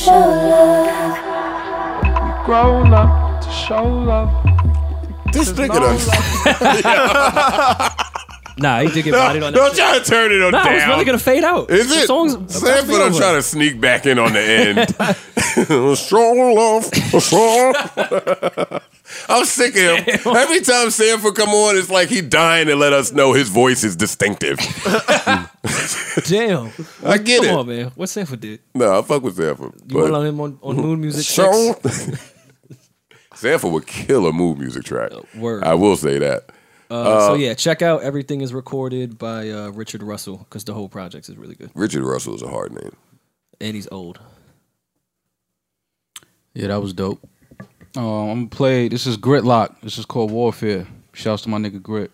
I: You grown up to show love.
A: This nigga done.
C: Nah, he did get bodied on that.
A: Don't try to turn it on
C: Nah,
A: down.
C: I was really gonna fade out.
A: Is
C: The
A: it?
C: song's about to be
A: Sanford, I'm
C: over.
A: trying to sneak back in on the end. strong love, strong. I'm sick of him. Every time Sanford come on, it's like he dying to let us know his voice is distinctive.
C: Damn.
A: I get
C: Come
A: it.
C: on, man. What Sanford did?
A: No, I fuck with Sanford.
C: You
A: but-
C: want on him on, on Moon Music?
A: Strong.
C: X?
A: Sanford would kill a mood music track.
C: Uh, word.
A: I will say that.
C: Uh, so yeah, check out everything is recorded by uh, Richard Russell because the whole project is really good
A: Richard Russell is a hard name.
C: and he's old.
D: Yeah, that was dope. Um, I'm gonna play. This is Gritlock. This is called Warfare. Shouts to my nigga Grit.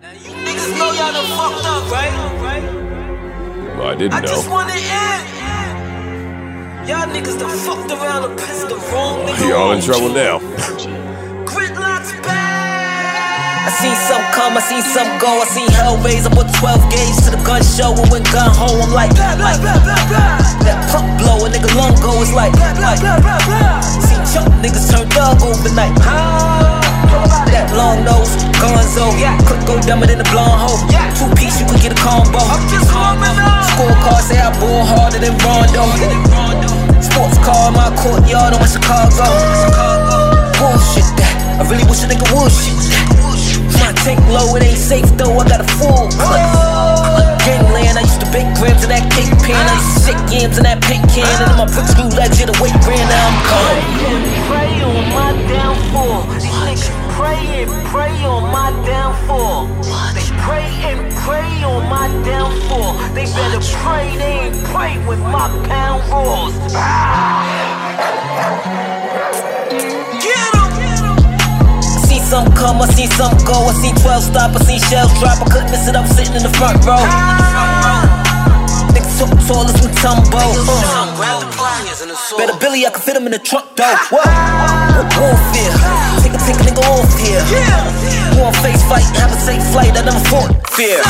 K: Niggas know y'all done fucked up, right?
A: Well, I didn't
K: I
A: know.
K: just wanna end. Y'all niggas done fucked around and pissed the wrong nigga
A: Y'all in
K: off.
A: trouble now.
K: Gridlock's
L: I seen some come, I seen some go. I seen hell raise. I bought 12 gauge to the gun show and went gun ho. I'm like, like that pump blow a nigga lung go. It's like, like seen chunk niggas turn thug overnight. That long nose, gonzo. Could go dumber than a blonde hoe. Two piece, you could get a combo. Scorecard say I bore harder than Rondo. Sports car, in my courtyard on Chicago. Bullshit that. I really wish a nigga would shit that. My tank low, it ain't safe though. I got a full clip. Gangland, I used to bake grams in that cake pan. I used to shake yams in that paint can. And my bricks grew legit, a weight grand. Now I'm gone.
K: Pray on my downfall. These niggas pray and pray on my downfall. They pray and pray on my downfall. They better pray they ain't pray when my pound Ah! roars.
L: I seen some come, I seen some go. I seen 12 stop, I seen shells drop. I couldn't miss it, I'm sitting in the front row. Niggas so tall as some tumbo. Better Billy, I can fit him in the trunk though. Whoa, warfare. Take a, take a nigga off here. One face fight, have a safe flight. I never fought fear.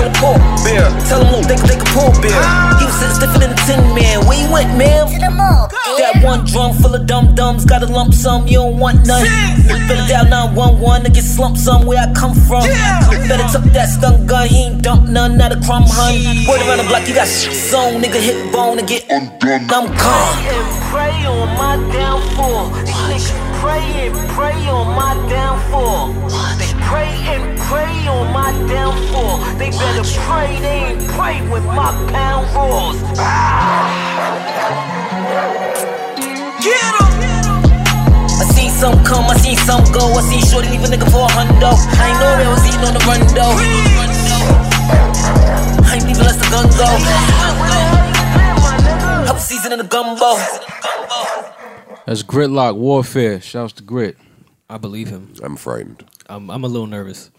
L: Don't pour beer. Tell him, look, they, they can pour beer. He was sitting stiffer than a tin man. Where you went, man? That one drum full of dum dums. Got a lump sum, you don't want none. Better dial 911 to get slumped some where I come from. Better tuck that stun gun, he ain't dump none, not a crumb hun. Word around the block, you got shit zone, nigga hit bone and get undone. I'm gone.
K: Pray and pray on my downfall. These niggas pray and pray on my downfall. They pray and pray on my downfall. They better pray they ain't pray when my pound roars.
L: Get 'em. I seen some come, I seen some go. I seen shorty leave a nigga for a hundo. I ain't know they was eating on the run though. I ain't leaving unless the gun go. Up season in the gumbo.
D: That's Gritlock Warfare. Shouts to Grit.
C: I believe him.
A: I'm frightened.
C: I'm I'm a little nervous.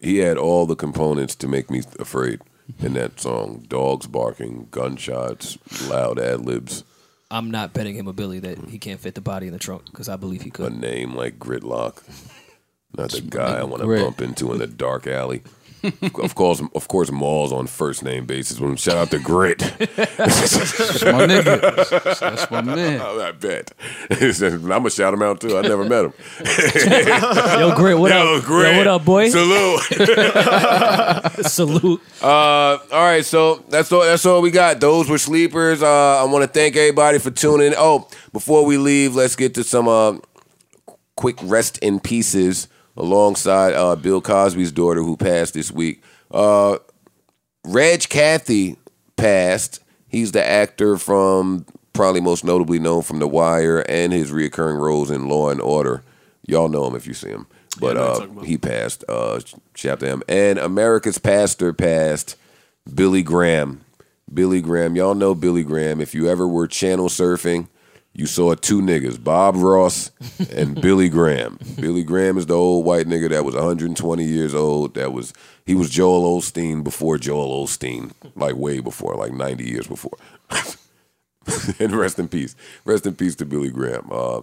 A: He had all the components to make me afraid in that song. Dogs barking, gunshots, loud ad libs,
C: I'm not betting him a billy that he can't fit the body in the trunk because I believe he could.
A: a name like Gridlock. Not the guy I want to
C: Grit.
A: bump into in the dark alley. of course, of course, Maul's on first name basis. with him. Shout out to Grit. That's
D: my nigga. That's my man.
A: I bet. I'm gonna shout him out too. I never met him.
C: Yo, Grit, what
A: Yo,
C: up?
A: Grit.
C: Yo, what up, boy?
A: Salute.
C: Salute.
A: Uh, all right, so that's all. That's all we got. Those were sleepers. Uh, I want to thank everybody for tuning. in. Oh, before we leave, let's get to some uh, quick rest in pieces alongside uh, Bill Cosby's daughter who passed this week. Uh, Reg Cathy passed. He's the actor from probably most notably known from The Wire and his reoccurring roles in Law and Order. Y'all know him if you see him. but uh, he passed. Uh, shout out to him. And America's pastor passed, Billy Graham. Billy Graham, y'all know Billy Graham. If you ever were channel surfing, you saw two niggas, Bob Ross and Billy Graham. Billy Graham is the old white nigga that was 120 years old. That was he was Joel Osteen before Joel Osteen, like way before, like 90 years before. and rest in peace. Rest in peace to Billy Graham. Uh,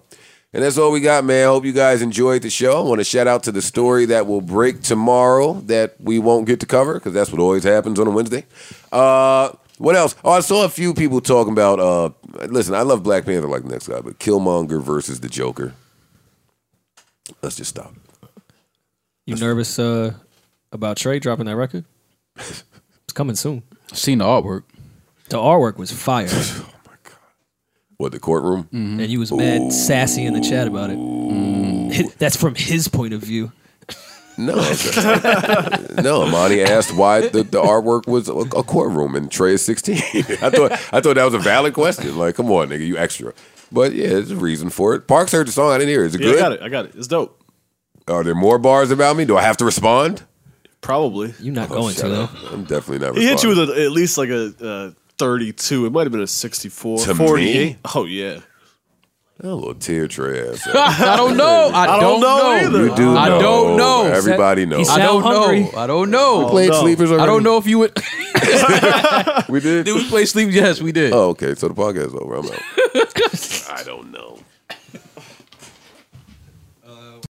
A: and that's all we got, man. Hope you guys enjoyed the show. I want to shout out to the story that will break tomorrow that we won't get to cover because that's what always happens on a Wednesday. Uh, what else? Oh, I saw a few people talking about. Uh, listen, I love Black Panther like the next guy, but Killmonger versus the Joker. Let's just stop.
C: You nervous uh, about Trey dropping that record? It's coming soon.
D: Seen the artwork. Mm-hmm.
C: The artwork was fire,
A: What the courtroom?
C: and you was mad sassy in the chat about it. That's from his point of view.
A: No, no. Amani asked why the, the artwork was a, a courtroom and Trey is sixteen. I thought I thought that was a valid question. Like, come on, nigga, you extra. But yeah, there's a reason for it. Parks heard the song. I didn't hear. it. Is it
B: Yeah,
A: good?
B: I got it. I got it. It's dope.
A: Are there more bars about me? Do I have to respond?
B: Probably.
C: You're not
A: Oh, shut up. I'm definitely not.
B: He hit you
A: responding.
B: with a, at least like a, uh 32. It might have been a 64.
A: To
B: 48.
A: me?
B: Oh, yeah.
A: That little tear tray ass.
D: I don't know. I,
B: I
D: don't,
B: don't know
D: know.
A: either. You do
D: I
A: know.
D: don't know.
A: Everybody He knows.
D: Oh, I don't
A: sound hungry.
D: know. I don't know.
A: We played Oh, no. Sleepers
D: I
A: already?
D: don't know if you would.
A: we did.
D: Did we play Sleep? Yes, we did.
A: Oh, okay. So the podcast is over. I'm out.
B: I don't know.